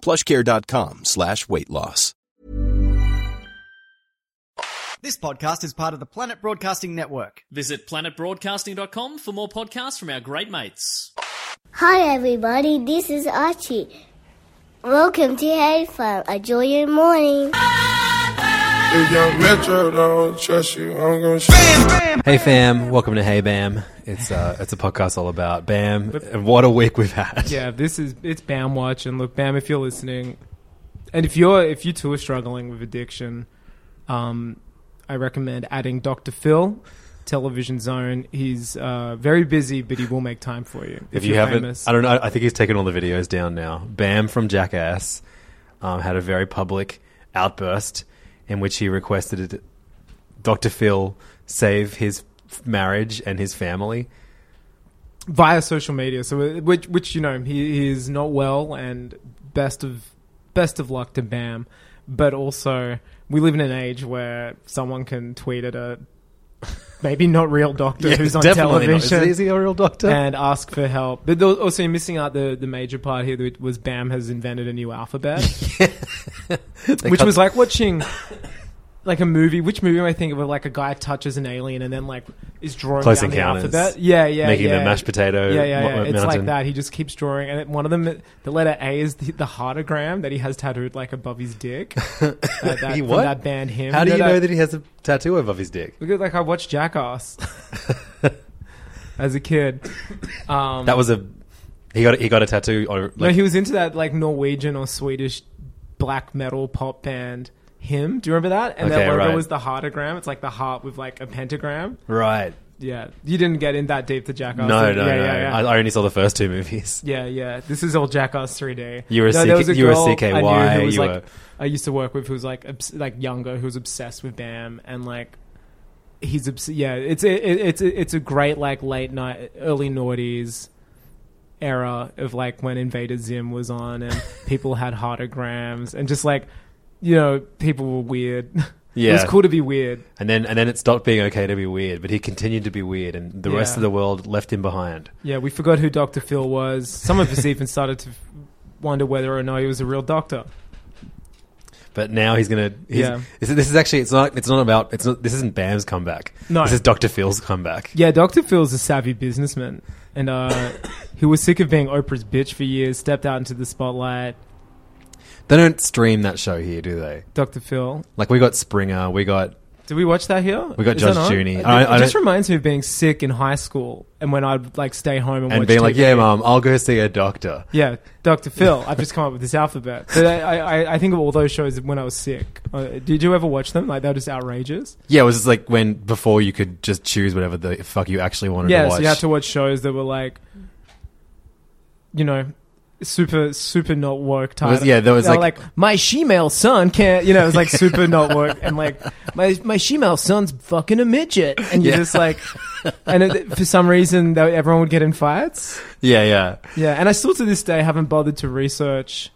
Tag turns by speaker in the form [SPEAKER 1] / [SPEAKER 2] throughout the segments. [SPEAKER 1] plushcare.com slash weight loss.
[SPEAKER 2] This podcast is part of the Planet Broadcasting Network.
[SPEAKER 3] Visit planetbroadcasting.com for more podcasts from our great mates.
[SPEAKER 4] Hi, everybody. This is Archie. Welcome to Headphone. Enjoy your morning.
[SPEAKER 5] If your metro don't trust you, I'm gonna shoot.
[SPEAKER 6] Hey fam, welcome to Hey Bam. It's uh, it's a podcast all about Bam. And what a week we've had.
[SPEAKER 7] Yeah, this is it's Bam Watch, and look, Bam, if you're listening, and if you're if you two are struggling with addiction, um, I recommend adding Dr. Phil, Television Zone. He's uh, very busy, but he will make time for you
[SPEAKER 6] If you haven't,
[SPEAKER 7] famous.
[SPEAKER 6] I don't know. I think he's taken all the videos down now. Bam from Jackass um, had a very public outburst in which he requested Dr. Phil save his f- marriage and his family.
[SPEAKER 7] via social media. So uh, which which you know he, he is not well, and best of best of luck to Bam. But also, we live in an age where someone can tweet at a maybe not real doctor who's on
[SPEAKER 6] definitely not. Is-
[SPEAKER 7] television.
[SPEAKER 6] Is he a real doctor?
[SPEAKER 7] and ask for help. But there was- also, you're missing out the the major part here that was Bam has invented a new alphabet,
[SPEAKER 6] They
[SPEAKER 7] which
[SPEAKER 6] cut-
[SPEAKER 7] was like watching. Like a movie, which movie am I thinking of? Where like a guy touches an alien and then like is drawing
[SPEAKER 6] Close
[SPEAKER 7] down the
[SPEAKER 6] Encounters.
[SPEAKER 7] alphabet. Yeah, yeah,
[SPEAKER 6] making
[SPEAKER 7] yeah.
[SPEAKER 6] the mashed potato.
[SPEAKER 7] Yeah, yeah,
[SPEAKER 6] mo-
[SPEAKER 7] yeah. It's
[SPEAKER 6] mountain.
[SPEAKER 7] like that. He just keeps drawing, and it- one of them, the letter A is the, the heartogram that he has tattooed like above his dick. Uh, that,
[SPEAKER 6] He
[SPEAKER 7] from
[SPEAKER 6] what?
[SPEAKER 7] That band him.
[SPEAKER 6] How do you know that he has a tattoo above his dick?
[SPEAKER 7] Because like I watched Jackass as a kid. Um,
[SPEAKER 6] That was a he got he got a tattoo on like,
[SPEAKER 7] no, he was into that like Norwegian or Swedish black metal pop band. Him, do you remember that? And that
[SPEAKER 6] Okay,
[SPEAKER 7] logo
[SPEAKER 6] right.
[SPEAKER 7] was the heartogram. It's like the heart with like a pentagram.
[SPEAKER 6] right.
[SPEAKER 7] Yeah, you didn't get in that deep to Jackass.
[SPEAKER 6] No,
[SPEAKER 7] did you?
[SPEAKER 6] no,
[SPEAKER 7] Oh, yeah,
[SPEAKER 6] no.
[SPEAKER 7] Yeah, yeah.
[SPEAKER 6] I, I only saw the first two movies.
[SPEAKER 7] Yeah, yeah. This is all Jackass 3D.
[SPEAKER 6] You were a CK
[SPEAKER 7] there was
[SPEAKER 6] you were a
[SPEAKER 7] girl I,
[SPEAKER 6] CKY,
[SPEAKER 7] knew who was
[SPEAKER 6] you
[SPEAKER 7] like,
[SPEAKER 6] were-
[SPEAKER 7] I used to work with who was like obs- like younger, who was obsessed with Bam, and like he's obs- yeah. It's it, it, it's a- it's a great like late night, early noughties era of like when Invader Zim was on, and people had heartograms, and just like you know people were weird. it was
[SPEAKER 6] Yeah.
[SPEAKER 7] cool to be weird.
[SPEAKER 6] And then and then it stopped being okay to be weird, but he continued to be weird, and the rest
[SPEAKER 7] Yeah.
[SPEAKER 6] of the world left him behind.
[SPEAKER 7] Yeah, we forgot who Doctor Phil was. Some of us even started to wonder whether or not he was a real doctor.
[SPEAKER 6] But now he's gonna. He's,
[SPEAKER 7] Yeah.
[SPEAKER 6] This, this is actually it's not it's not about it's not this isn't Bam's comeback.
[SPEAKER 7] No.
[SPEAKER 6] this is Doctor Phil's comeback.
[SPEAKER 7] Yeah, Dr. Phil's a savvy businessman. And uh, he was sick of being Oprah's bitch for years, stepped out into the spotlight.
[SPEAKER 6] They don't stream that show here, do they?
[SPEAKER 7] Dr. Phil.
[SPEAKER 6] Like we got Springer, we got
[SPEAKER 7] Did we watch that here?
[SPEAKER 6] We got
[SPEAKER 7] Is that
[SPEAKER 6] Judge
[SPEAKER 7] on?
[SPEAKER 6] Judy.
[SPEAKER 7] It,
[SPEAKER 6] I-
[SPEAKER 7] it
[SPEAKER 6] I
[SPEAKER 7] just
[SPEAKER 6] don't-
[SPEAKER 7] reminds me of being sick in high school and when I'd like stay home and,
[SPEAKER 6] and
[SPEAKER 7] watch
[SPEAKER 6] being like,
[SPEAKER 7] TV.
[SPEAKER 6] yeah, mom, I'll go see a doctor.
[SPEAKER 7] Yeah, Dr. Phil. I've just come up with this alphabet. But I, I, I think of all those shows when I was sick. Uh, did you ever watch them? Like, they were just outrageous.
[SPEAKER 6] Yeah, it was just like when before you could just choose whatever the fuck you actually wanted
[SPEAKER 7] yeah,
[SPEAKER 6] to watch.
[SPEAKER 7] so you had to watch shows that were like, you know, super super not woke type.
[SPEAKER 6] was- yeah, there was,
[SPEAKER 7] They were
[SPEAKER 6] like-
[SPEAKER 7] my shemale son can't. You know, it was like super not woke, and like my my shemale son's fucking a midget, and you're
[SPEAKER 6] Yeah.
[SPEAKER 7] just like, and it, for some reason though, everyone would get in fights.
[SPEAKER 6] yeah, yeah.
[SPEAKER 7] Yeah, and I still to this day haven't bothered to research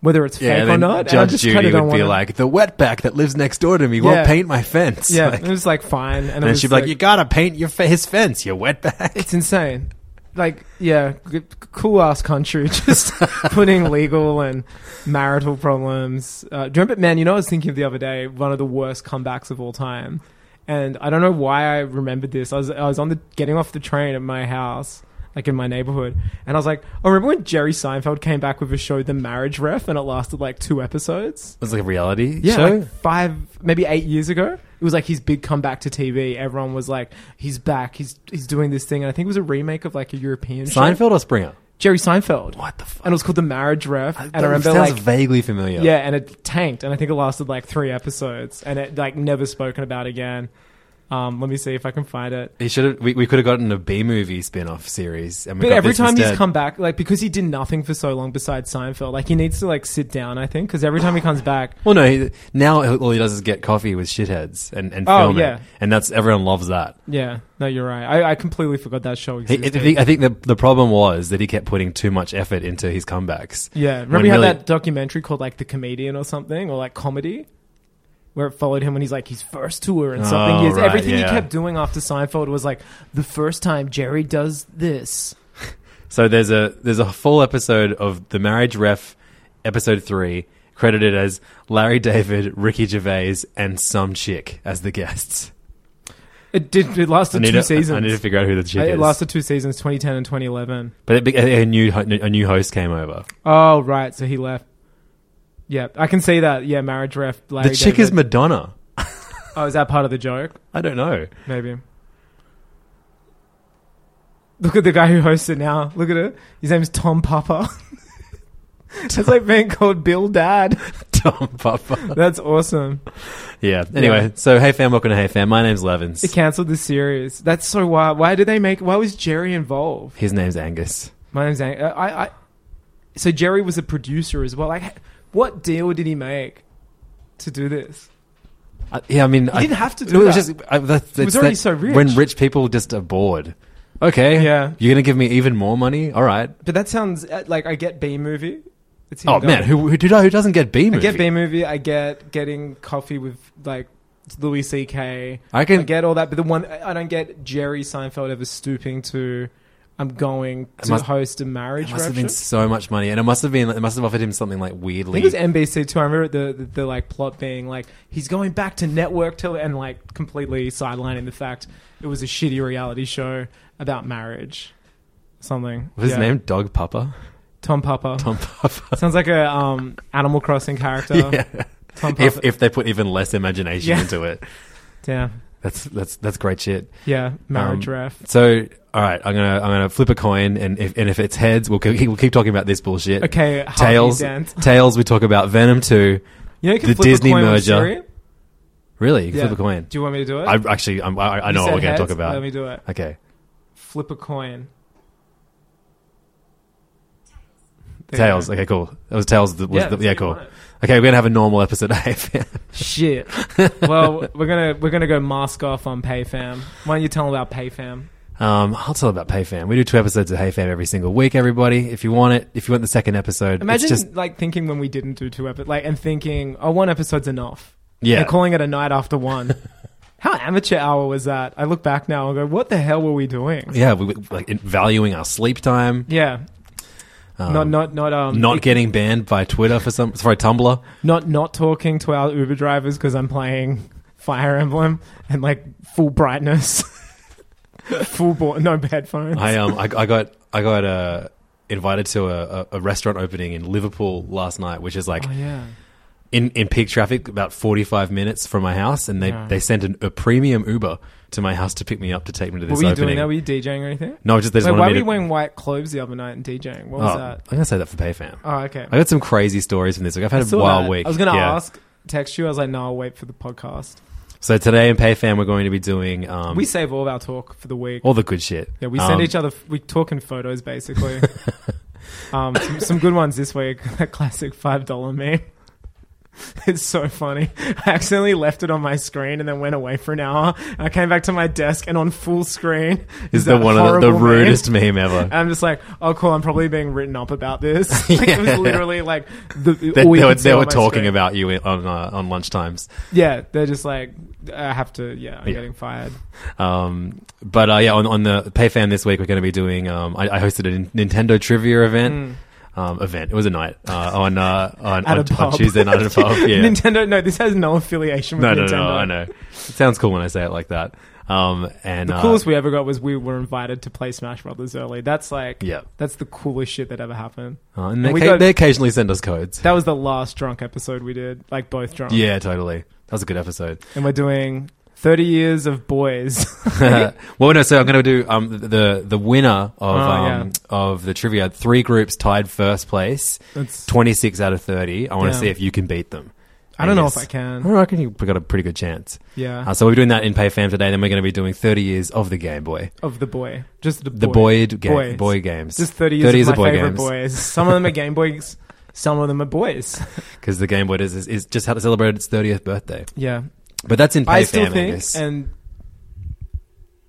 [SPEAKER 7] whether it's
[SPEAKER 6] Yeah,
[SPEAKER 7] fake
[SPEAKER 6] and
[SPEAKER 7] or
[SPEAKER 6] then
[SPEAKER 7] not. and I
[SPEAKER 6] Judge
[SPEAKER 7] just
[SPEAKER 6] Judy
[SPEAKER 7] kinda
[SPEAKER 6] would
[SPEAKER 7] don't
[SPEAKER 6] be
[SPEAKER 7] wanna-
[SPEAKER 6] like, "The wetback that lives next door to me won't
[SPEAKER 7] Yeah.
[SPEAKER 6] paint my fence."
[SPEAKER 7] yeah,
[SPEAKER 6] Like-
[SPEAKER 7] it was like fine, and,
[SPEAKER 6] and
[SPEAKER 7] it
[SPEAKER 6] then
[SPEAKER 7] was
[SPEAKER 6] she'd be like, "You gotta paint your fe- his fence, you wetback."
[SPEAKER 7] It's insane. Like, yeah, g- cool ass country, just putting legal and marital problems. Uh, do you remember, man? You know, I was thinking of the other day, one of the worst comebacks of all time, and I don't know why I remembered this. I was I was on the getting off the train at my house. like in my neighborhood. And I was like, oh, remember when Jerry Seinfeld came back with a show, The Marriage Ref, and it lasted like two episodes?
[SPEAKER 6] It was like a reality
[SPEAKER 7] Yeah,
[SPEAKER 6] show.
[SPEAKER 7] like five, maybe eight years ago. It was like his big comeback to TV. Everyone was like, "He's back. He's he's doing this thing." And I think it was a remake of like a European show.
[SPEAKER 6] Seinfeld or Springer?
[SPEAKER 7] Jerry Seinfeld.
[SPEAKER 6] What the fuck?
[SPEAKER 7] And it was called The Marriage Ref. and I
[SPEAKER 6] That
[SPEAKER 7] remember
[SPEAKER 6] sounds
[SPEAKER 7] like
[SPEAKER 6] vaguely familiar.
[SPEAKER 7] yeah, and it tanked. And I think it lasted like three episodes, and it like never spoken about again. Um, let me see if I can find it.
[SPEAKER 6] He should have. We, we could have gotten a B movie spin off series. And we
[SPEAKER 7] But
[SPEAKER 6] got
[SPEAKER 7] every
[SPEAKER 6] this
[SPEAKER 7] time
[SPEAKER 6] instead.
[SPEAKER 7] he's come back, like because he did nothing for so long besides Seinfeld, like he needs to like sit down. I think because every time he comes back,
[SPEAKER 6] Well, no. He, now all he does is get coffee with shitheads and and
[SPEAKER 7] Oh,
[SPEAKER 6] film
[SPEAKER 7] yeah.
[SPEAKER 6] it, and that's everyone loves that.
[SPEAKER 7] yeah, no, you're right. I, I completely forgot that show
[SPEAKER 6] He,
[SPEAKER 7] existed.
[SPEAKER 6] I think, I think the, the problem was that he kept putting too much effort into his comebacks.
[SPEAKER 7] Yeah, remember
[SPEAKER 6] When
[SPEAKER 7] we had
[SPEAKER 6] really-
[SPEAKER 7] that documentary called like The Comedian or something, or like comedy, where it followed him when he's like his first tour and something.
[SPEAKER 6] Oh,
[SPEAKER 7] years.
[SPEAKER 6] right,
[SPEAKER 7] Everything he
[SPEAKER 6] yeah.
[SPEAKER 7] kept doing after Seinfeld was like the first time Jerry does this.
[SPEAKER 6] So there's a there's a full episode of the Marriage Ref, episode three, credited as Larry David, Ricky Gervais, and some chick as the guests.
[SPEAKER 7] It did. It
[SPEAKER 6] I
[SPEAKER 7] lasted
[SPEAKER 6] need
[SPEAKER 7] two
[SPEAKER 6] to,
[SPEAKER 7] seasons.
[SPEAKER 6] I need to ffigure out who the chick
[SPEAKER 7] it
[SPEAKER 6] is.
[SPEAKER 7] lasted two seasons, 2010 and 2011.
[SPEAKER 6] but it, be- a, a new ho- a new host came over.
[SPEAKER 7] Oh right, so he left. Yeah, I can see that. Yeah, marriage ref. Larry
[SPEAKER 6] the chick
[SPEAKER 7] David.
[SPEAKER 6] is Madonna.
[SPEAKER 7] oh, is that part of the joke?
[SPEAKER 6] I don't know.
[SPEAKER 7] Maybe. Look at the guy who hosts it now. Look at it. His name's Tom Papa. That's like being called Bill Dad.
[SPEAKER 6] Tom Papa.
[SPEAKER 7] That's awesome.
[SPEAKER 6] Yeah. Anyway,
[SPEAKER 7] Yeah.
[SPEAKER 6] so hey fam, welcome to Hey fam. My name's Levins.
[SPEAKER 7] They cancelled the series. That's so wild. Why did they make? Why was Jerry involved?
[SPEAKER 6] His name's Angus.
[SPEAKER 7] My name's Ang- uh, I, I. So Jerry was a producer as well. Like, what deal did he make to do this?
[SPEAKER 6] I, yeah, I mean, I
[SPEAKER 7] didn't have to
[SPEAKER 6] it
[SPEAKER 7] do
[SPEAKER 6] was
[SPEAKER 7] that.
[SPEAKER 6] Just, I, that
[SPEAKER 7] He was
[SPEAKER 6] it's
[SPEAKER 7] already
[SPEAKER 6] that-
[SPEAKER 7] so rich.
[SPEAKER 6] When rich people just are bored. Okay.
[SPEAKER 7] Yeah.
[SPEAKER 6] You're gonna give me even more money. All right.
[SPEAKER 7] But that sounds uh, like I get B movie. It's him
[SPEAKER 6] Oh
[SPEAKER 7] going-
[SPEAKER 6] man, who who, do- who doesn't get B
[SPEAKER 7] I
[SPEAKER 6] movie?
[SPEAKER 7] get B movie. I get getting coffee with like Louis C.K.
[SPEAKER 6] I can-
[SPEAKER 7] get all that, but the one I I don't get Jerry Seinfeld ever stooping to. I'm going to
[SPEAKER 6] must-
[SPEAKER 7] host a marriage.
[SPEAKER 6] It must have
[SPEAKER 7] reception."
[SPEAKER 6] been so much money, and it must have been. It must have offered him something like
[SPEAKER 7] I
[SPEAKER 6] weirdly.
[SPEAKER 7] think it was NBC too. I remember the, the the like plot being like he's going back to network till and like completely sidelining the fact it was a shitty reality show about marriage. Something.
[SPEAKER 6] Was his
[SPEAKER 7] Yeah.
[SPEAKER 6] name Dog Papa?
[SPEAKER 7] Tom Papa.
[SPEAKER 6] Tom Papa.
[SPEAKER 7] Sounds like a um, Animal Crossing character.
[SPEAKER 6] yeah.
[SPEAKER 7] Tom Uh, Papa.
[SPEAKER 6] If if they put even less imagination
[SPEAKER 7] Yeah.
[SPEAKER 6] into it,
[SPEAKER 7] Damn.
[SPEAKER 6] that's that's that's great shit.
[SPEAKER 7] Yeah, marriage
[SPEAKER 6] Um,
[SPEAKER 7] ref.
[SPEAKER 6] So, all right, I'm gonna I'm gonna flip a coin, and if and if it's heads, we'll keep, we'll keep talking about this bullshit.
[SPEAKER 7] Okay, Harvey
[SPEAKER 6] tails.
[SPEAKER 7] Dent.
[SPEAKER 6] Tails. We talk about Venom Two.
[SPEAKER 7] You know, you can
[SPEAKER 6] the
[SPEAKER 7] flip
[SPEAKER 6] Disney
[SPEAKER 7] a coin with
[SPEAKER 6] merger.
[SPEAKER 7] Siri?
[SPEAKER 6] Really, you can
[SPEAKER 7] Yeah.
[SPEAKER 6] flip a coin.
[SPEAKER 7] Do you want me to do it?
[SPEAKER 6] I actually I'm, I, I
[SPEAKER 7] You
[SPEAKER 6] know what
[SPEAKER 7] said
[SPEAKER 6] we're gonna
[SPEAKER 7] heads?
[SPEAKER 6] talk about.
[SPEAKER 7] Let me do it.
[SPEAKER 6] Okay,
[SPEAKER 7] Flip a coin. There you
[SPEAKER 6] tails.
[SPEAKER 7] go.
[SPEAKER 6] Okay, cool. That was tails. That was
[SPEAKER 7] Yeah,
[SPEAKER 6] the,
[SPEAKER 7] that's
[SPEAKER 6] yeah
[SPEAKER 7] what you
[SPEAKER 6] cool.
[SPEAKER 7] wanted.
[SPEAKER 6] Okay, we're gonna have a normal episode.
[SPEAKER 7] Shit. well, we're gonna we're gonna go mask off on PayFam. Why don't you tell 'em about PayFam?
[SPEAKER 6] Um, I'll tell about PayFam. We do two episodes of HeyFam every single week, everybody. If you want it, if you want the second episode,
[SPEAKER 7] Imagine
[SPEAKER 6] it's just
[SPEAKER 7] like thinking when we didn't do two episodes, like and thinking, oh, one episode's enough.
[SPEAKER 6] Yeah.
[SPEAKER 7] and calling it a night after one. How amateur hour was that? I look back now and go, what the hell were we doing?
[SPEAKER 6] yeah, we, we- like in- valuing our sleep time,
[SPEAKER 7] Yeah, not not not um
[SPEAKER 6] not getting banned by Twitter for some sorry Tumblr.
[SPEAKER 7] not not talking to our Uber drivers because I'm playing Fire Emblem and like full brightness, full bo- no headphones.
[SPEAKER 6] I um I, I got I got uh, invited to a, a, a restaurant opening in Liverpool last night, which is like
[SPEAKER 7] oh yeah,
[SPEAKER 6] in, in peak traffic about forty five minutes from my house, and they,
[SPEAKER 7] Yeah.
[SPEAKER 6] they sent an, a premium Uber to my house to pick me up to take me to
[SPEAKER 7] what
[SPEAKER 6] this
[SPEAKER 7] were you
[SPEAKER 6] opening.
[SPEAKER 7] doing there? Were you DJing or anything?
[SPEAKER 6] no, just they just
[SPEAKER 7] Wait,
[SPEAKER 6] wanted
[SPEAKER 7] why
[SPEAKER 6] me
[SPEAKER 7] were
[SPEAKER 6] to.
[SPEAKER 7] you wearing white clothes the other night and DJing? What was
[SPEAKER 6] oh,
[SPEAKER 7] that?
[SPEAKER 6] I'm gonna say that for PayFam.
[SPEAKER 7] Oh, okay.
[SPEAKER 6] I got some crazy stories from this week. I've had a
[SPEAKER 7] Saw
[SPEAKER 6] wild
[SPEAKER 7] that.
[SPEAKER 6] week.
[SPEAKER 7] I was gonna
[SPEAKER 6] Yeah.
[SPEAKER 7] ask, text you. I was like, no, I'll wait for the podcast.
[SPEAKER 6] So today in PayFam, we're going to be doing um,
[SPEAKER 7] we save all of our talk for the week.
[SPEAKER 6] all the good shit.
[SPEAKER 7] yeah, we send
[SPEAKER 6] Um,
[SPEAKER 7] each other. We talk in photos basically. um, some, some good ones this week. That classic five dollar meme. It's so funny. I accidentally left it on my screen and then went away for an hour. And I came back to my desk and on full screen
[SPEAKER 6] is the
[SPEAKER 7] that
[SPEAKER 6] one of the, the
[SPEAKER 7] horrible meme.
[SPEAKER 6] rudest meme
[SPEAKER 7] And
[SPEAKER 6] ever.
[SPEAKER 7] I'm just like, oh, cool. I'm probably being written up about this. like, It
[SPEAKER 6] Yeah.
[SPEAKER 7] was literally like the
[SPEAKER 6] They,
[SPEAKER 7] all you
[SPEAKER 6] they were,
[SPEAKER 7] could see
[SPEAKER 6] they
[SPEAKER 7] on
[SPEAKER 6] were
[SPEAKER 7] my
[SPEAKER 6] talking
[SPEAKER 7] screen.
[SPEAKER 6] about you on uh, on lunchtimes.
[SPEAKER 7] Yeah, they're just like, I have to. Yeah, I'm
[SPEAKER 6] Yeah.
[SPEAKER 7] getting fired.
[SPEAKER 6] Um, but uh, yeah, on, on the PayFam this week, we're going to be doing. Um, I, I hosted a N- Nintendo trivia event. Um, event. It was a night uh, on, uh, on,
[SPEAKER 7] Hmm.
[SPEAKER 6] on,
[SPEAKER 7] At a
[SPEAKER 6] on
[SPEAKER 7] pub.
[SPEAKER 6] Tuesday night at a pub. Yeah.
[SPEAKER 7] Nintendo. No, this has no affiliation with
[SPEAKER 6] no, no,
[SPEAKER 7] Nintendo.
[SPEAKER 6] no, I know. It sounds cool when I say it like that. Um, and
[SPEAKER 7] The
[SPEAKER 6] uh,
[SPEAKER 7] coolest we ever got was we were invited to play Smash Brothers early. That's like,
[SPEAKER 6] Yeah.
[SPEAKER 7] that's the coolest shit that ever happened.
[SPEAKER 6] uh, and they,
[SPEAKER 7] we
[SPEAKER 6] ca-
[SPEAKER 7] got-
[SPEAKER 6] they occasionally send us codes.
[SPEAKER 7] that was the last drunk episode we did, like both drunk.
[SPEAKER 6] yeah, totally. That was a good episode.
[SPEAKER 7] and we're doing thirty years of boys.
[SPEAKER 6] well, no. So I'm going to do um, the the winner of
[SPEAKER 7] Oh, yeah.
[SPEAKER 6] um, of the trivia. Three groups tied first place.
[SPEAKER 7] That's-
[SPEAKER 6] 26 out of 30. I want to
[SPEAKER 7] Damn.
[SPEAKER 6] see if you can beat them.
[SPEAKER 7] I don't know
[SPEAKER 6] guess-
[SPEAKER 7] if I can.
[SPEAKER 6] I reckon you've got a pretty good chance.
[SPEAKER 7] Yeah.
[SPEAKER 6] Uh, so we're doing that in PayFam today. Then we're going to be doing 30 years of the Game Boy.
[SPEAKER 7] of the boy, just the
[SPEAKER 6] The
[SPEAKER 7] boy.
[SPEAKER 6] Boyd ga-
[SPEAKER 7] Boys.
[SPEAKER 6] boy games.
[SPEAKER 7] Just thirty years,
[SPEAKER 6] 30
[SPEAKER 7] of my
[SPEAKER 6] boy
[SPEAKER 7] favorite
[SPEAKER 6] games.
[SPEAKER 7] boys. Some of them are Game Boys, some of them are boys.
[SPEAKER 6] Because the Game Boy is, is, is just how to celebrate its 30th birthday.
[SPEAKER 7] Yeah,
[SPEAKER 6] But that's in PayFam,
[SPEAKER 7] I still think,
[SPEAKER 6] Angus.
[SPEAKER 7] and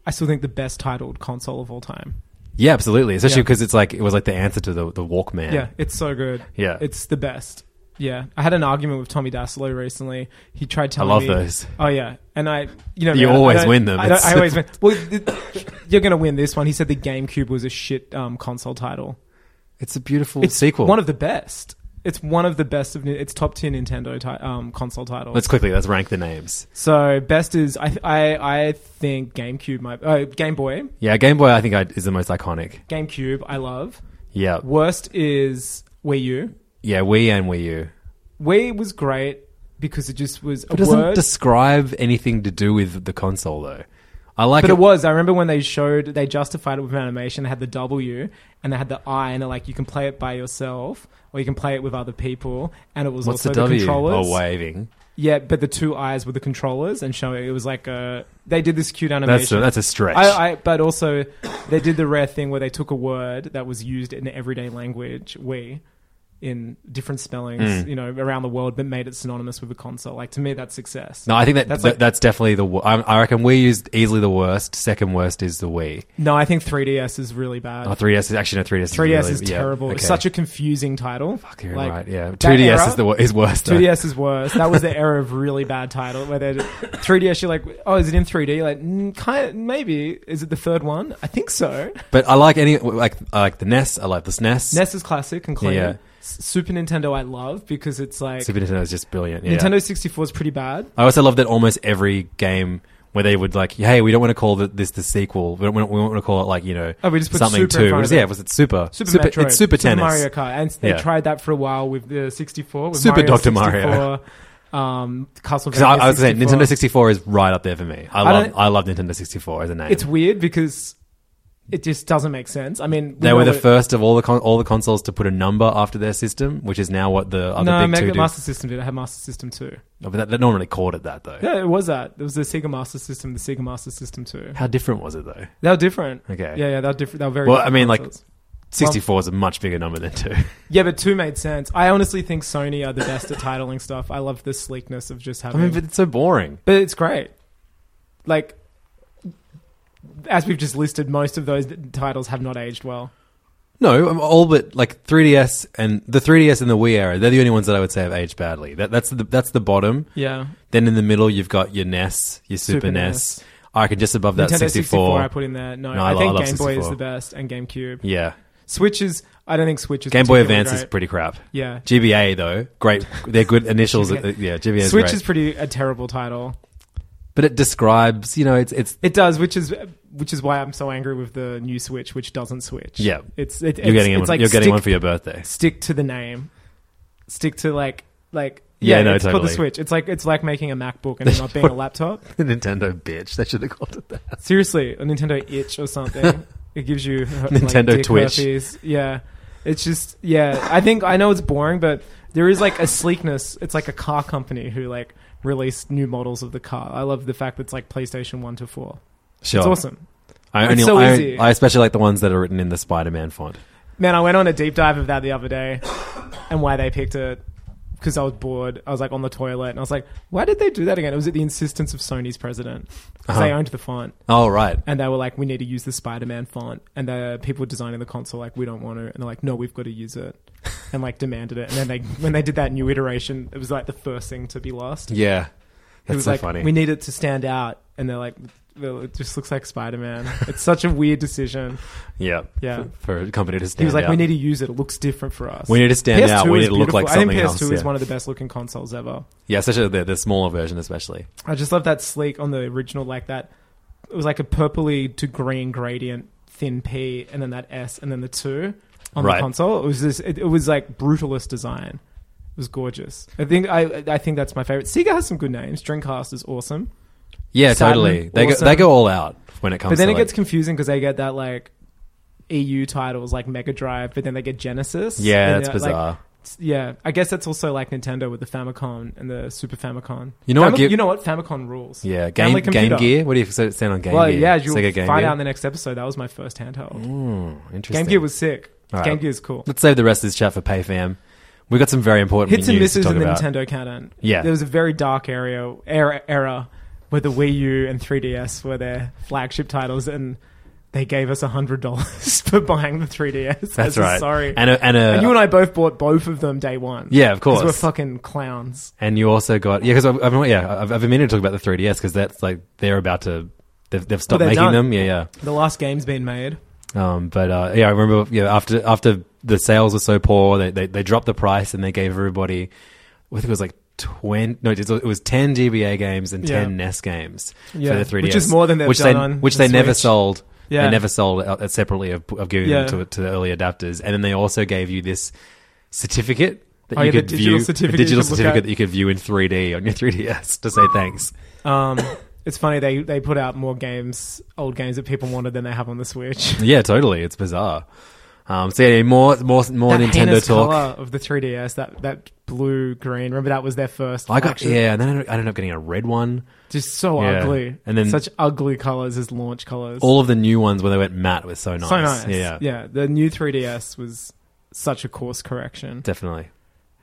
[SPEAKER 7] I still think the best titled console of all time.
[SPEAKER 6] yeah, absolutely. Especially
[SPEAKER 7] Yeah.
[SPEAKER 6] because it's like, it was like the answer to the, the Walkman.
[SPEAKER 7] Yeah, it's so good.
[SPEAKER 6] Yeah.
[SPEAKER 7] it's the best. Yeah, I had an argument with Tommy Dasilo recently. He tried telling
[SPEAKER 6] love
[SPEAKER 7] me,
[SPEAKER 6] those.
[SPEAKER 7] Oh yeah, and I, you know,
[SPEAKER 6] You
[SPEAKER 7] man, I
[SPEAKER 6] always
[SPEAKER 7] don't-
[SPEAKER 6] win them.
[SPEAKER 7] I, don't-
[SPEAKER 6] It's-
[SPEAKER 7] I always win. Well, th- you're gonna win this one. He said the GameCube was a shit um, console title.
[SPEAKER 6] It's a beautiful sequel.
[SPEAKER 7] One of the best. It's one of the best of. Ni- It's top tier Nintendo ti- um, console titles.
[SPEAKER 6] Let's quickly, let's rank the names.
[SPEAKER 7] so best is I I I think GameCube my uh, Game Boy
[SPEAKER 6] Yeah, Game Boy I think I, is the most iconic.
[SPEAKER 7] GameCube I love.
[SPEAKER 6] Yeah.
[SPEAKER 7] Worst is Wii U.
[SPEAKER 6] Yeah, Wii and Wii U.
[SPEAKER 7] Wii was great because it just was a
[SPEAKER 6] It doesn't
[SPEAKER 7] word.
[SPEAKER 6] describe anything to do with the console though. I like
[SPEAKER 7] but
[SPEAKER 6] it.
[SPEAKER 7] it was. I remember when they showed, they justified it with animation. They had the W and they had the I, and they're like, you can play it by yourself or you can play it with other people. And it was
[SPEAKER 6] What's
[SPEAKER 7] also
[SPEAKER 6] the W?
[SPEAKER 7] controllers.
[SPEAKER 6] Oh, waving.
[SPEAKER 7] Yeah, but the two eyes were the controllers, and showing it was like a. They did this cute animation.
[SPEAKER 6] That's a, that's a stretch.
[SPEAKER 7] I, I, but also, they did the rare thing where they took a word that was used in everyday language, we, in different spellings,
[SPEAKER 6] Mm.
[SPEAKER 7] you know, around the world, but made it synonymous with a console. Like to me, that's success.
[SPEAKER 6] no, I think that that's,
[SPEAKER 7] That's like-
[SPEAKER 6] that's definitely the. wo- I, I reckon Wii used easily the worst. Second worst is the Wii.
[SPEAKER 7] No, I think 3DS is really bad.
[SPEAKER 6] Oh, 3DS is actually no. 3DS.
[SPEAKER 7] 3DS
[SPEAKER 6] really-
[SPEAKER 7] is
[SPEAKER 6] yeah,
[SPEAKER 7] terrible.
[SPEAKER 6] okay.
[SPEAKER 7] It's such a confusing title. Fuck,
[SPEAKER 6] You're right. Yeah. 2DS is the wo- is worse. though.
[SPEAKER 7] 2DS is worse. That was the era of really bad title where they 3DS. You're like, oh, is it in 3D? You're like, mm, kind of, maybe. Is it the third one? I think so.
[SPEAKER 6] But I like any like I like the NES. I like the E SNES.
[SPEAKER 7] NES E is classic and clean.
[SPEAKER 6] Yeah.
[SPEAKER 7] S- Super Nintendo, I love because it's like
[SPEAKER 6] Super Nintendo is just brilliant. Yeah.
[SPEAKER 7] Nintendo 64 is pretty bad.
[SPEAKER 6] I also love that almost every game where they would like, hey, we don't want to call th this the sequel. We don't, we don't want to call it like you know
[SPEAKER 7] Oh, we just put
[SPEAKER 6] something
[SPEAKER 7] Super in
[SPEAKER 6] two.
[SPEAKER 7] front
[SPEAKER 6] What is-
[SPEAKER 7] of it.
[SPEAKER 6] yeah, was it super?
[SPEAKER 7] Super, Metroid,
[SPEAKER 6] It's super tennis.
[SPEAKER 7] Mario Kart, and they
[SPEAKER 6] Yeah.
[SPEAKER 7] tried that for a while with the 64, with
[SPEAKER 6] Super
[SPEAKER 7] Mario
[SPEAKER 6] Dr. Mario.
[SPEAKER 7] 64, um, Castlevania.
[SPEAKER 6] Because I, I was saying
[SPEAKER 7] 64.
[SPEAKER 6] Nintendo 64 is right up there for me. I,
[SPEAKER 7] I
[SPEAKER 6] love
[SPEAKER 7] don't-
[SPEAKER 6] I love Nintendo 64 as a name.
[SPEAKER 7] It's weird because it just doesn't make sense. I mean, we
[SPEAKER 6] they were
[SPEAKER 7] know
[SPEAKER 6] the
[SPEAKER 7] it-
[SPEAKER 6] first of all the con- all the consoles to put a number after their system, which is now what the other
[SPEAKER 7] No,
[SPEAKER 6] big two
[SPEAKER 7] Mega
[SPEAKER 6] do.
[SPEAKER 7] Master System did. I had Master System 2.
[SPEAKER 6] No, but that, they normally called it that though.
[SPEAKER 7] Yeah, it was that. It was the Sega Master System, the Sega Master System 2.
[SPEAKER 6] How different was it though?
[SPEAKER 7] They were different.
[SPEAKER 6] Okay.
[SPEAKER 7] Yeah, yeah, they were different. They were very
[SPEAKER 6] Well,
[SPEAKER 7] different
[SPEAKER 6] I mean, like-
[SPEAKER 7] consoles.
[SPEAKER 6] 64 is a much bigger number than two.
[SPEAKER 7] Yeah, but two made sense. I honestly think Sony are the best at titling stuff. I love the sleekness of just
[SPEAKER 6] I
[SPEAKER 7] having.
[SPEAKER 6] mean, but it's so boring.
[SPEAKER 7] but it's great. Like, as we've just listed, most of those titles have not aged well.
[SPEAKER 6] No, um, all but like 3DS and the 3DS and the Wii era. They're the only ones that I would say have aged badly. That, that's the that's the bottom.
[SPEAKER 7] Yeah.
[SPEAKER 6] Then in the middle, you've got your NES, your Super,
[SPEAKER 7] Super
[SPEAKER 6] NES.
[SPEAKER 7] NES.
[SPEAKER 6] I can just above that
[SPEAKER 7] Nintendo 64.
[SPEAKER 6] 64.
[SPEAKER 7] I put in there. No,
[SPEAKER 6] No, I
[SPEAKER 7] I,
[SPEAKER 6] lo- I
[SPEAKER 7] think
[SPEAKER 6] love
[SPEAKER 7] Game Boy is
[SPEAKER 6] 64.
[SPEAKER 7] the best, and GameCube.
[SPEAKER 6] yeah,
[SPEAKER 7] Switch is. I don't think Switch is.
[SPEAKER 6] Game Boy
[SPEAKER 7] particularly
[SPEAKER 6] Advance is
[SPEAKER 7] great.
[SPEAKER 6] pretty crap.
[SPEAKER 7] Yeah.
[SPEAKER 6] GBA though, great. They're good initials.
[SPEAKER 7] GBA.
[SPEAKER 6] uh, yeah, GBA. Is
[SPEAKER 7] Switch
[SPEAKER 6] great.
[SPEAKER 7] is pretty a terrible title.
[SPEAKER 6] but it describes. You know, it's it's
[SPEAKER 7] It does, which is which is why I'm so angry with the new Switch, which doesn't switch.
[SPEAKER 6] Yeah.
[SPEAKER 7] it's it,
[SPEAKER 6] you're getting
[SPEAKER 7] it's
[SPEAKER 6] one,
[SPEAKER 7] like
[SPEAKER 6] you're getting
[SPEAKER 7] stick-
[SPEAKER 6] one for your birthday.
[SPEAKER 7] stick to the name. Stick to like like
[SPEAKER 6] Yeah,
[SPEAKER 7] yeah,
[SPEAKER 6] no,
[SPEAKER 7] it's called
[SPEAKER 6] totally.
[SPEAKER 7] the Switch. It's like it's like making a MacBook and it not being a laptop.
[SPEAKER 6] The Nintendo bitch. They should have called it that.
[SPEAKER 7] Seriously, a Nintendo itch or something. it gives you
[SPEAKER 6] Nintendo
[SPEAKER 7] dick
[SPEAKER 6] Twitch.
[SPEAKER 7] herpes. Yeah, it's just yeah. I think I know it's boring, but there is like a sleekness. It's like a car company who like released new models of the car. I love the fact that it's like PlayStation One to Four.
[SPEAKER 6] Sure.
[SPEAKER 7] It's awesome.
[SPEAKER 6] I only,
[SPEAKER 7] It's so
[SPEAKER 6] I,
[SPEAKER 7] easy.
[SPEAKER 6] I especially like the ones that are written in the Spider-Man font.
[SPEAKER 7] Man, I went on a deep dive of that the other day and why they picked it because I was bored. I was like on the toilet and I was like, why did they do that again? It was at the insistence of Sony's president 'Cause they
[SPEAKER 6] Uh-huh.
[SPEAKER 7] owned the font
[SPEAKER 6] Oh right.
[SPEAKER 7] and they were like, we need to use the Spider Man font. And the people designing the console like, we don't want to. And they're like, no, we've got to use it. And like demanded it. And then they, when they did that new iteration, it was like the first thing to be lost.
[SPEAKER 6] Yeah.
[SPEAKER 7] it
[SPEAKER 6] That's
[SPEAKER 7] was
[SPEAKER 6] so
[SPEAKER 7] like,
[SPEAKER 6] funny.
[SPEAKER 7] we need it to stand out. And they're like, well, it just looks like Spider Man. it's such a weird decision.
[SPEAKER 6] yeah.
[SPEAKER 7] Yeah.
[SPEAKER 6] For, for a company to stand
[SPEAKER 7] He was like,
[SPEAKER 6] out.
[SPEAKER 7] we need to use it. It looks different for us.
[SPEAKER 6] We need to stand
[SPEAKER 7] PS2
[SPEAKER 6] out. We
[SPEAKER 7] is
[SPEAKER 6] need to look
[SPEAKER 7] beautiful.
[SPEAKER 6] like
[SPEAKER 7] I
[SPEAKER 6] something
[SPEAKER 7] think PS2
[SPEAKER 6] else.
[SPEAKER 7] is
[SPEAKER 6] yeah.
[SPEAKER 7] one of the best looking consoles ever.
[SPEAKER 6] yeah, especially the, the smaller version, especially.
[SPEAKER 7] I just love that sleek on the original, like that it was like a purpley to green gradient, thin P, and then that S, and then the two on
[SPEAKER 8] Right.
[SPEAKER 7] the console. It was this. It, it was like brutalist design. It was gorgeous. I think I I think that's my favorite. Sega has some good names. Dreamcast is awesome.
[SPEAKER 6] Yeah,
[SPEAKER 7] Saturn,
[SPEAKER 6] totally. They
[SPEAKER 7] awesome.
[SPEAKER 6] go they go all out when it comes.
[SPEAKER 7] But then
[SPEAKER 6] to
[SPEAKER 7] it
[SPEAKER 6] like-
[SPEAKER 7] gets confusing because they get that like E EU titles like Mega Drive, but then they get Genesis.
[SPEAKER 6] Yeah,
[SPEAKER 7] And
[SPEAKER 6] that's
[SPEAKER 7] they're, like-
[SPEAKER 6] bizarre.
[SPEAKER 7] s- yeah, I guess that's also like Nintendo with the Famicom and the Super Famicom.
[SPEAKER 6] You know what
[SPEAKER 7] Fami-
[SPEAKER 6] give-
[SPEAKER 7] you know what? Famicom rules.
[SPEAKER 6] yeah, game
[SPEAKER 7] Family
[SPEAKER 6] Game
[SPEAKER 7] computer.
[SPEAKER 6] Gear. What do you say- stand on Game
[SPEAKER 7] well,
[SPEAKER 6] Gear?
[SPEAKER 7] yeah, you'll
[SPEAKER 6] Sega Game
[SPEAKER 7] find
[SPEAKER 6] Gear?
[SPEAKER 7] out in the next episode. That was my first handheld.
[SPEAKER 6] Mm, interesting.
[SPEAKER 7] Game Gear was sick.
[SPEAKER 6] All right.
[SPEAKER 7] Game Gear is cool.
[SPEAKER 6] Let's save the rest of this chat for PayFam. We got some very important
[SPEAKER 7] Hits and
[SPEAKER 6] news to
[SPEAKER 7] misses
[SPEAKER 6] talk
[SPEAKER 7] in the
[SPEAKER 6] about.
[SPEAKER 7] Nintendo canon.
[SPEAKER 6] Yeah.
[SPEAKER 7] there was a very dark area era, era where the Wii U and 3DS were their flagship titles, and they gave us hundred dollars for buying the 3DS.
[SPEAKER 6] That's
[SPEAKER 7] I was
[SPEAKER 6] right.
[SPEAKER 7] Sorry,
[SPEAKER 6] And a- and a-
[SPEAKER 7] you and I both bought both of them day one.
[SPEAKER 6] Yeah, of
[SPEAKER 7] 'Cause We're
[SPEAKER 6] course.
[SPEAKER 7] fucking clowns.
[SPEAKER 6] And you also got yeah, because I've, I've yeah, I've, I've been meaning to talk about the 3ds because that's like they're about to they've, they've
[SPEAKER 7] But
[SPEAKER 6] stopped
[SPEAKER 7] they're
[SPEAKER 6] making
[SPEAKER 7] done.
[SPEAKER 6] them. Yeah,
[SPEAKER 7] The last game's been made.
[SPEAKER 6] yeah. Um, but uh, yeah, I remember yeah after after the sales were so poor, they they, they dropped the price and they gave everybody. I think it was like twenty. No, it was- it was ten GBA games and ten
[SPEAKER 7] Yeah.
[SPEAKER 6] NES games
[SPEAKER 7] Yeah,
[SPEAKER 6] for the 3ds,
[SPEAKER 7] which is more than they've
[SPEAKER 6] which
[SPEAKER 7] done
[SPEAKER 6] they,
[SPEAKER 7] on
[SPEAKER 6] which they
[SPEAKER 7] the
[SPEAKER 6] never
[SPEAKER 7] Switch.
[SPEAKER 6] sold.
[SPEAKER 7] Yeah.
[SPEAKER 6] They never sold uh, separately of, of giving
[SPEAKER 7] Yeah.
[SPEAKER 6] them to, to the early adapters, and then they also gave you this certificate. That
[SPEAKER 7] Oh,
[SPEAKER 6] you
[SPEAKER 7] yeah, the
[SPEAKER 6] could
[SPEAKER 7] digital
[SPEAKER 6] view
[SPEAKER 7] certificate
[SPEAKER 6] a digital
[SPEAKER 7] you could look
[SPEAKER 6] certificate
[SPEAKER 7] at.
[SPEAKER 6] that you could view in 3D on your 3DS to say thanks.
[SPEAKER 7] Um, it's funny they they put out more games, old games that people wanted than they have on the Switch.
[SPEAKER 6] Yeah, totally. It's bizarre. Um, so yeah, more more more
[SPEAKER 7] that
[SPEAKER 6] Nintendo
[SPEAKER 7] heinous
[SPEAKER 6] talk.
[SPEAKER 7] Color of the 3DS, that that blue green. Remember that was their first.
[SPEAKER 6] I got
[SPEAKER 7] flagship?
[SPEAKER 6] yeah, and then I ended- I ended up getting a red one.
[SPEAKER 7] just so
[SPEAKER 6] Yeah.
[SPEAKER 7] ugly,
[SPEAKER 6] and then
[SPEAKER 7] such ugly colors as launch colors.
[SPEAKER 6] all of the new ones where they went matte was so nice.
[SPEAKER 7] so nice.
[SPEAKER 6] Yeah,
[SPEAKER 7] Yeah, The new 3DS was such a course correction.
[SPEAKER 6] definitely.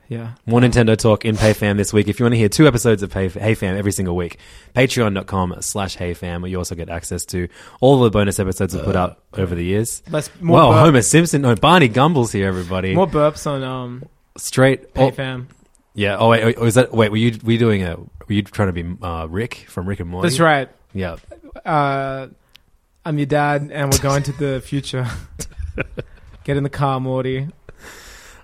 [SPEAKER 7] Yeah.
[SPEAKER 6] More Nintendo talk in PayFam this week. If you want to hear two episodes of Pay, HeyFam every single week, patreon.com slash HeyFam, where you also get access to all the bonus episodes we've put up over the years.
[SPEAKER 7] Let's- Uh, more
[SPEAKER 6] Well,
[SPEAKER 7] burp.
[SPEAKER 6] Homer Simpson. No, Barney Gumble's here, everybody.
[SPEAKER 7] More burps on um
[SPEAKER 6] Straight. oh,
[SPEAKER 7] PayFam.
[SPEAKER 6] Yeah. Oh wait. wait, Was that wait? Were you were you doing a? Were you trying to be uh, Rick from Rick and Morty?
[SPEAKER 7] That's right.
[SPEAKER 6] Yeah.
[SPEAKER 7] Uh, I'm your dad, and we're going to the future. Get in the car, Morty.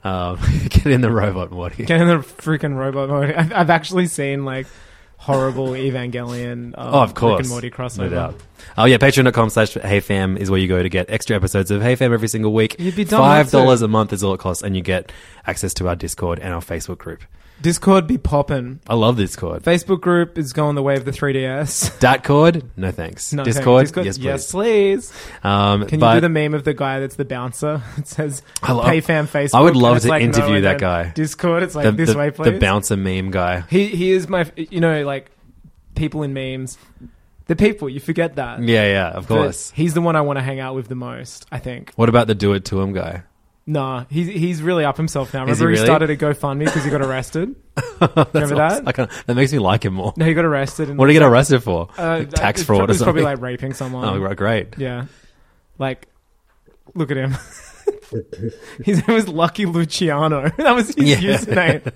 [SPEAKER 6] Um, get in the robot, Morty.
[SPEAKER 7] Get in the freaking robot, Morty. I've, I've actually seen like horrible Evangelion. Um,
[SPEAKER 6] oh, of course.
[SPEAKER 7] Rick and Morty crossover.
[SPEAKER 6] No doubt. Oh yeah, patreon.com slash heyfam is where you go to get extra episodes of HeyFam every single week.
[SPEAKER 7] You'd be dumb not
[SPEAKER 6] Five
[SPEAKER 7] to.
[SPEAKER 6] dollars a month is all it costs, and you get access to our Discord and our Facebook group.
[SPEAKER 7] Discord be poppin'.
[SPEAKER 6] I love Discord.
[SPEAKER 7] Facebook group is going the way of the 3DS.
[SPEAKER 6] Datcord? No thanks.
[SPEAKER 7] No, okay.
[SPEAKER 6] Discord? Yes, please.
[SPEAKER 7] Yes, please.
[SPEAKER 6] Um,
[SPEAKER 7] Can
[SPEAKER 6] but
[SPEAKER 7] you do the meme of the guy that's the bouncer? It says
[SPEAKER 6] I lo-
[SPEAKER 7] pay fan Facebook.
[SPEAKER 6] I would
[SPEAKER 7] and
[SPEAKER 6] love
[SPEAKER 7] it's
[SPEAKER 6] to
[SPEAKER 7] like, no,
[SPEAKER 6] interview
[SPEAKER 7] and
[SPEAKER 6] that
[SPEAKER 7] then
[SPEAKER 6] guy.
[SPEAKER 7] Discord, it's like
[SPEAKER 6] the,
[SPEAKER 7] this
[SPEAKER 6] the-
[SPEAKER 7] way, please.
[SPEAKER 6] the bouncer meme guy.
[SPEAKER 7] he he is my, you know, like people in memes. The people you forget that.
[SPEAKER 6] Yeah, yeah, of
[SPEAKER 7] But
[SPEAKER 6] course.
[SPEAKER 7] he's the one I want to hang out with the most. I think.
[SPEAKER 6] What about the do it to him guy?
[SPEAKER 7] Nah, he's he's really up himself now.
[SPEAKER 6] Is he
[SPEAKER 7] Remember,
[SPEAKER 6] really?
[SPEAKER 7] started a GoFundMe because he got arrested.
[SPEAKER 6] That's
[SPEAKER 7] Remember
[SPEAKER 6] what-
[SPEAKER 7] that?
[SPEAKER 6] I can't- that makes me like him more.
[SPEAKER 7] No, he got arrested. And
[SPEAKER 6] What did he get arrested for?
[SPEAKER 7] Uh,
[SPEAKER 6] Like tax
[SPEAKER 7] it's
[SPEAKER 6] fraud
[SPEAKER 7] prob-
[SPEAKER 6] or
[SPEAKER 7] it's
[SPEAKER 6] something?
[SPEAKER 7] probably like raping someone.
[SPEAKER 6] oh, right, great.
[SPEAKER 7] Yeah. Like, look at him. his name was Lucky Luciano. that was his
[SPEAKER 6] Yeah.
[SPEAKER 7] username.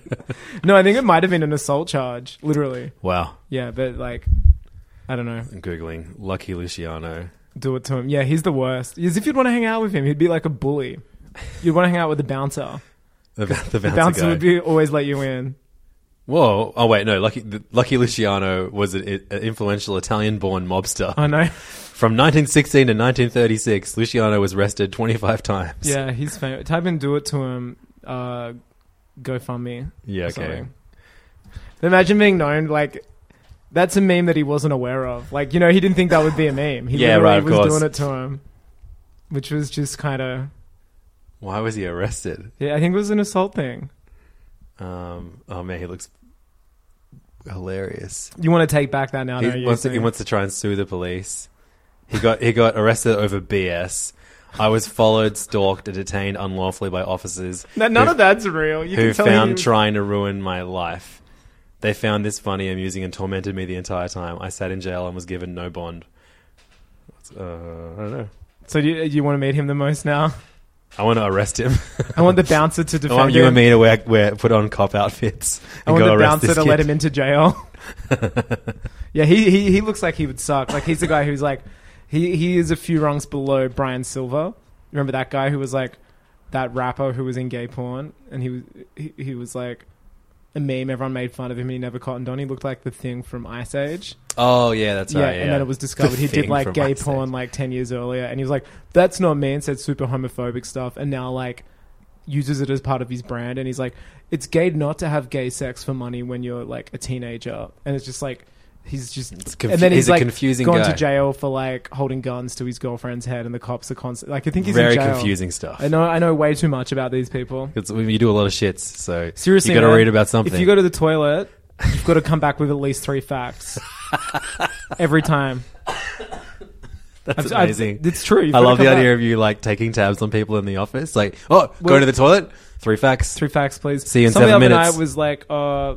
[SPEAKER 7] no, I think it might have been an assault charge, literally.
[SPEAKER 6] Wow.
[SPEAKER 7] Yeah, but like, I don't know.
[SPEAKER 6] I'm Googling Lucky Luciano.
[SPEAKER 7] Do it to him. Yeah, he's the worst. As if you'd want to hang out with him, he'd be like a bully. You'd want to hang out with the bouncer.
[SPEAKER 6] The, the bouncer,
[SPEAKER 7] The bouncer
[SPEAKER 6] guy.
[SPEAKER 7] would be always let you in.
[SPEAKER 6] Whoa. Oh, wait, no. Lucky, the- Lucky Luciano was an, an influential Italian born mobster.
[SPEAKER 7] I know.
[SPEAKER 6] From 1916 to 1936, Luciano was arrested 25 times.
[SPEAKER 7] Yeah, he's famous. Type in "do it to him." Uh, GoFundMe.
[SPEAKER 6] Yeah,
[SPEAKER 7] or
[SPEAKER 6] okay.
[SPEAKER 7] something. Imagine being known like that's a meme that he wasn't aware of. Like you know, he didn't think that would be a meme. He
[SPEAKER 6] Yeah,
[SPEAKER 7] literally
[SPEAKER 6] right, of
[SPEAKER 7] was
[SPEAKER 6] course.
[SPEAKER 7] doing it to him, which was just kind of.
[SPEAKER 6] Why was he arrested?
[SPEAKER 7] Yeah, I think it was an assault thing.
[SPEAKER 6] Um, oh, man, he looks hilarious.
[SPEAKER 7] You want to take back that now?
[SPEAKER 6] he,
[SPEAKER 7] don't you?
[SPEAKER 6] wants to, he
[SPEAKER 7] Sam?
[SPEAKER 6] wants to try and sue the police. He got he got arrested over BS. I was followed, stalked, and detained unlawfully by officers
[SPEAKER 7] No, none
[SPEAKER 6] who-
[SPEAKER 7] of that's real. You
[SPEAKER 6] who
[SPEAKER 7] can tell
[SPEAKER 6] found
[SPEAKER 7] he was-
[SPEAKER 6] trying to ruin my life. They found this funny, amusing, and tormented me the entire time. I sat in jail and was given no bond. That's- Uh, I don't know.
[SPEAKER 7] So do you, do you want to meet him the most now?
[SPEAKER 6] I want to arrest him.
[SPEAKER 7] I want the bouncer to
[SPEAKER 6] I
[SPEAKER 7] defend
[SPEAKER 6] want you
[SPEAKER 7] him.
[SPEAKER 6] and me to wear, wear put on cop outfits.
[SPEAKER 7] I
[SPEAKER 6] And
[SPEAKER 7] want
[SPEAKER 6] go
[SPEAKER 7] the
[SPEAKER 6] arrest
[SPEAKER 7] bouncer to
[SPEAKER 6] this kid.
[SPEAKER 7] let him into jail. yeah, he, he he looks like he would suck. Like he's the guy who's like he he is a few rungs below Brian Silver. Remember that guy who was like that rapper who was in gay porn and he was he, he was like a meme. Everyone made fun of him, and he never cottoned on. He looked like the thing from Ice Age.
[SPEAKER 6] Oh yeah, that's
[SPEAKER 7] yeah,
[SPEAKER 6] right.
[SPEAKER 7] and then it was discovered
[SPEAKER 6] The
[SPEAKER 7] he did
[SPEAKER 6] thing
[SPEAKER 7] like
[SPEAKER 6] from
[SPEAKER 7] gay
[SPEAKER 6] Ice Age.
[SPEAKER 7] porn like ten years earlier, and he was like, "That's not me," and said super homophobic stuff, and now like uses it as part of his brand, and he's like, "It's gay not to have gay sex for money when you're like a teenager," and it's just like. He's just,
[SPEAKER 6] confu-
[SPEAKER 7] and then he's,
[SPEAKER 6] he's a
[SPEAKER 7] like
[SPEAKER 6] confusing
[SPEAKER 7] gone
[SPEAKER 6] guy.
[SPEAKER 7] to jail for like holding guns to his girlfriend's head, and the cops are constant. Like I think he's in
[SPEAKER 6] Very
[SPEAKER 7] jail.
[SPEAKER 6] confusing stuff.
[SPEAKER 7] I know, I know way too much about these people.
[SPEAKER 6] It's- you do a lot of shits, so
[SPEAKER 7] Seriously,
[SPEAKER 6] you got to
[SPEAKER 7] man,
[SPEAKER 6] read about something.
[SPEAKER 7] If you go to the toilet, you've got to come back with at least three facts every time.
[SPEAKER 6] that's
[SPEAKER 7] I've-
[SPEAKER 6] amazing.
[SPEAKER 7] it's true. You've
[SPEAKER 6] I
[SPEAKER 7] gotta
[SPEAKER 6] love the
[SPEAKER 7] come
[SPEAKER 6] idea
[SPEAKER 7] back.
[SPEAKER 6] of you like taking tabs on people in the office. Like, oh,
[SPEAKER 7] Well-
[SPEAKER 6] going to the toilet, three facts.
[SPEAKER 7] Three facts, please.
[SPEAKER 6] See you in
[SPEAKER 7] Something
[SPEAKER 6] seven
[SPEAKER 7] the other
[SPEAKER 6] minutes.
[SPEAKER 7] night was like, uh,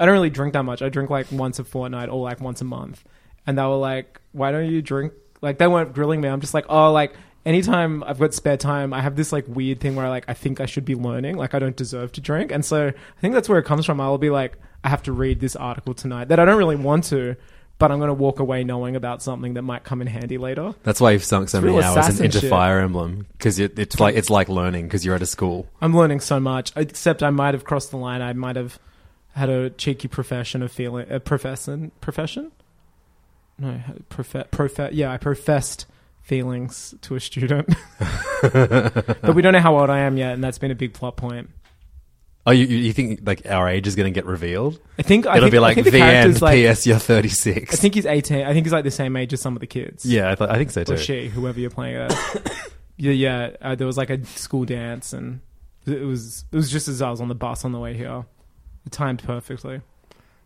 [SPEAKER 7] I don't really drink that much. I drink like once a fortnight or like once a month. And they were like, why don't you drink? Like, they weren't grilling me. I'm just like, oh, like, anytime I've got spare time, I have this like weird thing where I like, I think I should be learning. Like, I don't deserve to drink. And so I think that's where it comes from. I'll be like, I have to read this article tonight that I don't really want to, but I'm going to walk away knowing about something that might come in handy later.
[SPEAKER 6] That's why you've sunk so
[SPEAKER 7] It's
[SPEAKER 6] many
[SPEAKER 7] real
[SPEAKER 6] hours in-
[SPEAKER 7] assassin
[SPEAKER 6] into
[SPEAKER 7] shit.
[SPEAKER 6] Fire Emblem because it, it's like it's like learning because you're at a school.
[SPEAKER 7] I'm learning so much. Except I might have crossed the line. I might have had a cheeky profession of feeling a profession profession. No, profe- profe- Yeah, I professed feelings to a student, but we don't know how old I am yet, and that's been a big plot point.
[SPEAKER 6] Oh, you, you you think like our age is going to get revealed?
[SPEAKER 7] I think I
[SPEAKER 6] It'll
[SPEAKER 7] think,
[SPEAKER 6] be
[SPEAKER 7] I
[SPEAKER 6] like
[SPEAKER 7] think the
[SPEAKER 6] the end.
[SPEAKER 7] character's like
[SPEAKER 6] P.S. You're
[SPEAKER 7] I
[SPEAKER 6] 36.
[SPEAKER 7] think he's 18. I think he's like the same age as some of the kids.
[SPEAKER 6] yeah, I, th- I think so too.
[SPEAKER 7] or she, whoever you're playing it as. yeah, yeah. Uh, there was like a school dance, and it was it was just as I was on the bus on the way here. It timed perfectly.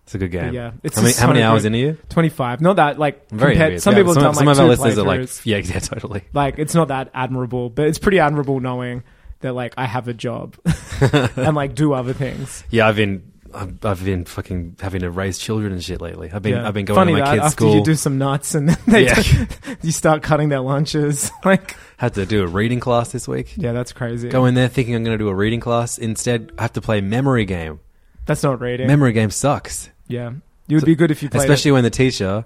[SPEAKER 6] It's a good game.
[SPEAKER 7] Yeah, it's
[SPEAKER 6] how many,
[SPEAKER 7] just
[SPEAKER 6] how
[SPEAKER 7] so
[SPEAKER 6] many hours
[SPEAKER 7] good.
[SPEAKER 6] in are you?
[SPEAKER 7] 25. Not that like
[SPEAKER 6] I'm very
[SPEAKER 7] compared,
[SPEAKER 6] envious.
[SPEAKER 7] some
[SPEAKER 6] Yeah,
[SPEAKER 7] people have done
[SPEAKER 6] some
[SPEAKER 7] like
[SPEAKER 6] of our
[SPEAKER 7] two
[SPEAKER 6] listeners are like,
[SPEAKER 7] playthroughs.
[SPEAKER 6] yeah, yeah, totally.
[SPEAKER 7] like it's not that admirable, but it's pretty admirable knowing that like I have a job and like do other things.
[SPEAKER 6] Yeah, I've been I've, I've been fucking having to raise children and shit lately. I've been
[SPEAKER 7] Yeah.
[SPEAKER 6] I've been going
[SPEAKER 7] Funny
[SPEAKER 6] to my
[SPEAKER 7] that,
[SPEAKER 6] kids'
[SPEAKER 7] after
[SPEAKER 6] school.
[SPEAKER 7] you do some nuts and they
[SPEAKER 6] Yeah.
[SPEAKER 7] you start cutting their lunches. like
[SPEAKER 6] Had to do a reading class this week.
[SPEAKER 7] yeah, that's crazy.
[SPEAKER 6] Go in there thinking I'm going to do a reading class. Instead, I have to play a memory game.
[SPEAKER 7] That's not reading.
[SPEAKER 6] Memory game sucks,
[SPEAKER 7] yeah, you would be good if you played.
[SPEAKER 6] especially
[SPEAKER 7] it.
[SPEAKER 6] when the teacher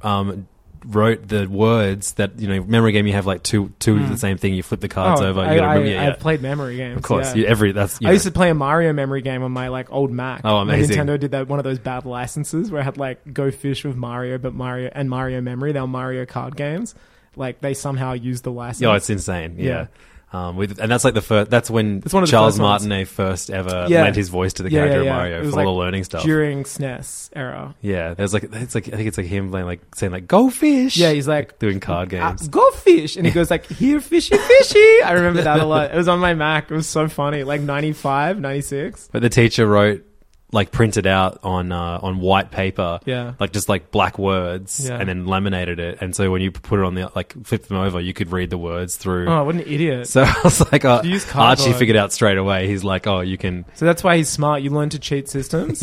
[SPEAKER 6] um, wrote the words that you know. Memory game, you have like two two of the same thing. You flip the cards
[SPEAKER 7] Hmm. oh,
[SPEAKER 6] over.
[SPEAKER 7] I,
[SPEAKER 6] you gotta
[SPEAKER 7] I,
[SPEAKER 6] remember, yeah, yeah.
[SPEAKER 7] I've played memory games.
[SPEAKER 6] of course,
[SPEAKER 7] yeah.
[SPEAKER 6] you- every that's. You
[SPEAKER 7] I
[SPEAKER 6] know.
[SPEAKER 7] used to play a Mario memory game on my like old Mac.
[SPEAKER 6] Oh,
[SPEAKER 7] My
[SPEAKER 6] amazing.
[SPEAKER 7] Nintendo did that one of those bad licenses where I had like Go Fish with Mario, but Mario and Mario Memory. They were Mario card games. Like they somehow used the license.
[SPEAKER 6] Oh, it's insane. Yeah. Um, with, and that's like the first. That's when
[SPEAKER 7] It's one of the
[SPEAKER 6] Charles
[SPEAKER 7] first ones.
[SPEAKER 6] Martinet first ever
[SPEAKER 7] Yeah.
[SPEAKER 6] uh, lent his voice to the
[SPEAKER 7] Yeah,
[SPEAKER 6] character
[SPEAKER 7] yeah, yeah.
[SPEAKER 6] of Mario
[SPEAKER 7] It
[SPEAKER 6] for
[SPEAKER 7] was,
[SPEAKER 6] all the
[SPEAKER 7] like,
[SPEAKER 6] learning stuff.
[SPEAKER 7] during SNES era.
[SPEAKER 6] yeah, there's like it's like I think it's like him playing like saying like go fish.
[SPEAKER 7] Yeah, he's like
[SPEAKER 6] doing card
[SPEAKER 7] "Ah,
[SPEAKER 6] games.
[SPEAKER 7] Go fish, and he goes like here fishy fishy. I remember that a lot. It was on my Mac. It was so funny. Like 95, 96.
[SPEAKER 6] But the teacher wrote like printed out on uh, on white paper,
[SPEAKER 7] Yeah.
[SPEAKER 6] like just like black words,
[SPEAKER 7] Yeah.
[SPEAKER 6] and then laminated it. And so when you put it on the like flip them over, you could read the words through.
[SPEAKER 7] Oh, what an idiot.
[SPEAKER 6] So I was like, oh,
[SPEAKER 7] You use
[SPEAKER 6] Archie
[SPEAKER 7] cardboard.
[SPEAKER 6] figured out straight away. He's like, oh, you can.
[SPEAKER 7] So that's why he's smart. You learn to cheat systems.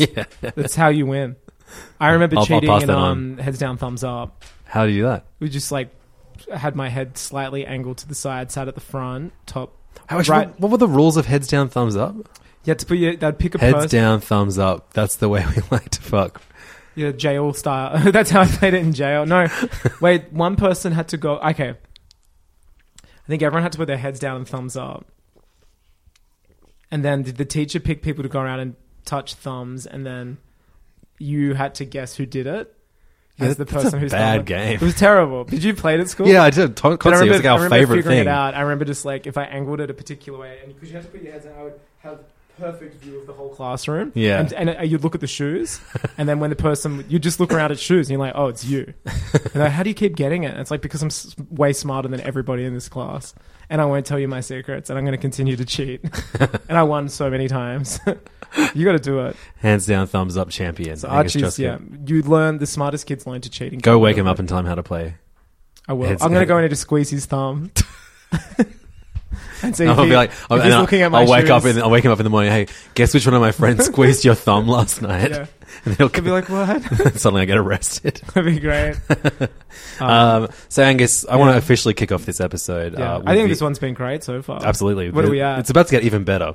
[SPEAKER 6] Yeah.
[SPEAKER 7] That's how you win. I remember
[SPEAKER 6] I'll- I'll
[SPEAKER 7] cheating
[SPEAKER 6] pass
[SPEAKER 7] in
[SPEAKER 6] that
[SPEAKER 7] um, heads down, thumbs up.
[SPEAKER 6] How do you do that?
[SPEAKER 7] We just like had my head slightly angled to the side, sat at the front, top.
[SPEAKER 6] How, actually,
[SPEAKER 7] right.
[SPEAKER 6] what, what were the rules of heads down, thumbs up?
[SPEAKER 7] You had to put your that pick a
[SPEAKER 6] Heads
[SPEAKER 7] person.
[SPEAKER 6] down, thumbs up. That's the way we like to fuck.
[SPEAKER 7] Yeah, jail style. That's how I played it in jail. No, wait. One person had to go. Okay, I think everyone had to put their heads down and thumbs up. And then did the teacher pick people to go around and touch thumbs, and then you had to guess who did it
[SPEAKER 6] Yeah,
[SPEAKER 7] as the
[SPEAKER 6] that's a
[SPEAKER 7] person who's
[SPEAKER 6] bad
[SPEAKER 7] done it.
[SPEAKER 6] game.
[SPEAKER 7] It was terrible. Did you play it at school?
[SPEAKER 6] Yeah, I did. To-
[SPEAKER 7] But I
[SPEAKER 6] constantly, it was like
[SPEAKER 7] remember- I
[SPEAKER 6] our
[SPEAKER 7] remember
[SPEAKER 6] favorite
[SPEAKER 7] figuring
[SPEAKER 6] thing.
[SPEAKER 7] It out. I remember just like if I angled it a particular way, and because you had to put your heads in, I would have perfect view of the whole classroom.
[SPEAKER 6] Yeah.
[SPEAKER 7] and, and uh, you'd look at the shoes, and then when the person you just look around at shoes, and you're like, oh, it's you. And like, how do you keep getting it? And it's like because I'm s- way smarter than everybody in this class, and I won't tell you my secrets, and I'm going to continue to cheat. and I won so many times. you got to do it.
[SPEAKER 6] Hands down, thumbs up, champion.
[SPEAKER 7] So
[SPEAKER 6] I think it's
[SPEAKER 7] Archie's,
[SPEAKER 6] just
[SPEAKER 7] yeah,
[SPEAKER 6] good.
[SPEAKER 7] you learn the smartest kids learn to cheat. and
[SPEAKER 6] Go
[SPEAKER 7] get
[SPEAKER 6] wake him
[SPEAKER 7] over
[SPEAKER 6] up
[SPEAKER 7] it.
[SPEAKER 6] and tell him how to play.
[SPEAKER 7] I will.
[SPEAKER 6] Heads-
[SPEAKER 7] I'm going to
[SPEAKER 6] head-
[SPEAKER 7] go in to squeeze his thumb. and see if
[SPEAKER 6] I'll
[SPEAKER 7] he-
[SPEAKER 6] be like,
[SPEAKER 7] if
[SPEAKER 6] I'll,
[SPEAKER 7] he's
[SPEAKER 6] and I'll-
[SPEAKER 7] looking at my
[SPEAKER 6] I'll wake up.
[SPEAKER 7] shoes.
[SPEAKER 6] In, I'll wake him up in the morning. Hey, guess which one of my friends squeezed your thumb last night?
[SPEAKER 7] Yeah.
[SPEAKER 6] And he'll
[SPEAKER 7] He'll be like, what?
[SPEAKER 6] suddenly I get arrested.
[SPEAKER 7] That'd be great.
[SPEAKER 6] Um, so Angus, I want to officially kick off this episode.
[SPEAKER 7] Uh-huh. Yeah.
[SPEAKER 6] uh,
[SPEAKER 7] I
[SPEAKER 6] with
[SPEAKER 7] think
[SPEAKER 6] the-
[SPEAKER 7] this one's been great so far.
[SPEAKER 6] absolutely.
[SPEAKER 7] What
[SPEAKER 6] The-
[SPEAKER 7] are we at?
[SPEAKER 6] It's about to get even better. uh,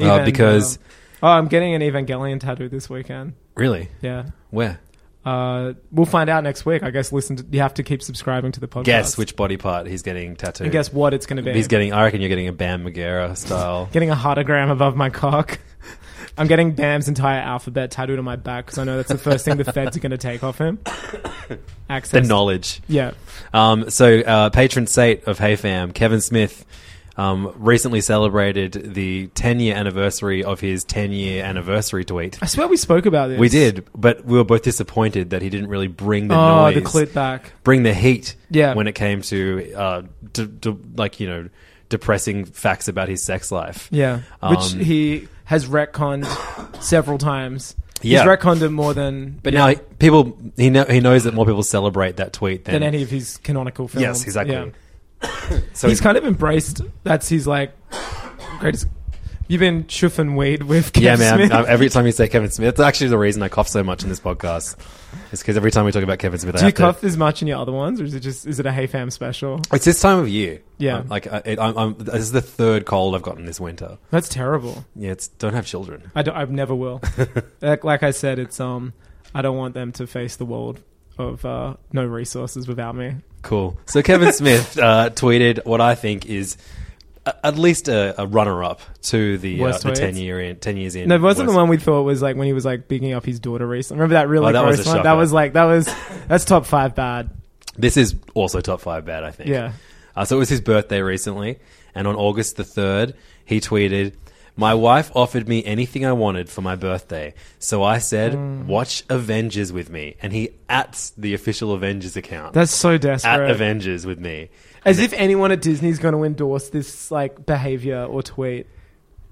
[SPEAKER 7] Even,
[SPEAKER 6] because
[SPEAKER 7] um, oh, I'm getting an Evangelion tattoo this weekend.
[SPEAKER 6] really,
[SPEAKER 7] Yeah.
[SPEAKER 6] where?
[SPEAKER 7] Uh, we'll find out next week. I guess listen to, you have to keep subscribing to the podcast.
[SPEAKER 6] Guess which body part he's getting tattooed.
[SPEAKER 7] and guess what it's going to be.
[SPEAKER 6] he's getting. I reckon you're getting a Bam Margera style.
[SPEAKER 7] Getting a hologram above my cock. I'm getting Bam's entire alphabet tattooed on my back because I know that's the first thing the feds are going to take off him. Access.
[SPEAKER 6] the knowledge.
[SPEAKER 7] Yeah.
[SPEAKER 6] Um, so, uh, patron saint of HeyFam, Kevin Smith, um, recently celebrated the 10 year anniversary of his 10 year anniversary tweet.
[SPEAKER 7] I swear we spoke about this.
[SPEAKER 6] We did, but we were both disappointed that he didn't really bring the
[SPEAKER 7] Oh,
[SPEAKER 6] noise,
[SPEAKER 7] the clip back.
[SPEAKER 6] bring the heat.
[SPEAKER 7] Yeah.
[SPEAKER 6] when it came to, uh, d- d- like you know, depressing facts about his sex life.
[SPEAKER 7] Yeah.
[SPEAKER 6] Um,
[SPEAKER 7] Which he has retconned several times.
[SPEAKER 6] Yeah.
[SPEAKER 7] He's retconned it more than,
[SPEAKER 6] But now people he know, he knows that more people celebrate that tweet than,
[SPEAKER 7] than any of his canonical films.
[SPEAKER 6] yes exactly.
[SPEAKER 7] Yeah.
[SPEAKER 6] so
[SPEAKER 7] he's kind of embraced. That's his like greatest. You've been chuffing weed with Kev
[SPEAKER 6] yeah, man.
[SPEAKER 7] Smith.
[SPEAKER 6] I'm- I'm- every time you say Kevin Smith, that's actually the reason I cough so much in this podcast. It's because every time we talk about Kevin Smith, I
[SPEAKER 7] Do you
[SPEAKER 6] have to-
[SPEAKER 7] cough as much in your other ones, or is it just is it a Hey Fam special?
[SPEAKER 6] It's this time of year.
[SPEAKER 7] Yeah.
[SPEAKER 6] I'm, like I, it, I'm, I'm, this is the third cold I've gotten this winter.
[SPEAKER 7] That's terrible.
[SPEAKER 6] Yeah, it's don't have children.
[SPEAKER 7] I, don't, I never will. like, like I said, it's um, I don't want them to face the world of uh, no resources without me.
[SPEAKER 6] Cool. So Kevin Smith uh, tweeted what I think is a, at least a, a runner-up to the, uh,
[SPEAKER 7] Worst
[SPEAKER 6] the
[SPEAKER 7] tweets?
[SPEAKER 6] ten year in, ten years in.
[SPEAKER 7] No, it wasn't
[SPEAKER 6] worst-
[SPEAKER 7] the one we thought was like when he was like bigging up his daughter recently. Remember that really
[SPEAKER 6] Oh, that was
[SPEAKER 7] gross
[SPEAKER 6] a
[SPEAKER 7] one? That
[SPEAKER 6] shocker.
[SPEAKER 7] was like that was that's top five bad.
[SPEAKER 6] This is also top five bad. I think.
[SPEAKER 7] Yeah.
[SPEAKER 6] Uh, so it was his birthday recently, and on August the third, he tweeted. My wife offered me anything I wanted for my birthday, so I said,
[SPEAKER 7] Mm.
[SPEAKER 6] "Watch Avengers with me." And he at the official Avengers account
[SPEAKER 7] That's so
[SPEAKER 6] at
[SPEAKER 7] desperate.
[SPEAKER 6] Avengers with me.
[SPEAKER 7] As if anyone at Disney's going to endorse this like behavior or tweet.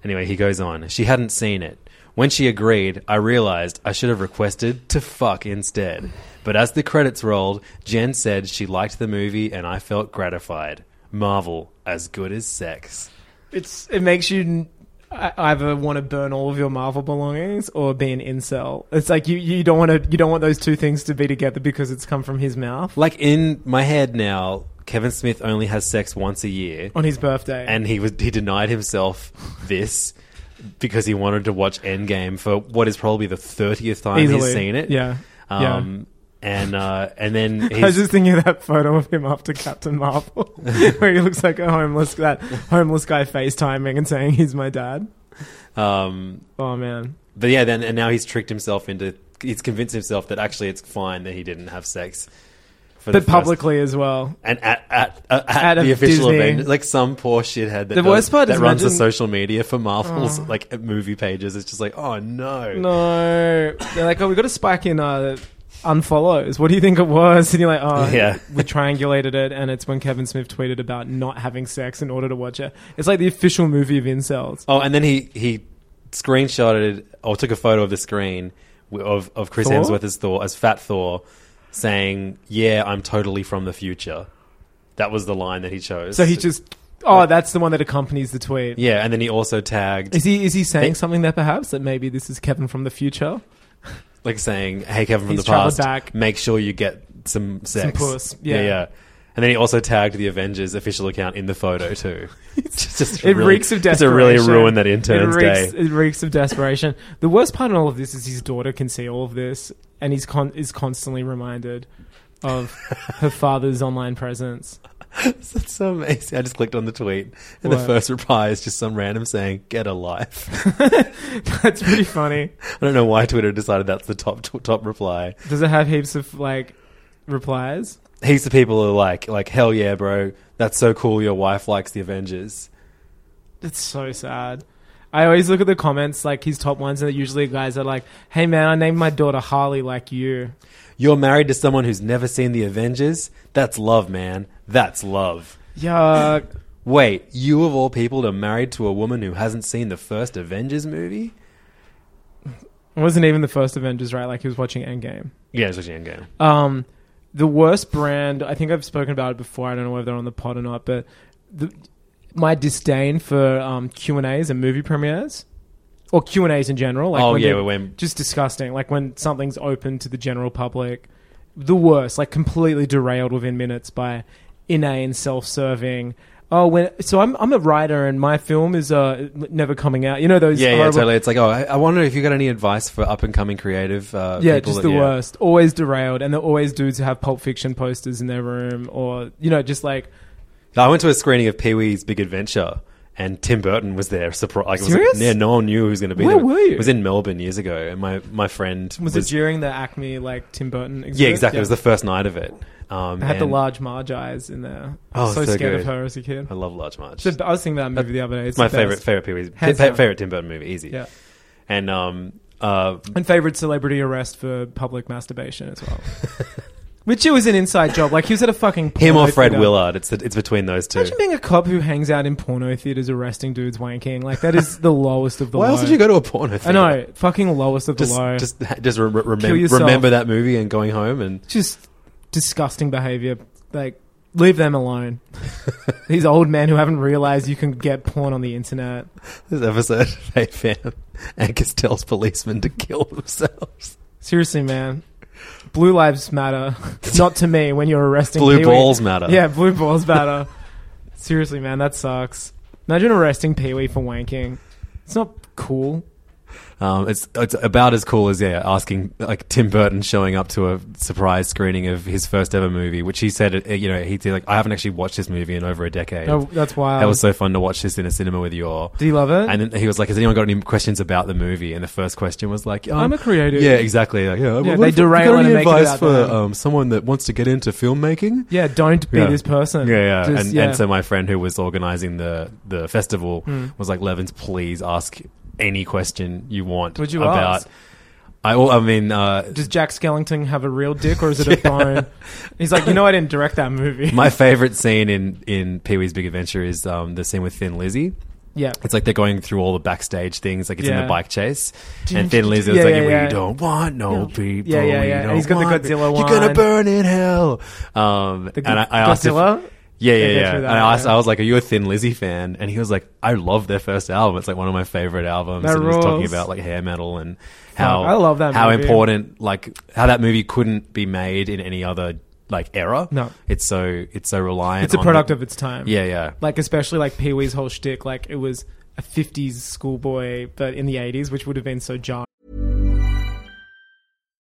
[SPEAKER 6] Anyway, he goes on. She hadn't seen it. When she agreed, I realized I should have requested to fuck instead. But as the credits rolled, Jen said she liked the movie and I felt gratified. Marvel, as good as sex.
[SPEAKER 7] It's it makes you n- I- either want to burn all of your Marvel belongings or be an incel. It's like you, you don't want to you don't want those two things to be together because it's come from his mouth
[SPEAKER 6] Like in my head now, Kevin Smith only has sex once a year
[SPEAKER 7] on his birthday.
[SPEAKER 6] and he was he denied himself this because he wanted to watch Endgame for what is probably the 30th time he's
[SPEAKER 7] Easily.
[SPEAKER 6] seen it.
[SPEAKER 7] Yeah. Yeah.
[SPEAKER 6] Um and uh, and then he's,
[SPEAKER 7] I was just thinking of that photo of him after Captain Marvel, where he looks like a homeless that homeless guy FaceTiming and saying he's my dad.
[SPEAKER 6] um
[SPEAKER 7] Oh man,
[SPEAKER 6] But yeah, then and now he's tricked himself into he's convinced himself that actually it's fine that he didn't have sex. For the
[SPEAKER 7] but
[SPEAKER 6] first-
[SPEAKER 7] publicly as well.
[SPEAKER 6] and at at, uh, at,
[SPEAKER 7] At
[SPEAKER 6] the
[SPEAKER 7] a
[SPEAKER 6] official
[SPEAKER 7] Disney.
[SPEAKER 6] event, like some poor shithead that
[SPEAKER 7] The
[SPEAKER 6] does-
[SPEAKER 7] worst part
[SPEAKER 6] that
[SPEAKER 7] is
[SPEAKER 6] runs the
[SPEAKER 7] imagine- Oh.
[SPEAKER 6] social media for Marvel's like movie pages. It's just like, oh no,
[SPEAKER 7] No, they're like, oh, we got a spike in uh, unfollows. What do you think it was? And you're like, oh,
[SPEAKER 6] Yeah.
[SPEAKER 7] we triangulated it, and it's when Kevin Smith tweeted about not having sex in order to watch it. It's like the official movie of incels.
[SPEAKER 6] Oh, and then he he screenshotted or took a photo of the screen wi- of of Chris
[SPEAKER 7] Thor?
[SPEAKER 6] Hemsworth as Thor as Fat Thor, saying, "Yeah, I'm totally from the future." That was the line that he chose.
[SPEAKER 7] So he just, oh, that's the one that accompanies the tweet.
[SPEAKER 6] yeah, and then he also tagged
[SPEAKER 7] Is he is he saying something there perhaps that maybe this is Kevin from the future?
[SPEAKER 6] like saying, "Hey, Kevin from
[SPEAKER 7] He's
[SPEAKER 6] the past,
[SPEAKER 7] travelled back.
[SPEAKER 6] make sure you get some sex."
[SPEAKER 7] puss,
[SPEAKER 6] yeah,
[SPEAKER 7] yeah.
[SPEAKER 6] And then he also tagged the Avengers official account in the photo too. It's just
[SPEAKER 7] It
[SPEAKER 6] really-
[SPEAKER 7] reeks of
[SPEAKER 6] it's a
[SPEAKER 7] desperation.
[SPEAKER 6] really ruin that intern's
[SPEAKER 7] it reeks,
[SPEAKER 6] day.
[SPEAKER 7] It reeks of desperation. the worst part in all of this is his daughter can see all of this, and he's con- is constantly reminded of her father's online presence.
[SPEAKER 6] It's so amazing. I just clicked on the tweet, and the
[SPEAKER 7] What?
[SPEAKER 6] first reply is just some random saying, "Get a life."
[SPEAKER 7] That's pretty funny.
[SPEAKER 6] I don't know why Twitter decided that's the top top reply.
[SPEAKER 7] Does it have heaps of like replies?
[SPEAKER 6] Heaps of people are like, "Like hell yeah, bro, that's so cool. Your wife likes the Avengers."
[SPEAKER 7] That's so sad. I always look at the comments, like his top ones, and they're usually guys are like, "Hey man, I named my daughter Harley like you."
[SPEAKER 6] You're married to someone who's never seen the Avengers. That's love, man. That's love.
[SPEAKER 7] Yeah,
[SPEAKER 6] Wait, you of all people are married to a woman who hasn't seen the first Avengers movie?
[SPEAKER 7] it wasn't even the first Avengers, right? Like he was watching Endgame.
[SPEAKER 6] Yeah, it's actually Endgame.
[SPEAKER 7] Um, the worst brand. I think I've spoken about it before. I don't know whether they're on the pod or not, but the, my disdain for um, Q and A's and movie premieres, or Q and A's in general. Like
[SPEAKER 6] Oh, yeah,
[SPEAKER 7] they're
[SPEAKER 6] when-
[SPEAKER 7] just disgusting. Like when something's open to the general public, the worst. Like completely derailed within minutes by inane, self-serving. Oh, when so I'm I'm a writer and my film is uh never coming out. You know those
[SPEAKER 6] yeah, yeah,
[SPEAKER 7] horrible-
[SPEAKER 6] totally. It's like, oh, I, I wonder if you got any advice for up and coming creative uh,
[SPEAKER 7] yeah,
[SPEAKER 6] people
[SPEAKER 7] just
[SPEAKER 6] that-
[SPEAKER 7] the worst. Always derailed, and they're always dudes who have Pulp Fiction posters in their room, or you know, just like
[SPEAKER 6] I went to a screening of Pee Wee's Big Adventure, and Tim Burton was there. Surprise! Like, it was
[SPEAKER 7] Serious?
[SPEAKER 6] Like, yeah, no one knew who was going to be
[SPEAKER 7] Where
[SPEAKER 6] there.
[SPEAKER 7] were you?
[SPEAKER 6] It was in Melbourne years ago, and my my friend
[SPEAKER 7] Was, it during the Acme like Tim Burton? Exhibit?
[SPEAKER 6] yeah, exactly. It was the first night of it. Um,
[SPEAKER 7] I had the
[SPEAKER 6] and-
[SPEAKER 7] large Marge eyes in there. I
[SPEAKER 6] Oh,
[SPEAKER 7] was so,
[SPEAKER 6] so
[SPEAKER 7] scared of
[SPEAKER 6] good.
[SPEAKER 7] her as a kid.
[SPEAKER 6] I love Large March.
[SPEAKER 7] So, I was thinking about that movie the other day. It's
[SPEAKER 6] my
[SPEAKER 7] the best.
[SPEAKER 6] favorite favorite Pee-wee's,
[SPEAKER 7] Hands
[SPEAKER 6] fa-
[SPEAKER 7] down.
[SPEAKER 6] favorite Tim Burton movie, easy.
[SPEAKER 7] Yeah.
[SPEAKER 6] And um uh
[SPEAKER 7] And favorite celebrity arrest for public masturbation as well. Which it was an inside job. Like he was at a fucking
[SPEAKER 6] him
[SPEAKER 7] porno
[SPEAKER 6] or Fred
[SPEAKER 7] theater.
[SPEAKER 6] Willard. It's the, it's between those two.
[SPEAKER 7] Imagine being a cop who hangs out in porno theaters arresting dudes wanking. Like that is the lowest of the
[SPEAKER 6] Why
[SPEAKER 7] low.
[SPEAKER 6] else did you go to a porno?
[SPEAKER 7] I
[SPEAKER 6] Theater?
[SPEAKER 7] know, fucking lowest of
[SPEAKER 6] Just
[SPEAKER 7] the low.
[SPEAKER 6] just just re- re- remem-
[SPEAKER 7] Kill yourself.
[SPEAKER 6] remember that movie and going home and
[SPEAKER 7] just disgusting behavior. Like, leave them alone. These old men who haven't realized you can get porn on the internet.
[SPEAKER 6] this episode they found Angus tells policemen to kill themselves.
[SPEAKER 7] Seriously, man. Blue lives matter. Not to me when you're arresting
[SPEAKER 6] Blue
[SPEAKER 7] Pee-wee.
[SPEAKER 6] balls matter.
[SPEAKER 7] Yeah, blue balls matter. Seriously, man, that sucks. Imagine arresting Pee Wee for wanking. It's not cool.
[SPEAKER 6] Um, it's it's about as cool as yeah, asking like Tim Burton showing up to a surprise screening of his first ever movie, which he said uh, you know he did like I haven't actually watched this movie in over a decade.
[SPEAKER 7] No, that's wild.
[SPEAKER 6] that was so fun to watch this in a cinema with you all.
[SPEAKER 7] Do you love it?
[SPEAKER 6] And then he was like, "Has anyone got any questions about the movie?" And the first question was like, um,
[SPEAKER 7] I'm a creative.
[SPEAKER 6] Yeah, exactly. Like, yeah, what if-
[SPEAKER 7] they
[SPEAKER 6] you got
[SPEAKER 7] derail it
[SPEAKER 6] any
[SPEAKER 7] and make it
[SPEAKER 6] advice
[SPEAKER 7] about
[SPEAKER 6] for
[SPEAKER 7] them.
[SPEAKER 6] um, someone that wants to get into filmmaking.
[SPEAKER 7] yeah, don't be
[SPEAKER 6] Yeah.
[SPEAKER 7] this person.
[SPEAKER 6] Yeah, yeah.
[SPEAKER 7] Just-
[SPEAKER 6] and,
[SPEAKER 7] yeah. Hmm.
[SPEAKER 6] and so my friend who was organizing the the festival was like, "Levins, please ask any question you want
[SPEAKER 7] Would you
[SPEAKER 6] about."
[SPEAKER 7] ask?
[SPEAKER 6] I, well, I mean, uh,
[SPEAKER 7] Does Jack Skellington have a real dick or is it a bone? He's like, you know, I didn't direct that movie.
[SPEAKER 6] my favorite scene in in Pee Wee's Big Adventure is um, the scene with Thin Lizzy.
[SPEAKER 7] yeah.
[SPEAKER 6] It's like they're going through all the backstage things, like it's in
[SPEAKER 7] Yeah.
[SPEAKER 6] the bike chase, and Thin Lizzy was
[SPEAKER 7] Yeah,
[SPEAKER 6] like,
[SPEAKER 7] yeah,
[SPEAKER 6] "We
[SPEAKER 7] yeah.
[SPEAKER 6] don't want no people.
[SPEAKER 7] Yeah, yeah,
[SPEAKER 6] we
[SPEAKER 7] yeah. And
[SPEAKER 6] don't
[SPEAKER 7] he's got the
[SPEAKER 6] want pe-
[SPEAKER 7] Godzilla
[SPEAKER 6] You're gonna
[SPEAKER 7] one.
[SPEAKER 6] burn in hell." Um,
[SPEAKER 7] The
[SPEAKER 6] and I, I asked if-
[SPEAKER 7] Godzilla?
[SPEAKER 6] yeah, yeah,
[SPEAKER 7] They go
[SPEAKER 6] yeah.
[SPEAKER 7] through
[SPEAKER 6] And
[SPEAKER 7] that,
[SPEAKER 6] I asked,
[SPEAKER 7] yeah.
[SPEAKER 6] I was like, "Are you a Thin Lizzy fan?" And he was like, "I love their first album. It's like one of my favorite albums."
[SPEAKER 7] That
[SPEAKER 6] and he was talking
[SPEAKER 7] rules.
[SPEAKER 6] about like hair metal and how
[SPEAKER 7] I love that
[SPEAKER 6] how
[SPEAKER 7] movie.
[SPEAKER 6] important like how that movie couldn't be made in any other like era.
[SPEAKER 7] No.
[SPEAKER 6] it's so it's so reliant.
[SPEAKER 7] It's a
[SPEAKER 6] on
[SPEAKER 7] product
[SPEAKER 6] the-
[SPEAKER 7] of its time.
[SPEAKER 6] Yeah, yeah.
[SPEAKER 7] Like, especially like Pee Wee's whole shtick. Like, it was a 50s schoolboy, but in the 80s, which would have been so jarring.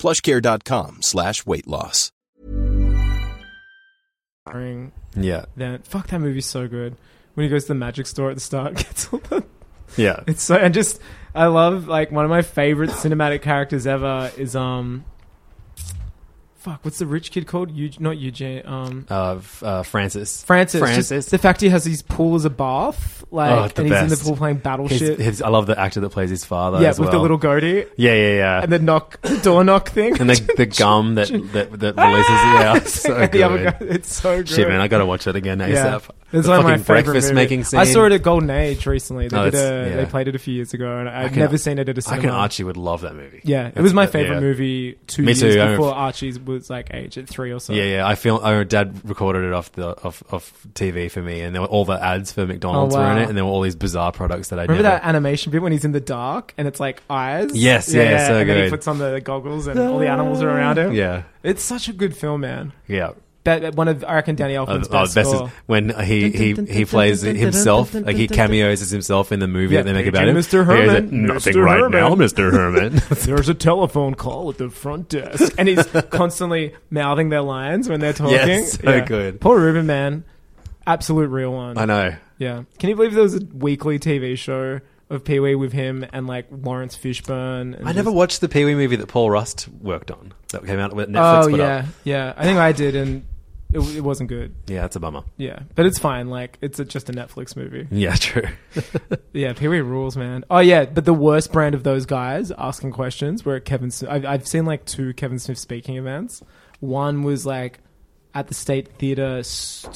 [SPEAKER 1] Plushcare.com slash weight loss.
[SPEAKER 6] Yeah,
[SPEAKER 7] Then, fuck, that movie's so good. When he goes to the magic store at the start, gets all the
[SPEAKER 6] yeah.
[SPEAKER 7] It's so and just I love like one of my favorite cinematic characters ever is um fuck what's the rich kid called? Eu- not Eugene um
[SPEAKER 6] Of uh, Francis.
[SPEAKER 7] Francis.
[SPEAKER 6] Francis.
[SPEAKER 7] Just the fact he has his pool as a bath,
[SPEAKER 6] Oh,
[SPEAKER 7] like
[SPEAKER 6] it's the
[SPEAKER 7] and he's in the
[SPEAKER 6] best.
[SPEAKER 7] pool playing
[SPEAKER 6] His-
[SPEAKER 7] battleship.
[SPEAKER 6] his- I love the actor that plays his father.
[SPEAKER 7] yeah,
[SPEAKER 6] as
[SPEAKER 7] with the
[SPEAKER 6] well.
[SPEAKER 7] little goatee
[SPEAKER 6] Yeah, yeah, yeah.
[SPEAKER 7] and the knock door knock thing.
[SPEAKER 6] and the, the gum that that, that releases yeah, it's so
[SPEAKER 7] And the other
[SPEAKER 6] good.
[SPEAKER 7] guy- it's so good.
[SPEAKER 6] Shit, man, I gotta watch that again ASAP.
[SPEAKER 7] Yeah.
[SPEAKER 6] The
[SPEAKER 7] It's like my
[SPEAKER 6] fucking
[SPEAKER 7] favorite
[SPEAKER 6] breakfast
[SPEAKER 7] movie.
[SPEAKER 6] making scene.
[SPEAKER 7] I saw it at Golden Age recently. They,
[SPEAKER 6] No,
[SPEAKER 7] did a,
[SPEAKER 6] that's-
[SPEAKER 7] they
[SPEAKER 6] yeah.
[SPEAKER 7] played it a few years ago, and I've
[SPEAKER 6] can-
[SPEAKER 7] never seen it at
[SPEAKER 6] I
[SPEAKER 7] a cinema.
[SPEAKER 6] can Archie would love that movie.
[SPEAKER 7] Yeah, it
[SPEAKER 6] That's-
[SPEAKER 7] was my
[SPEAKER 6] that-
[SPEAKER 7] favorite
[SPEAKER 6] yeah.
[SPEAKER 7] movie two
[SPEAKER 6] Me
[SPEAKER 7] years
[SPEAKER 6] too, I remember-
[SPEAKER 7] before Archie's was like age at three or so.
[SPEAKER 6] Yeah, yeah. I feel I dad recorded it off the off off TV for me, and there were all the ads for McDonald's
[SPEAKER 7] Oh,
[SPEAKER 6] were in
[SPEAKER 7] wow.
[SPEAKER 6] it, and there were all these bizarre products that I
[SPEAKER 7] Remember
[SPEAKER 6] never.
[SPEAKER 7] that animation bit when he's in the dark and it's like eyes?
[SPEAKER 6] Yes, yeah, so
[SPEAKER 7] and then he
[SPEAKER 6] good.
[SPEAKER 7] puts on the goggles and all the animals are around him.
[SPEAKER 6] Yeah,
[SPEAKER 7] It's such a good film, man.
[SPEAKER 6] yeah.
[SPEAKER 7] That, that one of I reckon Danny
[SPEAKER 6] Oh,
[SPEAKER 7] Elfman's
[SPEAKER 6] oh,
[SPEAKER 7] best,
[SPEAKER 6] best is
[SPEAKER 7] score.
[SPEAKER 6] when he, he, he plays himself, like he cameos as himself in the movie
[SPEAKER 7] Yeah,
[SPEAKER 6] that they make
[SPEAKER 7] hey,
[SPEAKER 6] about him.
[SPEAKER 7] Jim, Mr.
[SPEAKER 6] He goes,
[SPEAKER 7] Herman,
[SPEAKER 6] Nothing
[SPEAKER 7] Mr.
[SPEAKER 6] right
[SPEAKER 7] Herman."
[SPEAKER 6] now, Mr. Herman.
[SPEAKER 7] There's a telephone call at the front desk, and he's constantly mouthing their lines when they're talking.
[SPEAKER 6] Yes, so good.
[SPEAKER 7] Paul Rubin, man, absolute real one.
[SPEAKER 6] I know.
[SPEAKER 7] Yeah, can you believe there was a weekly TV show of Pee Wee with him and like Lawrence Fishburne? And
[SPEAKER 6] I never
[SPEAKER 7] just-
[SPEAKER 6] watched the Pee Wee movie that Paul Rust worked on that came out with Netflix.
[SPEAKER 7] oh
[SPEAKER 6] put
[SPEAKER 7] yeah,
[SPEAKER 6] up.
[SPEAKER 7] yeah. I think I did, and it, it wasn't good.
[SPEAKER 6] yeah, that's a bummer.
[SPEAKER 7] Yeah, but it's fine. Like it's a, just a Netflix movie.
[SPEAKER 6] Yeah, true.
[SPEAKER 7] Yeah, Pee Wee rules, man. Oh yeah, but the worst brand of those guys asking questions were at Kevin. Smith. I've, I've seen like two Kevin Smith speaking events. One was like at the State Theatre, s-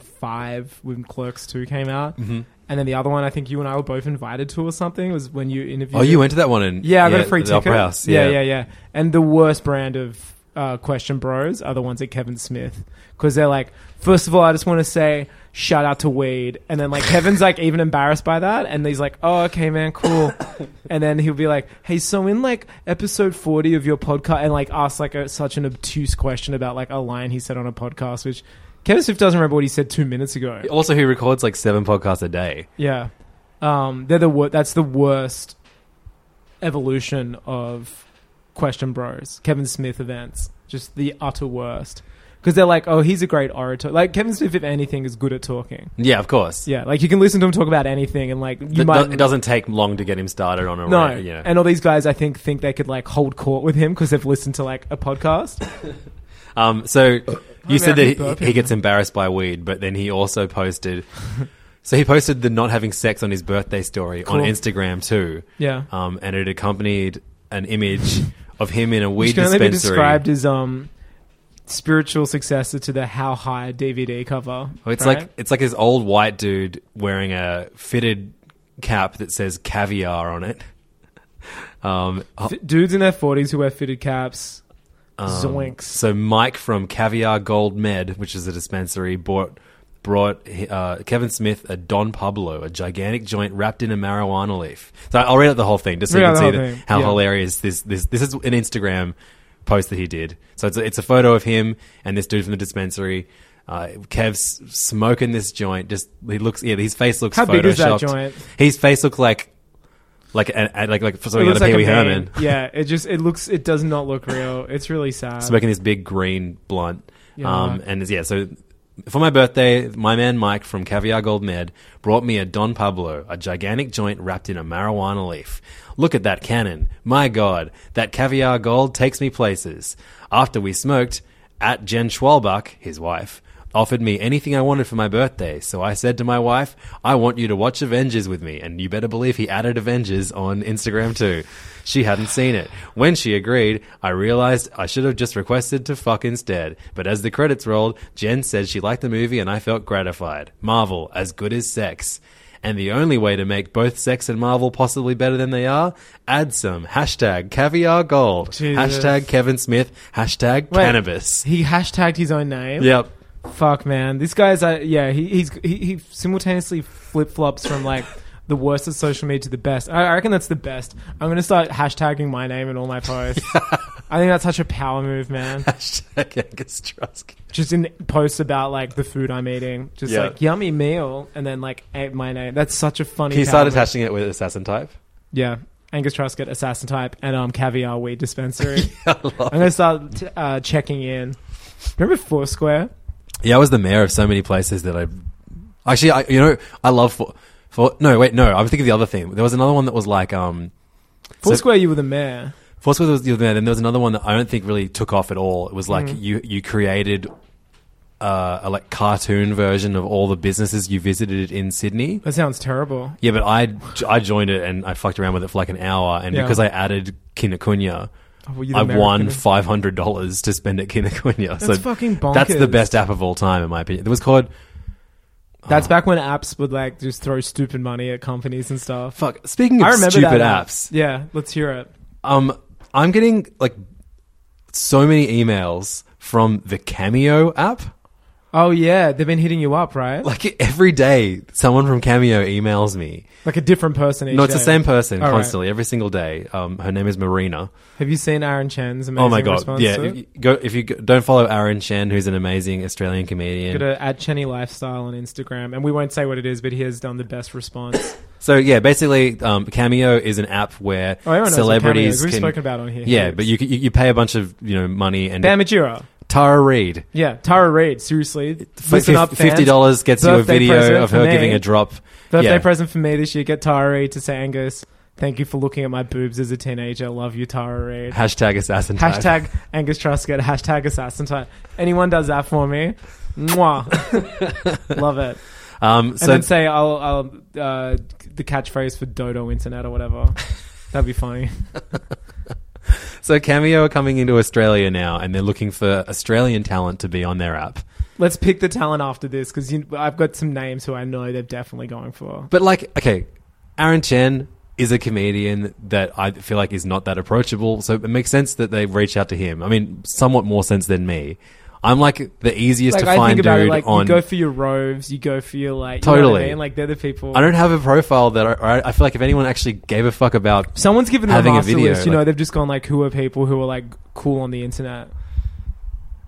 [SPEAKER 7] 2005, when Clerks 2 came out,
[SPEAKER 6] Mhm.
[SPEAKER 7] and then the other one I think you and I were both invited to or something was when you interviewed.
[SPEAKER 6] Oh, you went to that one and-
[SPEAKER 7] yeah, I got
[SPEAKER 6] yeah,
[SPEAKER 7] a free
[SPEAKER 6] the
[SPEAKER 7] ticket.
[SPEAKER 6] Opera House,
[SPEAKER 7] yeah,
[SPEAKER 6] yeah.
[SPEAKER 7] yeah, yeah. And the worst brand of uh, question bros are the ones at Kevin Smith because they're like, first of all, I just want to say shout out to Wade, and then like Kevin's like even embarrassed by that, and he's like, oh okay, man, cool, and then he'll be like, hey, so in like episode forty of your podcast, and like ask like a, such an obtuse question about like a line he said on a podcast, which Kevin Smith doesn't remember what he said two minutes ago.
[SPEAKER 6] Also, he records like seven podcasts a day.
[SPEAKER 7] Yeah, um, they're the wor- that's the worst evolution of Question Bros. Kevin Smith events, just the utter worst. Because they're like, oh, he's a great orator. Like Kevin Smith, if anything, is good at talking.
[SPEAKER 6] Yeah, of course.
[SPEAKER 7] Yeah, like you can listen to him talk about anything, and like you
[SPEAKER 6] It do-
[SPEAKER 7] might
[SPEAKER 6] it doesn't take long to get him started on a
[SPEAKER 7] no.
[SPEAKER 6] rant, you know.
[SPEAKER 7] And all these guys, I think, think they could like hold court with him because they've listened to like a podcast.
[SPEAKER 6] Um, so you said
[SPEAKER 7] American
[SPEAKER 6] that
[SPEAKER 7] burping.
[SPEAKER 6] he, he gets embarrassed by weed, but then he also posted. So he posted the not having sex on his birthday story on
[SPEAKER 7] Cool.
[SPEAKER 6] Instagram too.
[SPEAKER 7] Yeah.
[SPEAKER 6] Um, and it accompanied an image of him in a
[SPEAKER 7] Which
[SPEAKER 6] weed
[SPEAKER 7] can only be
[SPEAKER 6] dispensary.
[SPEAKER 7] described as um, spiritual successor to the How High DVD cover.
[SPEAKER 6] Oh, it's
[SPEAKER 7] right?
[SPEAKER 6] like it's like this old white dude wearing a fitted cap that says caviar on it. Um,
[SPEAKER 7] F- dudes in their forties who wear fitted caps.
[SPEAKER 6] Um,
[SPEAKER 7] Zoinks.
[SPEAKER 6] So Mike from Caviar Gold Med, which is a dispensary, bought brought uh, Kevin Smith a Don Pablo, a gigantic joint wrapped in a marijuana leaf. So I'll read out the whole thing just so
[SPEAKER 7] Read
[SPEAKER 6] you
[SPEAKER 7] out
[SPEAKER 6] can see
[SPEAKER 7] the whole
[SPEAKER 6] that,
[SPEAKER 7] thing,
[SPEAKER 6] how
[SPEAKER 7] yeah.
[SPEAKER 6] hilarious this this this is an Instagram post that he did. So it's a, it's a photo of him and this dude from the dispensary. Uh, Kev's smoking this joint. Just he looks. Yeah, his face looks.
[SPEAKER 7] How big is that
[SPEAKER 6] photoshopped.
[SPEAKER 7] joint?
[SPEAKER 6] His face looked like. Like, an, like, like, for
[SPEAKER 7] It
[SPEAKER 6] something out
[SPEAKER 7] looks
[SPEAKER 6] of Pee Wee
[SPEAKER 7] a vein.
[SPEAKER 6] Herman.
[SPEAKER 7] Yeah, it just it looks it does not look real. It's really sad.
[SPEAKER 6] smoking this big green blunt.
[SPEAKER 7] Yeah.
[SPEAKER 6] Um, and yeah, so for my birthday, my man Mike from Caviar Gold Med brought me a Don Pablo, a gigantic joint wrapped in a marijuana leaf. Look at that cannon. My God, that caviar gold takes me places. After we smoked, at Jen Schwalbach, his wife, offered me anything I wanted for my birthday, so I said to my wife, I want you to watch Avengers with me, and you better believe he added Avengers on Instagram too. She hadn't seen it. When she agreed, I realized I should have just requested to fuck instead. But as the credits rolled, Jen said she liked the movie and I felt gratified. Marvel, as good as sex. And the only way to make both sex and Marvel possibly better than they are, add some. Hashtag caviar gold.
[SPEAKER 7] Jesus.
[SPEAKER 6] Hashtag Kevin Smith. Hashtag
[SPEAKER 7] Wait,
[SPEAKER 6] cannabis.
[SPEAKER 7] He hashtagged his own name.
[SPEAKER 6] Yep.
[SPEAKER 7] Fuck man, this guy's uh, yeah he he's he, he simultaneously flip flops from like. The worst of social media to the best. I I reckon that's the best. I'm gonna start hashtagging my name in all my posts. I think that's such a power move, man.
[SPEAKER 6] Hashtag Angus Trust.
[SPEAKER 7] Just in posts about like the food I'm eating, just
[SPEAKER 6] Yeah.
[SPEAKER 7] like yummy meal, and then like ate my name. That's such a funny.
[SPEAKER 6] He
[SPEAKER 7] power
[SPEAKER 6] started
[SPEAKER 7] move.
[SPEAKER 6] attaching it with assassin type.
[SPEAKER 7] Yeah. Angus Truscott, Assassin Type, and um, Caviar Weed Dispensary.
[SPEAKER 6] love
[SPEAKER 7] I'm going to start t- uh, checking in. Remember Foursquare?
[SPEAKER 6] Yeah, I was the mayor of so many places that I actually, I you know, I love for for no wait no, I'm thinking of the other thing. There was another one that was like um
[SPEAKER 7] Foursquare, you were the mayor.
[SPEAKER 6] Foursquare was the other Then there was another one that I don't think really took off at all. It was like
[SPEAKER 7] Mhm.
[SPEAKER 6] you you created uh, a like cartoon version of all the businesses you visited in Sydney.
[SPEAKER 7] That sounds terrible.
[SPEAKER 6] Yeah, but I I joined it and I fucked around with it for like an hour, and
[SPEAKER 7] Yeah.
[SPEAKER 6] because I added Kinnakunya.
[SPEAKER 7] Oh, were you the
[SPEAKER 6] I
[SPEAKER 7] mayor of
[SPEAKER 6] won
[SPEAKER 7] Kinnakunya?
[SPEAKER 6] five hundred dollars to spend at Kinnakunya.
[SPEAKER 7] That's fucking bonkers.
[SPEAKER 6] That's the best app of all time, in my opinion. It was called Oh.
[SPEAKER 7] That's back when apps would like just throw stupid money at companies and stuff.
[SPEAKER 6] Fuck. Speaking of stupid
[SPEAKER 7] app.
[SPEAKER 6] apps.
[SPEAKER 7] Yeah, let's hear it.
[SPEAKER 6] Um, I'm getting like so many emails from the Cameo app.
[SPEAKER 7] Oh yeah, they've been hitting you up, right?
[SPEAKER 6] Like every day, someone from Cameo emails me.
[SPEAKER 7] Like a different person. Each
[SPEAKER 6] no, it's
[SPEAKER 7] day.
[SPEAKER 6] the same person
[SPEAKER 7] All right.
[SPEAKER 6] constantly, every single day. Um, her name is Marina.
[SPEAKER 7] Have you seen Aaron Chen's amazing
[SPEAKER 6] oh my god!
[SPEAKER 7] response
[SPEAKER 6] Yeah,
[SPEAKER 7] to
[SPEAKER 6] if
[SPEAKER 7] it?
[SPEAKER 6] you go if you go, don't follow Aaron Chen, who's an amazing Australian comedian.
[SPEAKER 7] Go to at Chenny Lifestyle on Instagram, and we won't say what it is, but he has done the best response.
[SPEAKER 6] So yeah, basically, um, Cameo is an app where
[SPEAKER 7] Oh, everyone knows what Cameo
[SPEAKER 6] celebrities
[SPEAKER 7] is. We've
[SPEAKER 6] can-
[SPEAKER 7] spoken about it on here
[SPEAKER 6] Yeah,
[SPEAKER 7] heaps.
[SPEAKER 6] but you, c- you you pay a bunch of you know money and
[SPEAKER 7] Bam Majera.
[SPEAKER 6] Tara Reid.
[SPEAKER 7] yeah, Tara Reid. Seriously, listen
[SPEAKER 6] fif-
[SPEAKER 7] up. Fans.
[SPEAKER 6] Fifty dollars gets you a
[SPEAKER 7] Birthday
[SPEAKER 6] video
[SPEAKER 7] present
[SPEAKER 6] of
[SPEAKER 7] for
[SPEAKER 6] her
[SPEAKER 7] me.
[SPEAKER 6] giving a drop.
[SPEAKER 7] Birthday
[SPEAKER 6] yeah.
[SPEAKER 7] present for me this year. Get Tara Reid to say Angus. Thank you for looking at my boobs as a teenager. Love you, Tara Reid.
[SPEAKER 6] Hashtag assassin type.
[SPEAKER 7] Hashtag Angus Truscott. Hashtag assassin type. Anyone does that for me, mwah. Love it.
[SPEAKER 6] Um,
[SPEAKER 7] and
[SPEAKER 6] so-
[SPEAKER 7] then say I'll, I'll uh, the catchphrase for Dodo Internet or whatever. That'd be funny.
[SPEAKER 6] So Cameo are coming into Australia now, and they're looking for Australian talent to be on their app.
[SPEAKER 7] Let's pick the talent after this because I've got some names who I know they're definitely going for.
[SPEAKER 6] But like, okay, Aaron Chen is a comedian that I feel like is not that approachable, so it makes sense that they reach out to him. I mean, somewhat more sense than me. I'm like the easiest
[SPEAKER 7] like,
[SPEAKER 6] to find dude
[SPEAKER 7] like
[SPEAKER 6] on.
[SPEAKER 7] you go for your roves, you go for your like you know what I
[SPEAKER 6] totally,
[SPEAKER 7] mean? Like they're the people.
[SPEAKER 6] I don't have a profile that I, I feel like if anyone actually gave a fuck about
[SPEAKER 7] Someone's given them
[SPEAKER 6] having
[SPEAKER 7] a
[SPEAKER 6] a
[SPEAKER 7] master
[SPEAKER 6] video,
[SPEAKER 7] list. You
[SPEAKER 6] like-
[SPEAKER 7] know, they've just gone like, who are people who are like cool on the internet?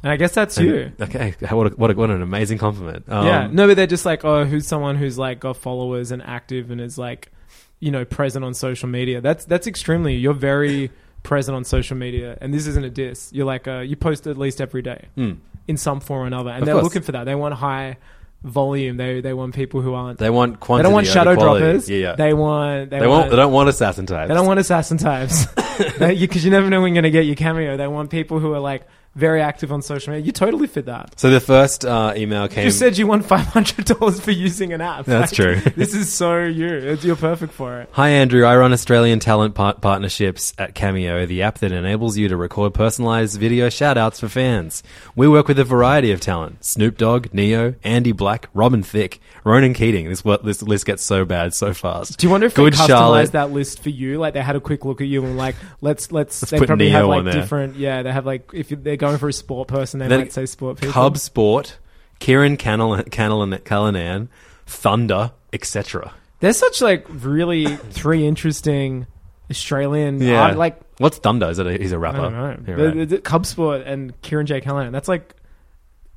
[SPEAKER 7] And I guess that's you.
[SPEAKER 6] Okay, what, a, what, a, what an amazing compliment. Um,
[SPEAKER 7] yeah. No, but they're just like, oh, who's someone who's like got followers and active and is like, you know, present on social media. That's that's extremely. You're very present on social media, and this isn't a diss. You're like, uh, you post at least every day
[SPEAKER 6] Hmm.
[SPEAKER 7] in some form or another, and
[SPEAKER 6] Of
[SPEAKER 7] they're
[SPEAKER 6] course.
[SPEAKER 7] looking for that. They want high volume. They they want people who aren't.
[SPEAKER 6] They want
[SPEAKER 7] They
[SPEAKER 6] quantity
[SPEAKER 7] don't want
[SPEAKER 6] over
[SPEAKER 7] shadow
[SPEAKER 6] quality.
[SPEAKER 7] droppers.
[SPEAKER 6] Yeah, yeah.
[SPEAKER 7] They want. They,
[SPEAKER 6] They won't-
[SPEAKER 7] want.
[SPEAKER 6] they don't want assassin types.
[SPEAKER 7] They don't want assassin types. Because you never know when you're going to get your cameo. They want people who are like very active on social media. You totally fit that.
[SPEAKER 6] So the first uh, email came.
[SPEAKER 7] You said you won five hundred dollars for using an app.
[SPEAKER 6] That's true.
[SPEAKER 7] this is so you. It's- You're perfect for it.
[SPEAKER 6] Hi, Andrew. I run Australian talent par- partnerships at Cameo, the app that enables you to record personalized video shout outs for fans. We work with a variety of talent Snoop Dogg, Neo, Andy Black, Robin Thicke, Ronan Keating. This, wo- this list gets so bad so fast.
[SPEAKER 7] Do you wonder if
[SPEAKER 6] Good
[SPEAKER 7] they customized
[SPEAKER 6] Charlotte.
[SPEAKER 7] that list for you? Like they had a quick look at you and like let's let's. they
[SPEAKER 6] put
[SPEAKER 7] probably
[SPEAKER 6] Neo
[SPEAKER 7] have
[SPEAKER 6] on
[SPEAKER 7] like
[SPEAKER 6] there.
[SPEAKER 7] different. Yeah, they have like if you- they're going for a sport person, they
[SPEAKER 6] Then
[SPEAKER 7] might say sport people.
[SPEAKER 6] Cub Sport, Kieran Canelan, Canelan, Callanan, Thunder, etc.
[SPEAKER 7] There's such like really three interesting Australian
[SPEAKER 6] Yeah.
[SPEAKER 7] art, like
[SPEAKER 6] What's Thunder? Is it a, he's a
[SPEAKER 7] I
[SPEAKER 6] rapper.
[SPEAKER 7] don't know.
[SPEAKER 6] Yeah,
[SPEAKER 7] The-
[SPEAKER 6] right.
[SPEAKER 7] the- the Cub Sport and Kieran J. Callahan. That's like,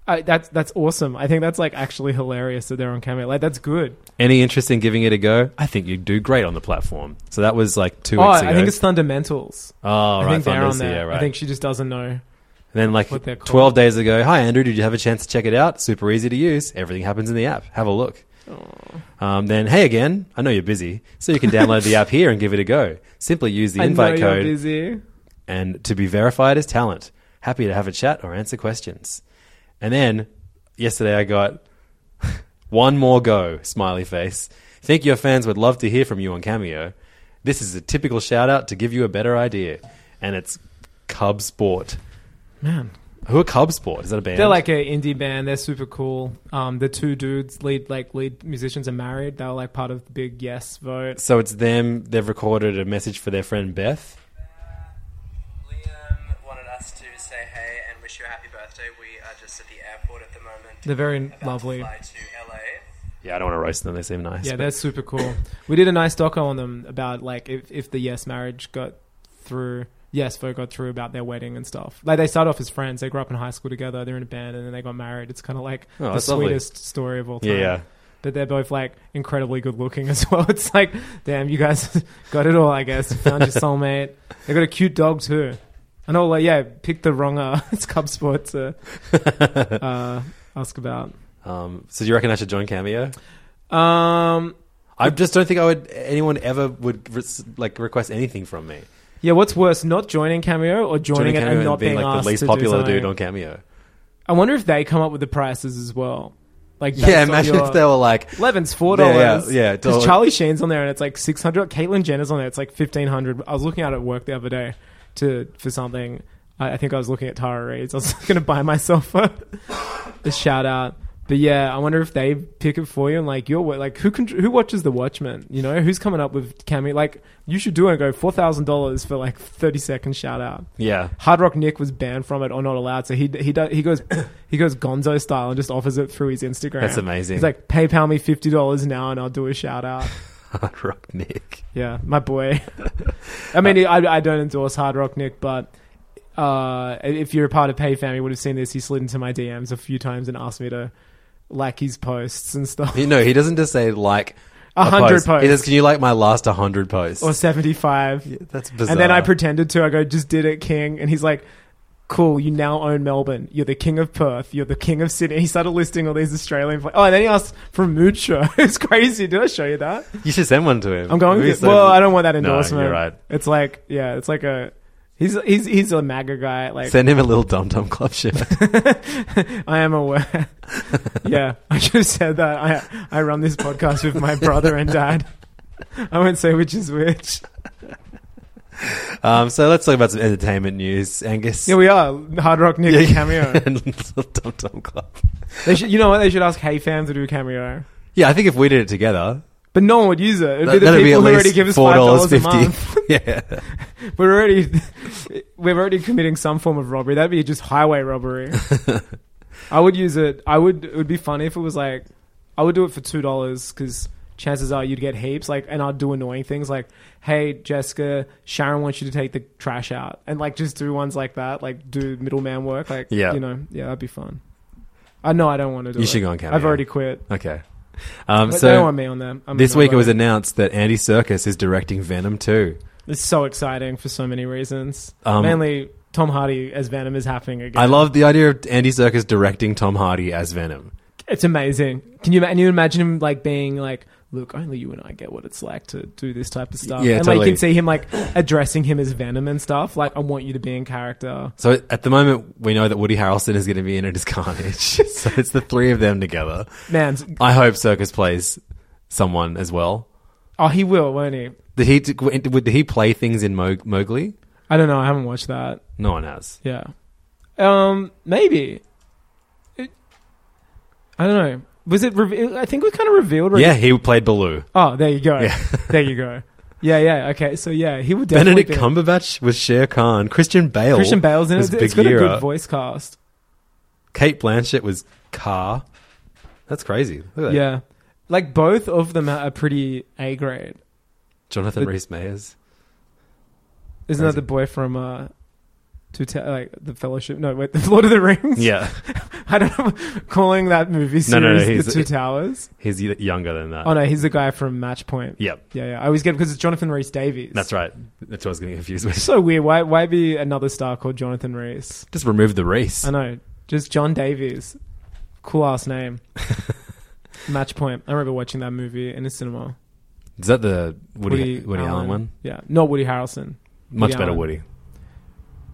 [SPEAKER 7] I, that's that's awesome. I think that's like actually hilarious that they're on camera. Like that's good.
[SPEAKER 6] Any interest in giving it a go? I think you'd do great on the platform. So that was like two
[SPEAKER 7] oh,
[SPEAKER 6] weeks ago.
[SPEAKER 7] I think it's Fundamentals.
[SPEAKER 6] Oh, right,
[SPEAKER 7] I think they're on
[SPEAKER 6] Thunders,
[SPEAKER 7] there.
[SPEAKER 6] yeah, right.
[SPEAKER 7] I think she just doesn't know.
[SPEAKER 6] And then, like
[SPEAKER 7] What they're called.
[SPEAKER 6] 12 days ago, hi, Andrew, did you have a chance to check it out? Super easy to use. Everything happens in the app. Have a look. Um, then, hey again, I know you're busy, so you can download the app here and give it a go. Simply use the
[SPEAKER 7] I
[SPEAKER 6] invite
[SPEAKER 7] know you're
[SPEAKER 6] code
[SPEAKER 7] busy.
[SPEAKER 6] and to be verified as talent. Happy to have a chat or answer questions. And then yesterday I got one more go, smiley face. Think your fans would love to hear from you on Cameo. This is a typical shout out to give you a better idea. And it's Cub Sport.
[SPEAKER 7] Man.
[SPEAKER 6] Who are Cub Sport? Is that a band?
[SPEAKER 7] They're like an indie band. They're super cool. Um, the two dudes lead like lead musicians are married. They were like part of the big yes vote.
[SPEAKER 6] So it's them. They've recorded a message for their friend Beth.
[SPEAKER 9] wanted us to say hey and wish you a happy birthday. We are just at the airport at the moment.
[SPEAKER 7] They're very
[SPEAKER 9] About to
[SPEAKER 7] lovely.
[SPEAKER 9] fly to LA.
[SPEAKER 6] Yeah, I don't want to roast them. They seem nice.
[SPEAKER 7] Yeah,
[SPEAKER 6] but-
[SPEAKER 7] they're super cool. We did a nice doco on them about like if, if the yes marriage got through, yes vote got through about their wedding and stuff. Like they started off as friends, they grew up in high school together, they're in a band, and then they got married. It's kind of like
[SPEAKER 6] Oh,
[SPEAKER 7] the
[SPEAKER 6] that's lovely.
[SPEAKER 7] sweetest story of all time.
[SPEAKER 6] Yeah, yeah.
[SPEAKER 7] But they're both like incredibly good looking as well. It's like, damn, you guys got it all, I guess. Found your soulmate. They got a cute dog too. I know, like, yeah, picked the wrong. Uh, it's Cub Sport to uh, ask about.
[SPEAKER 6] Um, so do you reckon I should join Cameo?
[SPEAKER 7] Um,
[SPEAKER 6] I just don't think I would. Anyone ever would re- like request anything from me.
[SPEAKER 7] Yeah, what's worse, not joining Cameo or joining,
[SPEAKER 6] Joining
[SPEAKER 7] it
[SPEAKER 6] Cameo
[SPEAKER 7] and not being,
[SPEAKER 6] being, like
[SPEAKER 7] asked
[SPEAKER 6] the least
[SPEAKER 7] to
[SPEAKER 6] popular
[SPEAKER 7] do something?
[SPEAKER 6] dude on Cameo.
[SPEAKER 7] I wonder if they come up with the prices as well. Like,
[SPEAKER 6] Yeah,
[SPEAKER 7] based on
[SPEAKER 6] imagine
[SPEAKER 7] your-
[SPEAKER 6] if they were like-
[SPEAKER 7] Levin's four
[SPEAKER 6] Yeah,
[SPEAKER 7] dollars.
[SPEAKER 6] yeah, yeah,
[SPEAKER 7] because
[SPEAKER 6] dollar-
[SPEAKER 7] Charlie Sheen's on there and it's like six hundred. Caitlyn Jenner's on there, it's like fifteen hundred. I was looking at it at work the other day to for something. I, I think I was looking at Tara Reid's. I was going to buy myself a, a shout out, But yeah, I wonder if they pick it for you and like your like who can who watches the Watchmen? You know who's coming up with cameo? Like you should do it. and Go four thousand dollars for like thirty second shout out.
[SPEAKER 6] Yeah.
[SPEAKER 7] Hard Rock Nick was banned from it or not allowed, so he he does, he goes he goes Gonzo style and just offers it through his Instagram.
[SPEAKER 6] That's amazing.
[SPEAKER 7] He's like PayPal me fifty dollars now and I'll do a shout out.
[SPEAKER 6] Hard Rock Nick.
[SPEAKER 7] Yeah, my boy. I mean, I, I don't endorse Hard Rock Nick, but uh, if you're a part of PayFam, you would have seen this. He slid into my DMs a few times and asked me to like his posts and stuff.
[SPEAKER 6] You know, he doesn't just say like
[SPEAKER 7] A hundred
[SPEAKER 6] post. He says,
[SPEAKER 7] posts.
[SPEAKER 6] "Can you like my last hundred posts?"
[SPEAKER 7] Or 75.
[SPEAKER 6] that's
[SPEAKER 7] And then
[SPEAKER 6] bizarre.
[SPEAKER 7] I pretended to. I go, just did it, King. And he's like, cool, you now own Melbourne. You're the king of Perth. You're the king of Sydney. He started listing all these Australian. Pla- oh, and then he asked for a mood show. it's crazy. Did I show you that?
[SPEAKER 6] You should send one to him.
[SPEAKER 7] I'm going.
[SPEAKER 6] It'd be
[SPEAKER 7] To,
[SPEAKER 6] so-
[SPEAKER 7] well, I don't want that endorsement.
[SPEAKER 6] No, you're right.
[SPEAKER 7] It's like yeah, it's like a he's he's he's a MAGA guy. Like
[SPEAKER 6] Send him a little Dum Dum Club shirt.
[SPEAKER 7] I am aware. yeah, I should have said that. I I run this podcast with my brother and dad. I won't say which is which.
[SPEAKER 6] um, so let's talk about some entertainment news, Angus.
[SPEAKER 7] Here we are, Hard Rock Nick
[SPEAKER 6] Yeah.
[SPEAKER 7] cameo.
[SPEAKER 6] and Little Dum Dum Club.
[SPEAKER 7] They should, you know what? They should ask Hey Fam to do a cameo,
[SPEAKER 6] Yeah, I think if we did it together,
[SPEAKER 7] but no one would use it. It'd
[SPEAKER 6] that-
[SPEAKER 7] be the
[SPEAKER 6] that'd
[SPEAKER 7] people
[SPEAKER 6] be at
[SPEAKER 7] who already
[SPEAKER 6] least
[SPEAKER 7] give us
[SPEAKER 6] four
[SPEAKER 7] five
[SPEAKER 6] dollars
[SPEAKER 7] dollars a
[SPEAKER 6] fifty.
[SPEAKER 7] month.
[SPEAKER 6] yeah,
[SPEAKER 7] We're already we're already committing some form of robbery. That'd be just highway robbery. I would use it. I would. It would be funny if it was like I would do it for two dollars because chances are you'd get heaps. Like, and I'd do annoying things like, "Hey, Jessica, Sharon wants you to take the trash out," and like just do ones like that. Like do middleman work. Like,
[SPEAKER 6] Yeah.
[SPEAKER 7] you know, yeah, that'd be fun. I know I don't want to do
[SPEAKER 6] you
[SPEAKER 7] it.
[SPEAKER 6] should go on cameo.
[SPEAKER 7] I've already quit.
[SPEAKER 6] Okay. Um,
[SPEAKER 7] But
[SPEAKER 6] so
[SPEAKER 7] they don't want me on them. I'm
[SPEAKER 6] this
[SPEAKER 7] not
[SPEAKER 6] week it was
[SPEAKER 7] voting.
[SPEAKER 6] announced that Andy Circus is directing Venom 2.
[SPEAKER 7] It's so exciting for so many reasons.
[SPEAKER 6] Um,
[SPEAKER 7] Mainly, Tom Hardy as Venom is happening again.
[SPEAKER 6] I love the idea of Andy Circus directing Tom Hardy as Venom.
[SPEAKER 7] It's amazing. Can you can you imagine him like being like, look, only you and I get what it's like to do this type of stuff.
[SPEAKER 6] Yeah,
[SPEAKER 7] and like
[SPEAKER 6] totally.
[SPEAKER 7] you can see him like addressing him as Venom and stuff. Like, I want you to be in character.
[SPEAKER 6] So at the moment, we know that Woody Harrelson is going to be in it as Carnage. so it's the three of them together.
[SPEAKER 7] Man,
[SPEAKER 6] I hope Circus plays someone as well.
[SPEAKER 7] oh, he will, won't he?
[SPEAKER 6] Did he did he play things in Mo- Mowgli?
[SPEAKER 7] I don't know. I haven't watched that.
[SPEAKER 6] No one has.
[SPEAKER 7] Yeah. Um, maybe. It- I don't know. Was it? Reve- I think it was kind of revealed. right?
[SPEAKER 6] Yeah, he played Baloo.
[SPEAKER 7] Oh, there you go.
[SPEAKER 6] Yeah.
[SPEAKER 7] there you go. Yeah, yeah. Okay, so yeah, he would definitely
[SPEAKER 6] Benedict
[SPEAKER 7] be-
[SPEAKER 6] Cumberbatch was Shere Khan. Christian Bale.
[SPEAKER 7] Christian Bale's in
[SPEAKER 6] was
[SPEAKER 7] it. It's got a good voice cast.
[SPEAKER 6] Kate Blanchett was Car. That's crazy. Look at that.
[SPEAKER 7] Yeah. Like both of them are pretty A grade.
[SPEAKER 6] Jonathan
[SPEAKER 7] But-
[SPEAKER 6] Rhys Meyers.
[SPEAKER 7] Isn't that the boy from uh to tell like the Fellowship? No, wait, the Lord of the Rings.
[SPEAKER 6] Yeah.
[SPEAKER 7] I don't know. Calling that movie
[SPEAKER 6] No,
[SPEAKER 7] series
[SPEAKER 6] no, no,
[SPEAKER 7] the
[SPEAKER 6] he's- Uh,
[SPEAKER 7] Two Towers.
[SPEAKER 6] He's y- younger than that.
[SPEAKER 7] oh no, he's the guy from Match Point.
[SPEAKER 6] Yep.
[SPEAKER 7] Yeah, yeah. I always get because it's Jonathan Rhys Davies.
[SPEAKER 6] That's right. That's what I was getting confused
[SPEAKER 7] It's
[SPEAKER 6] with.
[SPEAKER 7] so weird. Why why be another star called Jonathan Rhys?
[SPEAKER 6] Just remove the Reese.
[SPEAKER 7] I know. Just John Davies. Cool ass name. Match Point. I remember watching that movie in the cinema.
[SPEAKER 6] Is that the Woody, Woody, Allen. one?
[SPEAKER 7] Yeah, not Woody Harrelson.
[SPEAKER 6] Much
[SPEAKER 7] Woody
[SPEAKER 6] better
[SPEAKER 7] Allen.
[SPEAKER 6] Woody.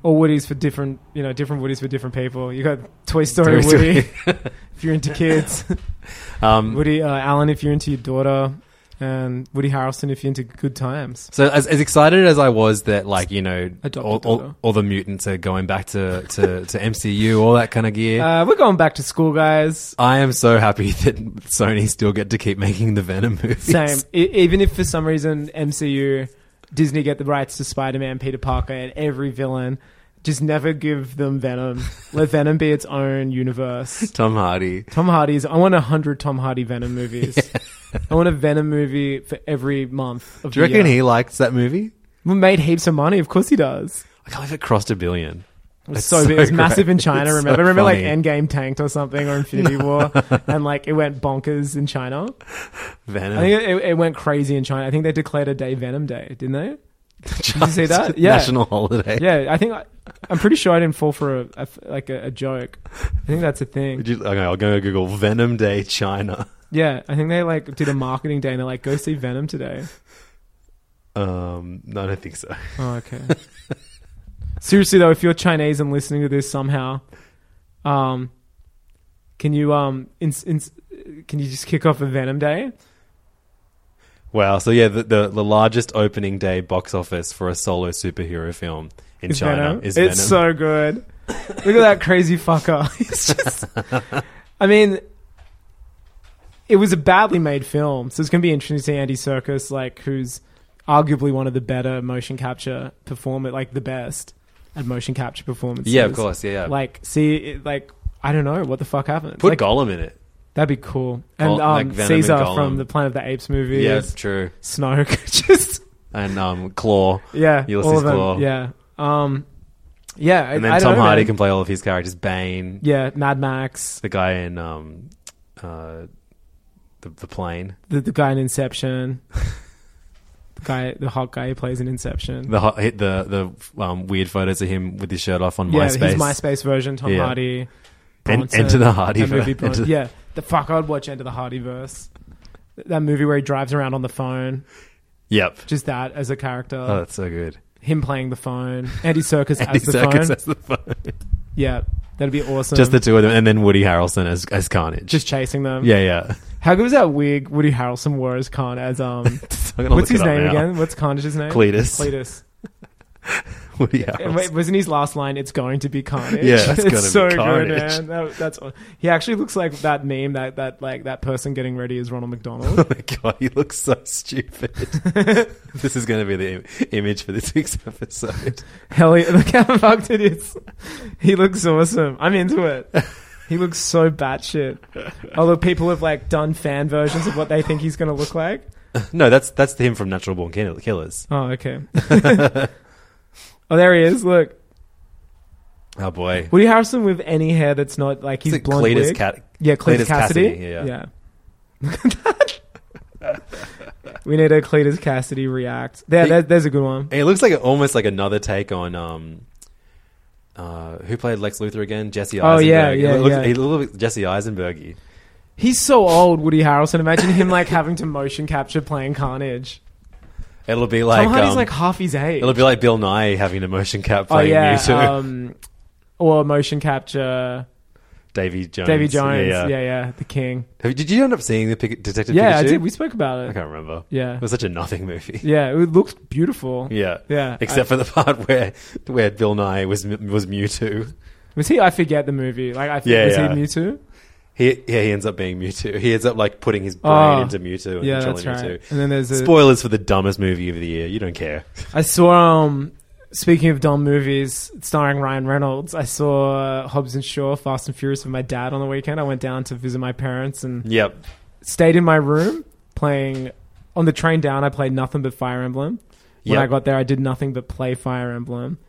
[SPEAKER 7] Or Woody's for different, you know, different Woody's for different people. You got Toy Story
[SPEAKER 6] Toy
[SPEAKER 7] Woody
[SPEAKER 6] Story.
[SPEAKER 7] if you're into kids,
[SPEAKER 6] Um,
[SPEAKER 7] Woody uh, Allen if you're into your daughter, and Woody Harrelson if you're into good times.
[SPEAKER 6] So as, as excited as I was that like you know
[SPEAKER 7] Adopted
[SPEAKER 6] all,
[SPEAKER 7] daughter.
[SPEAKER 6] all, all the mutants are going back to, to, to MCU all that kind of gear.
[SPEAKER 7] Uh, we're going back to school, guys.
[SPEAKER 6] I am so happy that Sony still get to keep making the Venom movies.
[SPEAKER 7] Same. E- even if for some reason MCU, Disney get the rights to Spider Man, Peter Parker, and every villain, just never give them Venom. Let Venom be its own universe.
[SPEAKER 6] Tom Hardy.
[SPEAKER 7] Tom Hardy's. I want a hundred Tom Hardy Venom movies. I want a Venom movie for every month. Of
[SPEAKER 6] Do you
[SPEAKER 7] the
[SPEAKER 6] reckon
[SPEAKER 7] year.
[SPEAKER 6] he likes that movie?
[SPEAKER 7] We made heaps of money? Of course he does.
[SPEAKER 6] I can't believe it crossed a billion.
[SPEAKER 7] It was
[SPEAKER 6] That's
[SPEAKER 7] so, big. It was
[SPEAKER 6] great.
[SPEAKER 7] massive in China.
[SPEAKER 6] It's so
[SPEAKER 7] remember, remember like
[SPEAKER 6] funny.
[SPEAKER 7] Endgame tanked or something or Infinity War, and like it went bonkers in China.
[SPEAKER 6] Venom.
[SPEAKER 7] I think it, it went crazy in China. I think they declared a day Venom Day, didn't they? Did you see that? Yeah,
[SPEAKER 6] National holiday.
[SPEAKER 7] Yeah, I think I, I'm pretty sure I didn't fall for a, a like a, a joke. I think that's a thing.
[SPEAKER 6] Would you- okay, I'll go Google Venom Day China.
[SPEAKER 7] Yeah, I think they like did a marketing day and they're like, go see Venom today.
[SPEAKER 6] Um, no, I don't think so.
[SPEAKER 7] Oh, okay. Seriously though, if you're Chinese and listening to this somehow, um, can you um, ins- ins- can you just kick off a Venom Day?
[SPEAKER 6] Wow. So yeah, the, the the largest opening day box office for a solo superhero film in
[SPEAKER 7] Is
[SPEAKER 6] China
[SPEAKER 7] Venom?
[SPEAKER 6] is Venom.
[SPEAKER 7] it's so good. Look at that crazy fucker. He's just. I mean, it was a badly made film, so it's going to be interesting to see Andy Serkis, like who's arguably one of the better motion capture performer, like the best at motion capture performances.
[SPEAKER 6] Yeah, of course, yeah, yeah.
[SPEAKER 7] Like, see, it, like I don't know what the fuck happened.
[SPEAKER 6] Put
[SPEAKER 7] like,
[SPEAKER 6] Gollum in it.
[SPEAKER 7] That'd be cool.
[SPEAKER 6] Gol-
[SPEAKER 7] And um,
[SPEAKER 6] like Venom and
[SPEAKER 7] Caesar
[SPEAKER 6] Gollum.
[SPEAKER 7] from the Planet of the Apes movie.
[SPEAKER 6] Yeah, it's true.
[SPEAKER 7] Snoke, just
[SPEAKER 6] And um, Claw.
[SPEAKER 7] yeah,
[SPEAKER 6] Ulysses
[SPEAKER 7] all of them.
[SPEAKER 6] Claw.
[SPEAKER 7] Yeah, um, yeah, I-
[SPEAKER 6] And then
[SPEAKER 7] I don't
[SPEAKER 6] Tom
[SPEAKER 7] know,
[SPEAKER 6] Hardy
[SPEAKER 7] man.
[SPEAKER 6] can play all of his characters. Bane.
[SPEAKER 7] Yeah, Mad Max.
[SPEAKER 6] The guy in um, uh, the, the plane.
[SPEAKER 7] The, the guy in Inception. the guy, the hot guy who plays in Inception.
[SPEAKER 6] The hot, hit the the um, weird photos of him with his shirt off on
[SPEAKER 7] yeah,
[SPEAKER 6] MySpace.
[SPEAKER 7] his MySpace version. Tom
[SPEAKER 6] Yeah.
[SPEAKER 7] Hardy.
[SPEAKER 6] And
[SPEAKER 7] Bronson,
[SPEAKER 6] enter the Hardy
[SPEAKER 7] that movie.
[SPEAKER 6] ver-
[SPEAKER 7] Bron-
[SPEAKER 6] enter the-
[SPEAKER 7] yeah, the fuck I'd watch Enter the Hardy verse. That movie where he drives around on the phone.
[SPEAKER 6] Yep.
[SPEAKER 7] Just that as a character.
[SPEAKER 6] Oh, that's so good.
[SPEAKER 7] Him playing the phone. Andy Circus
[SPEAKER 6] Andy
[SPEAKER 7] as the
[SPEAKER 6] Serkis
[SPEAKER 7] phone.
[SPEAKER 6] as the phone.
[SPEAKER 7] yeah, that'd be awesome.
[SPEAKER 6] Just the two of them, and then Woody Harrelson as as Carnage.
[SPEAKER 7] just chasing them.
[SPEAKER 6] Yeah, yeah.
[SPEAKER 7] How good was that wig Woody Harrelson wore as Khan as um?
[SPEAKER 6] gonna
[SPEAKER 7] what's
[SPEAKER 6] look
[SPEAKER 7] his
[SPEAKER 6] it up
[SPEAKER 7] name
[SPEAKER 6] now.
[SPEAKER 7] again? What's Carnage's name?
[SPEAKER 6] Cletus.
[SPEAKER 7] Cletus.
[SPEAKER 6] Woody
[SPEAKER 7] And
[SPEAKER 6] Harrelson.
[SPEAKER 7] wait, wasn't his last line? It's going to be Carnage.
[SPEAKER 6] Yeah, that's
[SPEAKER 7] it's
[SPEAKER 6] gonna be
[SPEAKER 7] so
[SPEAKER 6] Carnage.
[SPEAKER 7] good, man. That, that's he actually looks like that meme that that like that person getting ready is Ronald
[SPEAKER 6] Oh
[SPEAKER 7] McDonald.
[SPEAKER 6] my god, he looks so stupid. this is going to be the Im- image for this week's episode.
[SPEAKER 7] Hell, yeah, look how fucked it is. He looks awesome. I'm into it. He looks so batshit. Although people have like done fan versions of what they think he's going to look like.
[SPEAKER 6] No, that's that's him from Natural Born Kill- Killers.
[SPEAKER 7] Oh, okay. oh, there he is. Look.
[SPEAKER 6] Oh boy,
[SPEAKER 7] Woody Harrison with any hair that's not like he's
[SPEAKER 6] Is it
[SPEAKER 7] blonde.
[SPEAKER 6] Cletus
[SPEAKER 7] wig.
[SPEAKER 6] Cat-
[SPEAKER 7] yeah, Cletus,
[SPEAKER 6] Cletus
[SPEAKER 7] Cassidy.
[SPEAKER 6] Cassidy, yeah.
[SPEAKER 7] Look at that. we need a Cletus Cassidy react. There,
[SPEAKER 6] He-
[SPEAKER 7] there- there's a good one.
[SPEAKER 6] it looks like almost like another take on um, uh, who played Lex Luthor again? Jesse.
[SPEAKER 7] Oh,
[SPEAKER 6] Eisenberg.
[SPEAKER 7] yeah, yeah,
[SPEAKER 6] It looks,
[SPEAKER 7] yeah.
[SPEAKER 6] He looks like Jesse Eisenberg.
[SPEAKER 7] He's so old, Woody Harrelson. Imagine him like having to motion capture playing Carnage.
[SPEAKER 6] It'll be like
[SPEAKER 7] Tom Hardy's
[SPEAKER 6] um,
[SPEAKER 7] like half his age.
[SPEAKER 6] it'll be like Bill Nye having a motion cap
[SPEAKER 7] oh
[SPEAKER 6] playing
[SPEAKER 7] yeah,
[SPEAKER 6] Mewtwo.
[SPEAKER 7] um, or motion capture
[SPEAKER 6] Davy Jones.
[SPEAKER 7] Davy Jones. Yeah yeah.
[SPEAKER 6] yeah.
[SPEAKER 7] the king.
[SPEAKER 6] Have- Did you end up seeing the Pic- Detective Pikachu?
[SPEAKER 7] Yeah, I did. We spoke about it.
[SPEAKER 6] I can't remember.
[SPEAKER 7] Yeah.
[SPEAKER 6] it was such a nothing movie.
[SPEAKER 7] Yeah, it looked beautiful.
[SPEAKER 6] Yeah,
[SPEAKER 7] yeah.
[SPEAKER 6] Except
[SPEAKER 7] I-
[SPEAKER 6] for the part where where Bill Nye was was Mewtwo.
[SPEAKER 7] was he? I forget the movie. Like I
[SPEAKER 6] Yeah,
[SPEAKER 7] yeah, was
[SPEAKER 6] yeah.
[SPEAKER 7] he Mewtwo?
[SPEAKER 6] He yeah, he ends up being Mewtwo. He ends up like putting his brain
[SPEAKER 7] Oh.
[SPEAKER 6] into Mewtwo and
[SPEAKER 7] Yeah,
[SPEAKER 6] controlling
[SPEAKER 7] that's
[SPEAKER 6] Mewtwo.
[SPEAKER 7] right. And then there's a-
[SPEAKER 6] spoilers for the dumbest movie of the year. You don't care.
[SPEAKER 7] I saw. Um, speaking of dumb movies starring Ryan Reynolds, I saw uh, Hobbs and Shaw, Fast and Furious with my dad on the weekend. I went down to visit my parents and
[SPEAKER 6] Yep.
[SPEAKER 7] stayed in my room playing. On the train down, I played nothing but Fire Emblem. When
[SPEAKER 6] Yep.
[SPEAKER 7] I got there, I did nothing but play Fire Emblem.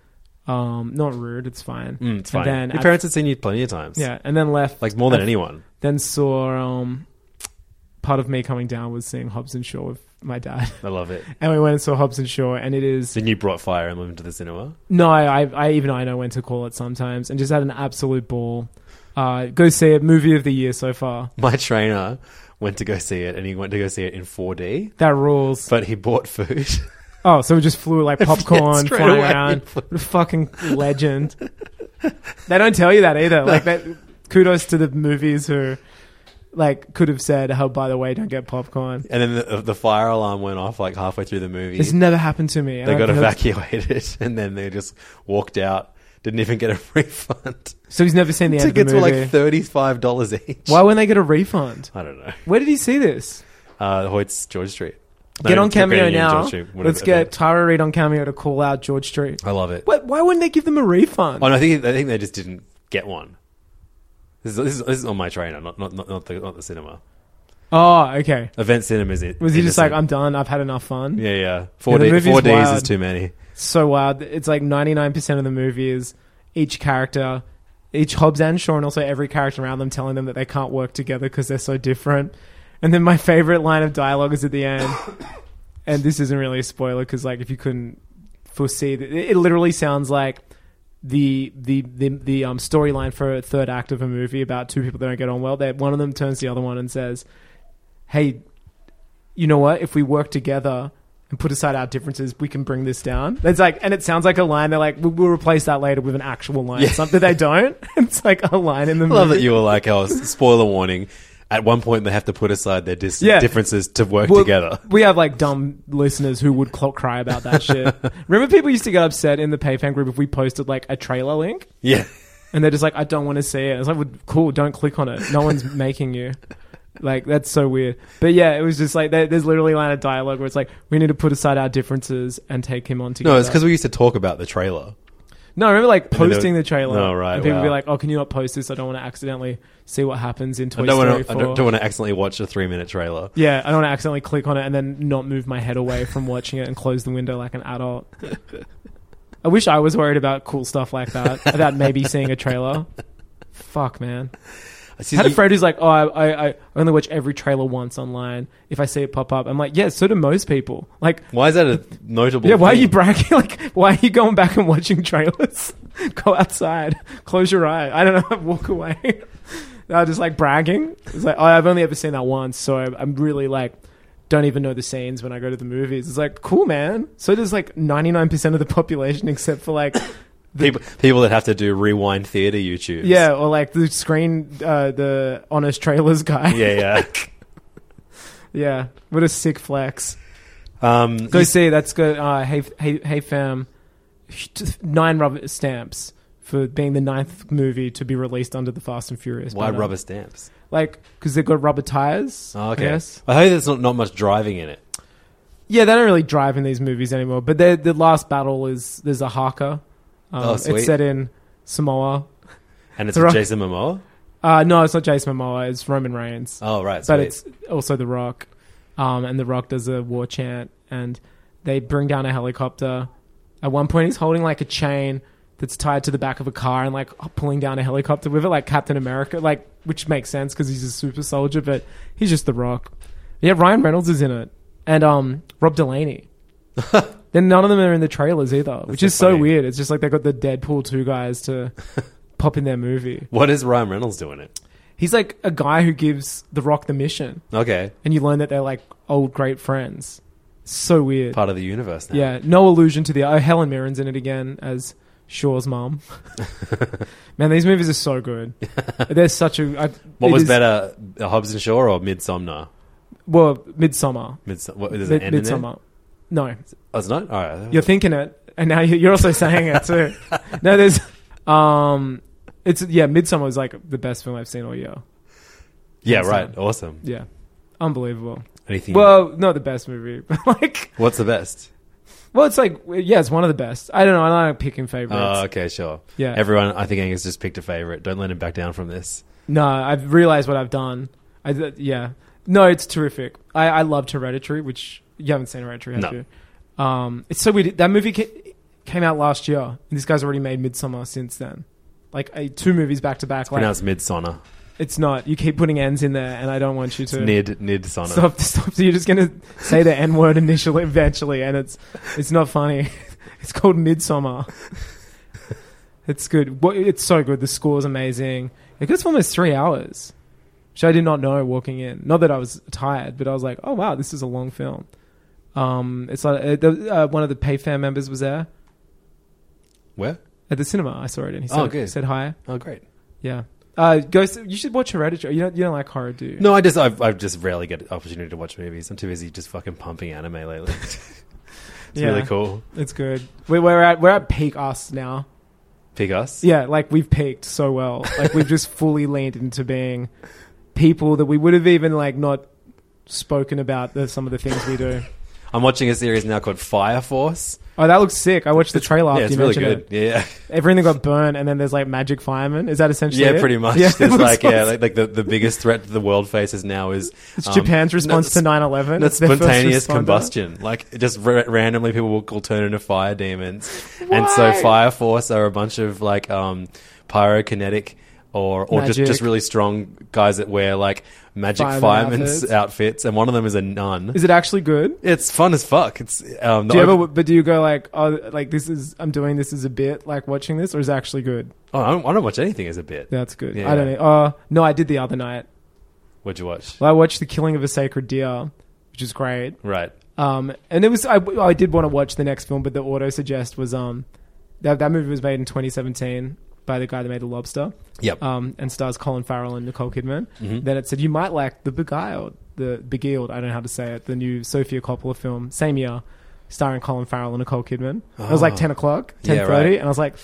[SPEAKER 7] Um, not rude, it's fine.
[SPEAKER 6] Mm, it's
[SPEAKER 7] And
[SPEAKER 6] fine.
[SPEAKER 7] then
[SPEAKER 6] Your
[SPEAKER 7] at-
[SPEAKER 6] parents had seen you plenty of times.
[SPEAKER 7] yeah, and then left
[SPEAKER 6] like more than
[SPEAKER 7] I-
[SPEAKER 6] anyone.
[SPEAKER 7] Then saw um, part of me coming down was seeing Hobbs and Shaw with my dad.
[SPEAKER 6] I love it.
[SPEAKER 7] And we went and saw Hobbs and Shaw, and it is
[SPEAKER 6] Then you brought Fire Emblem to the cinema.
[SPEAKER 7] No, I, I, I even I know when to call it sometimes, and just had an absolute ball. Uh, go see it, movie of the year so far.
[SPEAKER 6] My trainer went to go see it, and he went to go see it in 4D.
[SPEAKER 7] That rules.
[SPEAKER 6] But he bought food.
[SPEAKER 7] Oh, so it just flew like popcorn
[SPEAKER 6] straight
[SPEAKER 7] flying
[SPEAKER 6] away.
[SPEAKER 7] around. What a fucking legend. they don't tell you that either. Like that. Kudos to the movies who, like, could have said, "Oh, by the way, don't get popcorn."
[SPEAKER 6] and then the, the fire alarm went off like halfway through the movie.
[SPEAKER 7] This never happened to me. I
[SPEAKER 6] they
[SPEAKER 7] don't
[SPEAKER 6] got
[SPEAKER 7] think that's-
[SPEAKER 6] evacuated, and then they just walked out. Didn't even get a refund.
[SPEAKER 7] So he's never seen the end of the
[SPEAKER 6] Tickets
[SPEAKER 7] movie.
[SPEAKER 6] were like thirty-five dollars each.
[SPEAKER 7] Why wouldn't they get a refund?
[SPEAKER 6] I don't know.
[SPEAKER 7] Where did he see this?
[SPEAKER 6] Uh, Hoyt's George Street. No,
[SPEAKER 7] Get on
[SPEAKER 6] it's not
[SPEAKER 7] Cameo
[SPEAKER 6] Grand Union,
[SPEAKER 7] now.
[SPEAKER 6] George Street, whatever
[SPEAKER 7] Let's
[SPEAKER 6] that
[SPEAKER 7] get
[SPEAKER 6] is.
[SPEAKER 7] Tara Reid on Cameo to call out George Street.
[SPEAKER 6] I love it.
[SPEAKER 7] Why, why wouldn't they give them a refund?
[SPEAKER 6] Oh, no, I think I think they just didn't get one. This is, this is, this is on my trainer, not not not, not, the, not the cinema.
[SPEAKER 7] Oh, okay.
[SPEAKER 6] Event cinemas. It
[SPEAKER 7] Was he just like,
[SPEAKER 6] innocent.
[SPEAKER 7] I'm done. I've had enough fun?
[SPEAKER 6] Yeah, yeah. Four
[SPEAKER 7] the
[SPEAKER 6] D
[SPEAKER 7] movie's
[SPEAKER 6] four Ds is
[SPEAKER 7] wild.
[SPEAKER 6] too many.
[SPEAKER 7] So wild. It's like 99% of the movie is each character, each Hobbs and Shaw, and also every character around them telling them that they can't work together because they're so different. And then my favorite line of dialogue is at the end. and this isn't really a spoiler because, like, if you couldn't foresee, it, it literally sounds like the the the, the um, storyline for a third act of a movie about two people that don't get on well. That one of them turns to the other one and says, "Hey, you know what? If we work together and put aside our differences, we can bring this down." It's like, and it sounds like a line. They're like, "We'll, we'll replace that later with an actual line."
[SPEAKER 6] Yeah.
[SPEAKER 7] Something they don't. It's like a line in the
[SPEAKER 6] I love that
[SPEAKER 7] movie.
[SPEAKER 6] you were like, oh, s- spoiler warning. At one point, they have to put aside their dis-
[SPEAKER 7] Yeah.
[SPEAKER 6] differences to work
[SPEAKER 7] Well,
[SPEAKER 6] together.
[SPEAKER 7] We have like dumb listeners who would cl- cry about that shit. Remember, people used to get upset in the PayPal group if we posted like a trailer link.
[SPEAKER 6] Yeah.
[SPEAKER 7] And they're just like, I don't want to see it. It's like, well, cool, don't click on it. No one's making you. Like that's so weird. But yeah, it was just like there, there's literally a line of dialogue where it's like we need to put aside our differences and take him on together.
[SPEAKER 6] No, it's because we used to talk about the trailer.
[SPEAKER 7] No, I remember like
[SPEAKER 6] And then they
[SPEAKER 7] posting
[SPEAKER 6] would-
[SPEAKER 7] the trailer.
[SPEAKER 6] No, right,
[SPEAKER 7] And people
[SPEAKER 6] wow.
[SPEAKER 7] be like, "Oh, can you not post this? I don't want to accidentally see what happens in Toy
[SPEAKER 6] I don't
[SPEAKER 7] Story
[SPEAKER 6] want to.
[SPEAKER 7] 4."
[SPEAKER 6] I don't, don't want to accidentally watch a three-minute trailer.
[SPEAKER 7] yeah, I don't want to accidentally click on it and then not move my head away from watching it and close the window like an adult. I wish I was worried about cool stuff like that, about maybe seeing a trailer. Fuck, man.
[SPEAKER 6] see
[SPEAKER 7] Had a
[SPEAKER 6] you-
[SPEAKER 7] friend who's like, oh, I, I, I only watch every trailer once online. If I see it pop up, I'm like, yeah, so do most people. Like,
[SPEAKER 6] Why is that a notable?
[SPEAKER 7] yeah, why are
[SPEAKER 6] thing?
[SPEAKER 7] you bragging? Like, why are you going back and watching trailers? Go outside, close your eye. I don't know, walk away. I was just like bragging. It's like, oh, I've only ever seen that once, so I'm- I'm really like, don't even know the scenes when I go to the movies. It's like, cool, man. So does like 99% of the population, except for like,
[SPEAKER 6] people people that have to do rewind theater YouTube?
[SPEAKER 7] yeah, or like the screen, uh, the honest trailers guy.
[SPEAKER 6] yeah,
[SPEAKER 7] yeah. What a sick flex.
[SPEAKER 6] yeah. Um,
[SPEAKER 7] Go
[SPEAKER 6] you-
[SPEAKER 7] see. That's good. Uh, hey, hey, hey, fam. Nine rubber stamps for being the ninth movie to be released under the Fast and Furious.
[SPEAKER 6] Why
[SPEAKER 7] banner.
[SPEAKER 6] rubber stamps?
[SPEAKER 7] Like, because they've got rubber tires.
[SPEAKER 6] Oh,
[SPEAKER 7] I
[SPEAKER 6] okay. I,
[SPEAKER 7] guess.
[SPEAKER 6] think hope there's not, not much driving in it.
[SPEAKER 7] Yeah, they don't really drive in these movies anymore. But the the last battle is there's a haka. Um,
[SPEAKER 6] Oh, sweet.
[SPEAKER 7] It's set in Samoa.
[SPEAKER 6] And it's
[SPEAKER 7] The
[SPEAKER 6] with
[SPEAKER 7] Rock-
[SPEAKER 6] Jason Momoa.
[SPEAKER 7] Uh, no, it's not Jason Momoa. It's Roman Reigns.
[SPEAKER 6] Oh, right,
[SPEAKER 7] But
[SPEAKER 6] sweet.
[SPEAKER 7] it's also The Rock. Um, and The Rock does a war chant, and they bring down a helicopter. At one point, he's holding like a chain that's tied to the back of a car and like pulling down a helicopter with it, like Captain America, like which makes sense because he's a super soldier, but he's just The Rock. Yeah, Ryan Reynolds is in it, and um, Rob Delaney. then none of them are in the trailers either, which
[SPEAKER 6] so
[SPEAKER 7] is so
[SPEAKER 6] funny.
[SPEAKER 7] weird. It's just like they got the Deadpool two guys to pop in their movie.
[SPEAKER 6] What is Ryan Reynolds doing it?
[SPEAKER 7] He's like a guy who gives The Rock the mission,
[SPEAKER 6] Okay,
[SPEAKER 7] and you learn that they're like old great friends. So weird.
[SPEAKER 6] part of the universe now.
[SPEAKER 7] Yeah, no allusion to the. Oh, Helen Mirren's in it again as Shaw's mom. Man, these movies are so good. They're such a. I,
[SPEAKER 6] What
[SPEAKER 7] it
[SPEAKER 6] was
[SPEAKER 7] is-
[SPEAKER 6] better, Hobbs and Shaw or Midsomnar?
[SPEAKER 7] Well, Midsummer.
[SPEAKER 6] Mids- what, there's an
[SPEAKER 7] Mid-
[SPEAKER 6] Oh, end in there?
[SPEAKER 7] Midsummer. No,
[SPEAKER 6] Oh, it's not. All right.
[SPEAKER 7] you're thinking it, and now you- you're also saying it too. no, there's. Um, it's yeah. Midsummer is like the best film I've seen all year.
[SPEAKER 6] yeah,
[SPEAKER 7] Midsommar.
[SPEAKER 6] right. Awesome.
[SPEAKER 7] Yeah, unbelievable.
[SPEAKER 6] Anything?
[SPEAKER 7] Well, not the best movie, but like,
[SPEAKER 6] what's the best?
[SPEAKER 7] well, it's like, yeah, it's one of the best. I don't know. I don't like picking favorites.
[SPEAKER 6] Oh, okay, sure.
[SPEAKER 7] Yeah.
[SPEAKER 6] Everyone, I think Angus just picked a favorite. Don't let him back down from this.
[SPEAKER 7] no, I've realized what I've done. I th- yeah, no, it's terrific. I I loved Hereditary, which you haven't seen Hereditary, have
[SPEAKER 6] No.
[SPEAKER 7] you? Um, it's so weird. That movie ca- came out last year, and this guy's already made Midsummer since then. Like uh, two movies back to back. Like
[SPEAKER 6] Pronounce Midsomnar.
[SPEAKER 7] it's not. You keep putting ends in there, and I don't want you to.
[SPEAKER 6] Nid Nidsomnar.
[SPEAKER 7] Stop! Stop! So you're just gonna say the N word initially, eventually, and it's it's not funny. It's called Midsummer. It's good. What- It's so good. The score's amazing. It goes for almost three hours, which I did not know walking in. Not that I was tired, but I was like, "Oh wow, this is a long film." Um, it's like uh, the, uh, one of the PayFan members was there
[SPEAKER 6] Where?
[SPEAKER 7] at the cinema. I saw it, and he said,
[SPEAKER 6] Oh, good.
[SPEAKER 7] said hi.
[SPEAKER 6] Oh, great.
[SPEAKER 7] Yeah. Uh, go. s- You should watch Hereditary. You don't. You don't like horror, do you?
[SPEAKER 6] No, I just I've, I've just rarely get an opportunity to watch movies. I'm too busy just fucking pumping anime lately. it's really
[SPEAKER 7] Yeah.
[SPEAKER 6] cool.
[SPEAKER 7] It's good. We, we're at we're at peak us now.
[SPEAKER 6] Pick us.
[SPEAKER 7] Yeah, like we've peaked so well. Like we've just fully leaned into being people that we would have even like not spoken about the, some of the things we do.
[SPEAKER 6] I'm watching a series now called Fire Force.
[SPEAKER 7] Oh, that looks sick. I watched the trailer after
[SPEAKER 6] yeah, it's
[SPEAKER 7] you
[SPEAKER 6] really
[SPEAKER 7] mentioned
[SPEAKER 6] good.
[SPEAKER 7] it.
[SPEAKER 6] Yeah.
[SPEAKER 7] Everything got burnt, and then there's like magic firemen. Is that essentially?
[SPEAKER 6] Yeah,
[SPEAKER 7] it?
[SPEAKER 6] pretty much.
[SPEAKER 7] Yeah,
[SPEAKER 6] It's
[SPEAKER 7] it looks
[SPEAKER 6] like yeah,
[SPEAKER 7] awesome.
[SPEAKER 6] like, like the, the biggest threat the world faces now is um,
[SPEAKER 7] It's Japan's response to 9/11.
[SPEAKER 6] That's
[SPEAKER 7] It's their first
[SPEAKER 6] spontaneous
[SPEAKER 7] responder.
[SPEAKER 6] combustion. Like it just ra- randomly people will call turn into fire demons, and so
[SPEAKER 7] Why?
[SPEAKER 6] Fire Force are a bunch of like um, pyrokinetic or or just,
[SPEAKER 7] Magic.
[SPEAKER 6] just really strong guys that wear like magic
[SPEAKER 7] Fireman
[SPEAKER 6] firemen's outfits.
[SPEAKER 7] outfits.
[SPEAKER 6] and one of them is a nun.
[SPEAKER 7] Is it actually good?
[SPEAKER 6] It's fun as fuck. It's um, the
[SPEAKER 7] Do you
[SPEAKER 6] op-
[SPEAKER 7] ever? But do you go like, oh, like this is I'm doing this as a bit, like watching this, or is it actually good?
[SPEAKER 6] oh, I, don't, I don't watch anything as a bit.
[SPEAKER 7] That's good.
[SPEAKER 6] Yeah.
[SPEAKER 7] I don't know. Uh, no, I did the other night.
[SPEAKER 6] What'd you watch?
[SPEAKER 7] Well, I watched The Killing of a Sacred Deer, which is great.
[SPEAKER 6] Right.
[SPEAKER 7] Um, and it was I, I did want to watch the next film, but the auto suggest was um that that movie was made in 2017 by the guy that made The Lobster.
[SPEAKER 6] Yep.
[SPEAKER 7] Um, and stars Colin Farrell and Nicole Kidman.
[SPEAKER 6] Mhm.
[SPEAKER 7] Then it said you might like The Beguiled, the Beguiled. I don't know how to say it. The new Sofia Coppola film, same year, starring Colin Farrell and Nicole Kidman. It was like
[SPEAKER 6] Oh.
[SPEAKER 7] 10 o'clock, 10:30,
[SPEAKER 6] Yeah, right.
[SPEAKER 7] and I was like.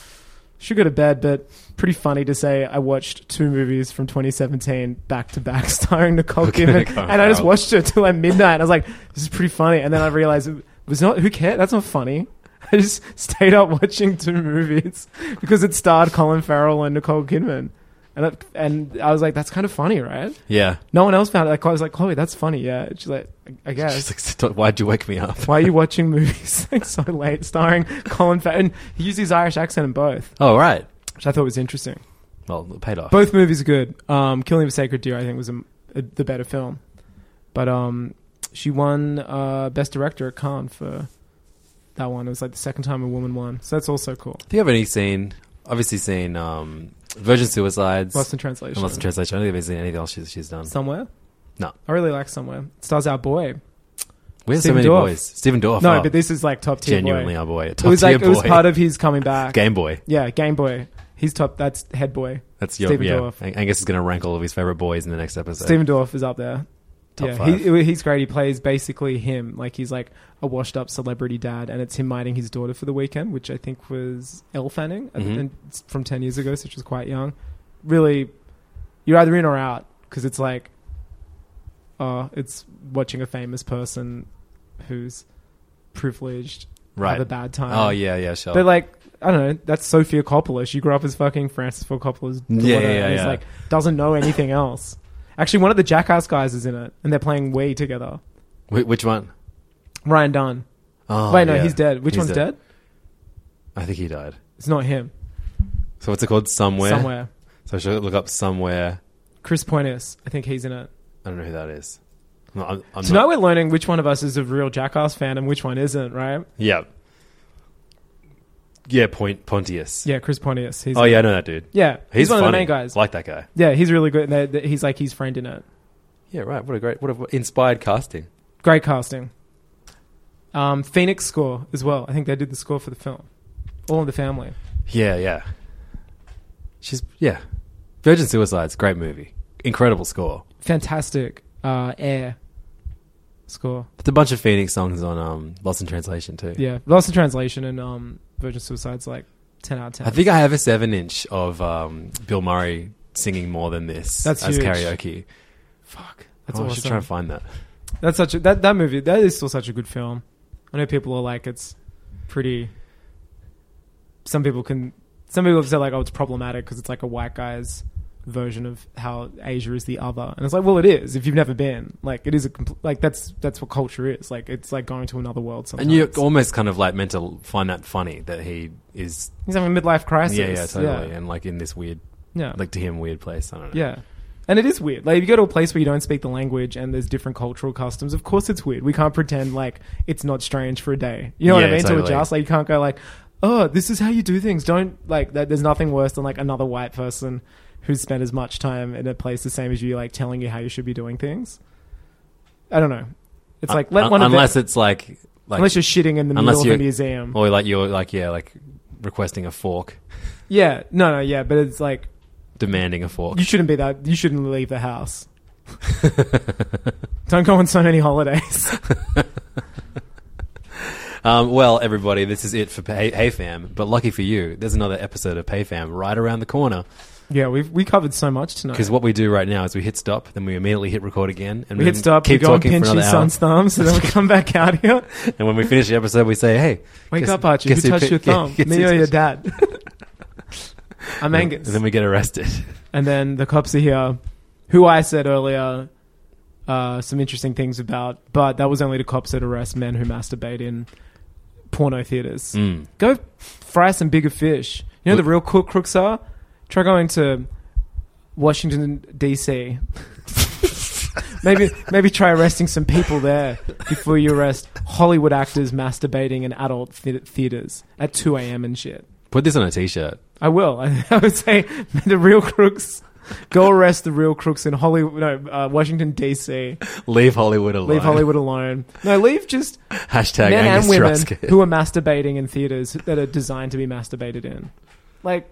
[SPEAKER 7] should go to bed, but pretty funny to say I watched two movies from 2017 back to back starring Nicole Kidman,
[SPEAKER 10] Nicole
[SPEAKER 7] and I just
[SPEAKER 10] Kidman.
[SPEAKER 7] watched it till like midnight. And I was like, this is pretty funny, and then I realized it was not. Who cares? That's not funny. I just stayed up watching two movies because it starred Colin Farrell and Nicole Kidman. And I, and I was like, that's kind of funny, right?
[SPEAKER 6] Yeah.
[SPEAKER 7] No one else found it. Like, I was like, Chloe, that's funny. Yeah. And She's like, I I guess.
[SPEAKER 6] She's like, why'd you wake me up?
[SPEAKER 7] Why are you watching movies like so late, starring Colin Farrell? And he used his Irish accent in both.
[SPEAKER 6] Oh, right.
[SPEAKER 7] Which I thought was interesting.
[SPEAKER 6] Well, it paid off.
[SPEAKER 7] Both movies are good. Um, Killing of a Sacred Deer, I think, was a, a- the better film. But um, she won uh, Best Director at Cannes for that one. It was like the second time a woman won. So that's also cool.
[SPEAKER 6] Have you ever any seen? Obviously, seen um, Virgin Suicides,
[SPEAKER 7] Lost in Translation.
[SPEAKER 6] and Lost in Translation. I don't think I've seen anything else she's, she's done.
[SPEAKER 7] Somewhere?
[SPEAKER 6] No.
[SPEAKER 7] I really like Somewhere. It stars our boy.
[SPEAKER 6] We have
[SPEAKER 7] Stephen
[SPEAKER 6] so many
[SPEAKER 7] Dorff.
[SPEAKER 6] boys. Stephen Dorff.
[SPEAKER 7] No,
[SPEAKER 6] oh.
[SPEAKER 7] but this is like top tier.
[SPEAKER 6] Genuinely
[SPEAKER 7] boy.
[SPEAKER 6] our boy.
[SPEAKER 7] it was
[SPEAKER 6] Top-tier
[SPEAKER 7] like it was
[SPEAKER 6] boy.
[SPEAKER 7] part of his coming back.
[SPEAKER 6] Game Boy.
[SPEAKER 7] Yeah, Game Boy. He's top. That's head boy.
[SPEAKER 6] That's your
[SPEAKER 7] Stephen
[SPEAKER 6] yeah.
[SPEAKER 7] Dorff.
[SPEAKER 6] Ang- Angus is going to rank all of his favorite boys in the next episode.
[SPEAKER 7] Stephen Dorff is up there.
[SPEAKER 6] Top
[SPEAKER 7] yeah,
[SPEAKER 6] five.
[SPEAKER 7] He, he's great. He plays basically him. Like he's like a washed up celebrity dad, and it's him minding his daughter for the weekend, which I think was Elle Fanning, and-
[SPEAKER 6] Mhm.
[SPEAKER 7] and it's from ten years ago, so she was quite young. Really, you're either in or out because it's like, uh, it's watching a famous person who's privileged
[SPEAKER 6] Right.
[SPEAKER 7] have a bad time.
[SPEAKER 6] Oh, yeah, yeah, sure.
[SPEAKER 7] But like. I don't know. That's Sophia Coppola. She grew up as fucking Francis Ford Coppola's daughter.
[SPEAKER 6] Yeah, yeah,
[SPEAKER 7] and he's
[SPEAKER 6] yeah.
[SPEAKER 7] like doesn't know anything else. Actually, one of the Jackass guys is in it, and they're playing Wii together.
[SPEAKER 6] Wh- which one?
[SPEAKER 7] Ryan Dunn.
[SPEAKER 6] Oh,
[SPEAKER 7] Wait, no,
[SPEAKER 6] yeah.
[SPEAKER 7] he's dead. Which
[SPEAKER 6] He's
[SPEAKER 7] one's dead.
[SPEAKER 6] I think he died.
[SPEAKER 7] It's not him.
[SPEAKER 6] So what's it called? Somewhere.
[SPEAKER 7] Somewhere.
[SPEAKER 6] So I should look up somewhere.
[SPEAKER 7] Chris Pointis. I think he's in it.
[SPEAKER 6] I don't know who that is. No, I'm, I'm
[SPEAKER 7] so
[SPEAKER 6] not-
[SPEAKER 7] now we're learning which one of us is a real Jackass fan and which one isn't, right?
[SPEAKER 6] Yeah. Yeah, Point Pontius.
[SPEAKER 7] Yeah, Chris Pontius. He's
[SPEAKER 6] oh yeah, I know that dude.
[SPEAKER 7] Yeah,
[SPEAKER 6] he's,
[SPEAKER 7] he's one of the
[SPEAKER 6] funny.
[SPEAKER 7] main guys.
[SPEAKER 6] Like that guy.
[SPEAKER 7] Yeah, he's really good. and they- they- He's like his friend in it.
[SPEAKER 6] Yeah, right. What a great, what a what inspired casting.
[SPEAKER 7] Great casting. Um, Phoenix score as well. I think they did the score for the film. All in the family.
[SPEAKER 6] Yeah, yeah. She's yeah. Virgin Suicides, great movie, incredible score.
[SPEAKER 7] Fantastic. Uh, air score.
[SPEAKER 6] It's a bunch of Phoenix songs on um, Lost in Translation too.
[SPEAKER 7] Yeah, Lost in Translation and um, Virgin Suicide's like ten out of ten.
[SPEAKER 6] I think I have a seven inch of um, Bill Murray singing more than this
[SPEAKER 7] That's
[SPEAKER 6] as
[SPEAKER 7] huge.
[SPEAKER 6] karaoke. Fuck,
[SPEAKER 7] That's
[SPEAKER 6] oh, I should try and
[SPEAKER 7] awesome.
[SPEAKER 6] find that.
[SPEAKER 7] that's such a, that that movie that is still such a good film. I know people are like it's pretty. Some people can. Some people have said like, oh, it's problematic because it's like a white guy's version of how Asia is the other, and it's like, well, it is. If you've never been, like, it is a compl- like that's that's what culture is. Like, it's like going to another world. Sometimes
[SPEAKER 6] And you're almost kind of like meant to find that funny that he is.
[SPEAKER 7] He's having a midlife crisis.
[SPEAKER 6] Yeah, yeah, totally.
[SPEAKER 7] Yeah.
[SPEAKER 6] And like in this weird,
[SPEAKER 7] Yeah.
[SPEAKER 6] like to him weird place. I don't know.
[SPEAKER 7] Yeah. And it is weird. Like, if you go to a place where you don't speak the language and there's different cultural customs, of course it's weird. We can't pretend like it's not strange for a day. You know what I
[SPEAKER 6] Yeah,
[SPEAKER 7] mean?
[SPEAKER 6] totally.
[SPEAKER 7] To adjust, like you can't go like, oh, this is how you do things. Don't like that. There's nothing worse than like another white person who's spent as much time in a place the same as you, like telling you how you should be doing things. I don't know. It's like let
[SPEAKER 6] Un-
[SPEAKER 7] one of the-
[SPEAKER 6] Uh, unless it's like, like
[SPEAKER 7] Unless you're shitting in the
[SPEAKER 6] unless
[SPEAKER 7] middle of a
[SPEAKER 6] you're-
[SPEAKER 7] museum.
[SPEAKER 6] or like you're like yeah, like requesting a fork,
[SPEAKER 7] yeah, no, no, yeah, but it's like
[SPEAKER 6] demanding a fork.
[SPEAKER 7] You shouldn't be that. You shouldn't leave the house. Don't go on so many holidays.
[SPEAKER 6] Um, well, everybody, this is it for Pay- Hey Fam. But lucky for you, there's another episode of Hey Fam right around the corner.
[SPEAKER 7] yeah, we've we covered so much tonight.
[SPEAKER 6] Because what we do right now is we hit stop, then we immediately hit record again, and
[SPEAKER 7] we
[SPEAKER 6] then
[SPEAKER 7] hit stop,
[SPEAKER 6] keep
[SPEAKER 7] we go and
[SPEAKER 6] talking
[SPEAKER 7] pinch
[SPEAKER 6] for
[SPEAKER 7] your
[SPEAKER 6] another hour.
[SPEAKER 7] son's thumb, so then we come back out here.
[SPEAKER 6] And when we finish the episode, we say, "Hey,
[SPEAKER 7] Wake
[SPEAKER 6] guess-
[SPEAKER 7] up, Archie. Who
[SPEAKER 6] guess
[SPEAKER 7] touched
[SPEAKER 6] pi-
[SPEAKER 7] your
[SPEAKER 6] yeah,
[SPEAKER 7] thumb?
[SPEAKER 6] guess
[SPEAKER 7] Me
[SPEAKER 6] who
[SPEAKER 7] or your
[SPEAKER 6] touched-
[SPEAKER 7] dad? I'm
[SPEAKER 6] And-
[SPEAKER 7] Angus.
[SPEAKER 6] And then we get arrested.
[SPEAKER 7] and then the cops are here, who I said earlier uh, some interesting things about, but that was only the cops that arrest men who masturbate in porno theaters.
[SPEAKER 6] Mm.
[SPEAKER 7] Go fry some bigger fish. You know who the real crook crooks are? Try going to Washington D.C. maybe maybe try arresting some people there before you arrest Hollywood actors masturbating in adult thea- theaters at 2 a.m. and shit.
[SPEAKER 6] Put this on a t-shirt.
[SPEAKER 7] I will. I, would say the real crooks. Go arrest the real crooks in Hollywood, no, uh, Washington D.C.
[SPEAKER 6] Leave Hollywood alone.
[SPEAKER 7] Leave Hollywood alone. No, leave just
[SPEAKER 6] Hashtag
[SPEAKER 7] men
[SPEAKER 6] Angus
[SPEAKER 7] and women
[SPEAKER 6] Truscott.
[SPEAKER 7] who are masturbating in theaters that are designed to be masturbated in. Like,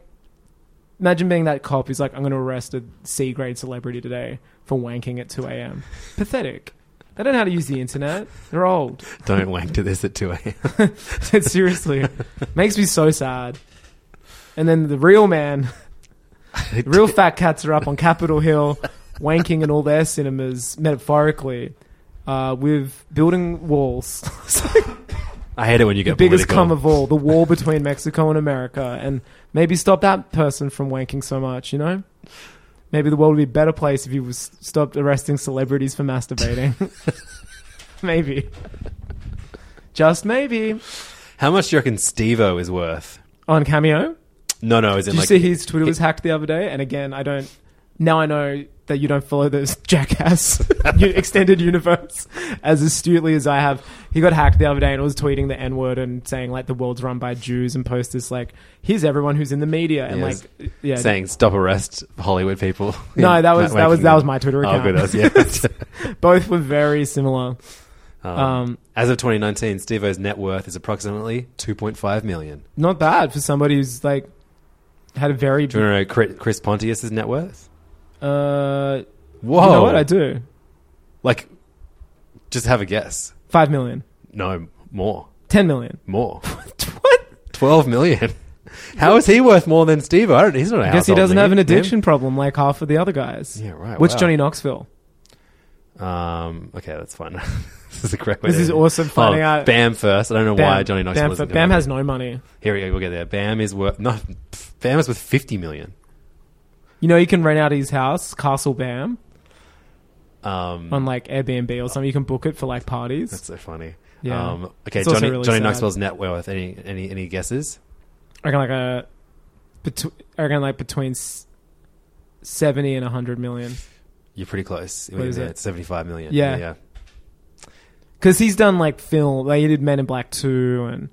[SPEAKER 7] imagine being that cop who's like, "I'm going to arrest a C-grade celebrity today for wanking at 2 a.m." Pathetic. They don't know how to use the internet. They're old.
[SPEAKER 6] Don't wank to this at two a.m.
[SPEAKER 7] Seriously, makes me so sad. And then the real man, the real fat cats are up on Capitol Hill, wanking in all their cinemas, metaphorically, uh, with building walls.
[SPEAKER 6] I hate it when you
[SPEAKER 7] the
[SPEAKER 6] get
[SPEAKER 7] biggest
[SPEAKER 6] political.
[SPEAKER 7] cum of all, the wall between Mexico and America, and maybe stop that person from wanking so much, you know? Maybe the world would be a better place if you was stopped arresting celebrities for masturbating. maybe. Just maybe.
[SPEAKER 6] How much do you reckon Stevo is worth?
[SPEAKER 7] On Cameo?
[SPEAKER 6] No, no, is
[SPEAKER 7] Did
[SPEAKER 6] in
[SPEAKER 7] you
[SPEAKER 6] like
[SPEAKER 7] see his Twitter was hacked the other day? And again, I don't. Now I know that you don't follow this jackass u- extended universe as astutely as I have. He got hacked the other day and was tweeting the N word and saying like the world's run by Jews and post this like here's everyone who's in the media and
[SPEAKER 6] Yes.
[SPEAKER 7] like yeah
[SPEAKER 6] saying stop arrest Hollywood people.
[SPEAKER 7] no that was that was
[SPEAKER 6] wanking
[SPEAKER 7] that was
[SPEAKER 6] them.
[SPEAKER 7] my Twitter account.
[SPEAKER 6] Oh, good, that was, yeah.
[SPEAKER 7] Both were very similar.
[SPEAKER 6] Um,
[SPEAKER 7] Um,
[SPEAKER 6] as of 2019, Stevo's net worth is approximately 2.5 million.
[SPEAKER 7] Not bad for somebody who's like had a very
[SPEAKER 6] Do you want to know Chri- Chris Pontius's net worth?
[SPEAKER 7] uh
[SPEAKER 6] Whoa!
[SPEAKER 7] You know what I do?
[SPEAKER 6] Like, just have a guess.
[SPEAKER 7] Five million.
[SPEAKER 6] No, more.
[SPEAKER 7] Ten million.
[SPEAKER 6] More. what? Twelve million. How is he worth more than Steve? I don't. He's not. a
[SPEAKER 7] I guess he
[SPEAKER 6] household
[SPEAKER 7] doesn't have an
[SPEAKER 6] name.
[SPEAKER 7] addiction problem like half of the other guys.
[SPEAKER 6] Yeah, right,
[SPEAKER 7] Which
[SPEAKER 6] wow.
[SPEAKER 7] Johnny Knoxville?
[SPEAKER 6] Um. Okay, that's fun. this is a great way.
[SPEAKER 7] This
[SPEAKER 6] to
[SPEAKER 7] is
[SPEAKER 6] end it.
[SPEAKER 7] awesome finding
[SPEAKER 6] Oh,
[SPEAKER 7] out-
[SPEAKER 6] Bam first. I don't know why
[SPEAKER 7] Bam.
[SPEAKER 6] Johnny
[SPEAKER 7] Bam
[SPEAKER 6] Knoxville. isn't
[SPEAKER 7] fir- Bam
[SPEAKER 6] coming.
[SPEAKER 7] has no money.
[SPEAKER 6] Here we go. We'll get there. Bam is worth no. pff, Bam is with fifty million.
[SPEAKER 7] You know, you can rent out his house, Castle Bam,
[SPEAKER 6] Um.
[SPEAKER 7] on like Airbnb or something. You can book it for like parties.
[SPEAKER 6] That's so funny.
[SPEAKER 7] Yeah.
[SPEAKER 6] Um, okay,
[SPEAKER 7] It's also
[SPEAKER 6] Johnny,
[SPEAKER 7] really
[SPEAKER 6] Johnny
[SPEAKER 7] sad.
[SPEAKER 6] Knoxville's net worth. Any any any guesses?
[SPEAKER 7] I reckon like a, betw- I reckon like between s- seventy and hundred million.
[SPEAKER 6] You're pretty close.
[SPEAKER 7] What is it?
[SPEAKER 6] Seventy five million.
[SPEAKER 7] Yeah.
[SPEAKER 6] yeah.
[SPEAKER 7] Because he's done like film. Like he did Men in Black Two and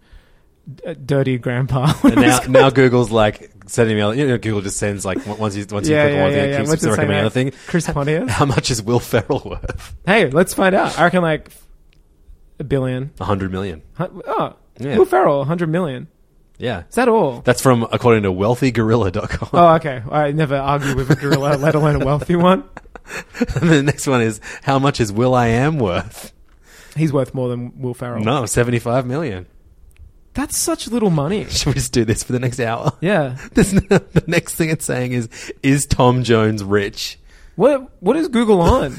[SPEAKER 7] D- Dirty Grandpa.
[SPEAKER 6] And now, now Google's like sending me. You know, Google just sends like on- once you once
[SPEAKER 7] Yeah,
[SPEAKER 6] you click
[SPEAKER 7] yeah,
[SPEAKER 6] on one thing,
[SPEAKER 7] yeah,
[SPEAKER 6] it
[SPEAKER 7] yeah.
[SPEAKER 6] keeps
[SPEAKER 7] What's it
[SPEAKER 6] recommending
[SPEAKER 7] saying?
[SPEAKER 6] another thing.
[SPEAKER 7] Chris Pontius.
[SPEAKER 6] How much is Will Ferrell worth?
[SPEAKER 7] hey, let's find out. I reckon like a billion.
[SPEAKER 6] A hundred million.
[SPEAKER 7] Huh? Oh,
[SPEAKER 6] Yeah.
[SPEAKER 7] Will Ferrell, hundred million.
[SPEAKER 6] Yeah.
[SPEAKER 7] Is that all?
[SPEAKER 6] That's from according to wealthygorilla.com.
[SPEAKER 7] Oh, okay. I never argue with a gorilla, let alone a wealthy one.
[SPEAKER 6] and the next one is how much is Will I Am worth?
[SPEAKER 7] He's worth more than Will Ferrell.
[SPEAKER 6] No, seventy five million.
[SPEAKER 7] That's such little money.
[SPEAKER 6] Should we just do this for the next hour?
[SPEAKER 7] Yeah.
[SPEAKER 6] This, the next thing it's saying is is Tom Jones rich?
[SPEAKER 7] What What is Google on?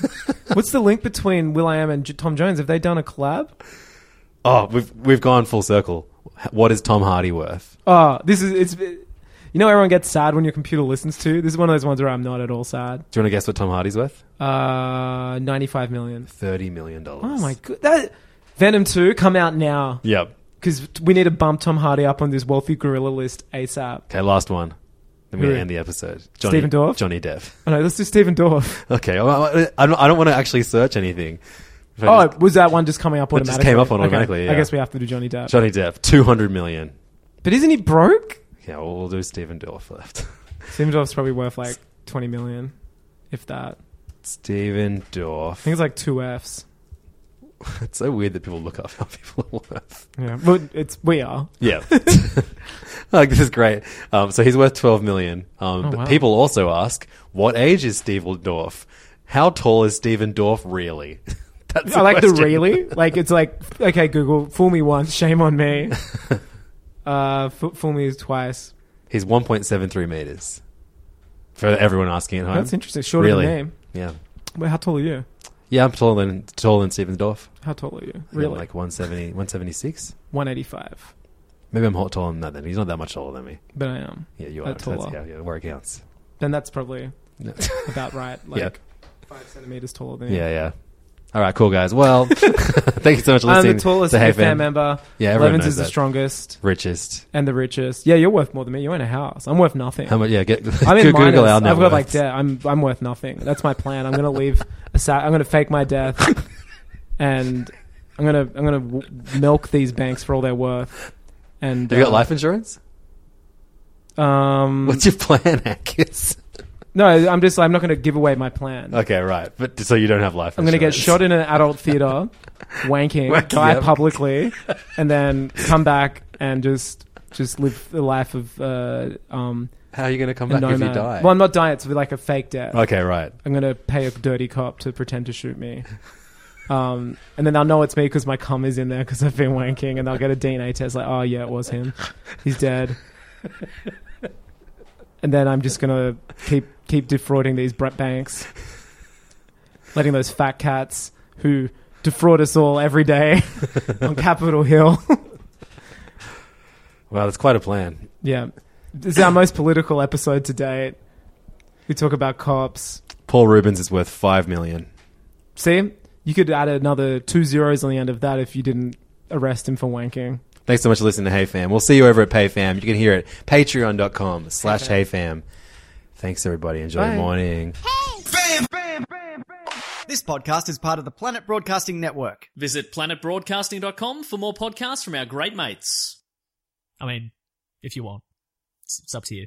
[SPEAKER 7] What's the link between Will I Am and J- Tom Jones? Have they done a collab?
[SPEAKER 6] Oh, we've we've gone full circle. What is Tom Hardy worth?
[SPEAKER 7] Oh, this is it's. You know, everyone gets sad when your computer listens to. This is one of those ones where I'm not at all sad.
[SPEAKER 6] Do you want to guess what Tom Hardy's worth?
[SPEAKER 7] Uh, ninety-five million.
[SPEAKER 6] Thirty million dollars.
[SPEAKER 7] Oh my god, that Venom Two come out now
[SPEAKER 6] Yep.
[SPEAKER 7] because we need to bump Tom Hardy up on this wealthy gorilla list asap.
[SPEAKER 6] Okay, last one. Then we
[SPEAKER 7] Who?
[SPEAKER 6] end the episode.
[SPEAKER 7] Stephen Dorff?
[SPEAKER 6] Johnny Depp.
[SPEAKER 7] Oh no, let's do Stephen Dorff.
[SPEAKER 6] Okay, I, I, I don't, I don't want to actually search anything. If I
[SPEAKER 7] Oh,
[SPEAKER 6] just-
[SPEAKER 7] was that one just coming up
[SPEAKER 6] It just
[SPEAKER 7] automatically?
[SPEAKER 6] came up
[SPEAKER 7] Okay,
[SPEAKER 6] automatically, yeah.
[SPEAKER 7] I guess we have to do Johnny Depp.
[SPEAKER 6] Johnny Depp, two hundred million.
[SPEAKER 7] but isn't he broke?
[SPEAKER 6] Yeah, well, we'll do Stephen Dorff left.
[SPEAKER 7] Stephen Dorff's probably worth like twenty million, if that.
[SPEAKER 6] Stephen
[SPEAKER 7] I
[SPEAKER 6] Dorff.
[SPEAKER 7] think it's like two Fs.
[SPEAKER 6] It's so weird that people look up how people are worth.
[SPEAKER 7] Yeah, but it's we are.
[SPEAKER 6] Yeah. like this is great. Um, so he's worth twelve million. Um,
[SPEAKER 7] Oh,
[SPEAKER 6] but
[SPEAKER 7] wow.
[SPEAKER 6] people also ask, what age is Stephen Dorff? How tall is Stephen Dorff really? That's
[SPEAKER 7] I like the
[SPEAKER 6] question.
[SPEAKER 7] really. Like it's like okay, Google, fool me once, shame on me. uh, fo- fool me twice.
[SPEAKER 6] He's 1.73 meters. For everyone asking at home.
[SPEAKER 7] That's interesting. Shorter
[SPEAKER 6] really?
[SPEAKER 7] than name.
[SPEAKER 6] Yeah.
[SPEAKER 7] Wait, how tall are you?
[SPEAKER 6] Yeah, I'm taller than, taller than Stephen Dorff.
[SPEAKER 7] How tall are you?
[SPEAKER 6] I think I'm
[SPEAKER 7] Really?
[SPEAKER 6] Like 170, 176?
[SPEAKER 7] one eighty-five.
[SPEAKER 6] Maybe I'm hot taller than that then. He's not that much taller than me.
[SPEAKER 7] But I am.
[SPEAKER 6] Yeah, you
[SPEAKER 7] Uh,
[SPEAKER 6] are. That's,
[SPEAKER 7] taller.
[SPEAKER 6] yeah, yeah, where it counts.
[SPEAKER 7] Then that's probably about right. Like
[SPEAKER 6] Yeah.
[SPEAKER 7] five centimeters taller than. you.
[SPEAKER 6] Yeah, yeah. All right, cool, guys. Well, thank you so much for
[SPEAKER 7] I'm
[SPEAKER 6] listening.
[SPEAKER 7] the tallest
[SPEAKER 6] to Hey
[SPEAKER 7] Hey Fam
[SPEAKER 6] Fam.
[SPEAKER 7] member.
[SPEAKER 6] Yeah, everyone
[SPEAKER 7] Levins
[SPEAKER 6] knows
[SPEAKER 7] is the
[SPEAKER 6] that.
[SPEAKER 7] strongest
[SPEAKER 6] Richest.
[SPEAKER 7] and the richest. Yeah, you're worth more than me. You own a house. I'm worth nothing.
[SPEAKER 6] How much? Yeah, get,
[SPEAKER 7] I'm in
[SPEAKER 6] Google
[SPEAKER 7] minus.
[SPEAKER 6] our
[SPEAKER 7] I've
[SPEAKER 6] net
[SPEAKER 7] got like
[SPEAKER 6] worths.
[SPEAKER 7] debt. I'm I'm worth nothing. That's my plan. I'm gonna leave. A sa- I'm gonna fake my death, and I'm gonna I'm gonna w- milk these banks for all they're worth. And
[SPEAKER 6] Have you got
[SPEAKER 7] uh,
[SPEAKER 6] life insurance?
[SPEAKER 7] Um,
[SPEAKER 6] What's your plan, Angus?
[SPEAKER 7] no, I'm just I'm not gonna give away my plan.
[SPEAKER 6] okay, right. But so you don't have life
[SPEAKER 7] I'm gonna get
[SPEAKER 6] insurance.
[SPEAKER 7] shot in an adult theater, wanking,
[SPEAKER 6] Wanking,
[SPEAKER 7] die
[SPEAKER 6] yep.
[SPEAKER 7] publicly, and then come back and just just live the life of uh, um,
[SPEAKER 6] How are you going to come
[SPEAKER 7] a
[SPEAKER 6] back if you
[SPEAKER 7] nomad.
[SPEAKER 6] die?
[SPEAKER 7] Well, I'm not dying. It's like a fake death.
[SPEAKER 6] okay, right.
[SPEAKER 7] I'm gonna pay a dirty cop to pretend to shoot me. Um, and then they'll know it's me because my cum is in there because I've been wanking, and they'll get a DNA test like, oh yeah, it was him. He's dead. and then I'm just gonna keep keep defrauding these Brett Banks, letting those fat cats who defraud us all every day on Capitol Hill.
[SPEAKER 6] Wow, that's quite a plan.
[SPEAKER 7] yeah, this is our most political episode to date. We talk about cops.
[SPEAKER 6] Paul Rubens is worth five million.
[SPEAKER 7] See, you could add another two zeros on the end of that if you didn't arrest him for wanking.
[SPEAKER 6] Thanks so much for listening to Hey Fam. We'll see you over at Pay Fam. You can hear it patreon.com slash Hey Fam. Thanks everybody. Enjoy
[SPEAKER 2] Bye.
[SPEAKER 6] the morning.
[SPEAKER 2] This podcast is part of the Planet Broadcasting Network.
[SPEAKER 3] Visit planetbroadcasting.com for more podcasts from our great mates. I mean, if you want, it's, it's up to you.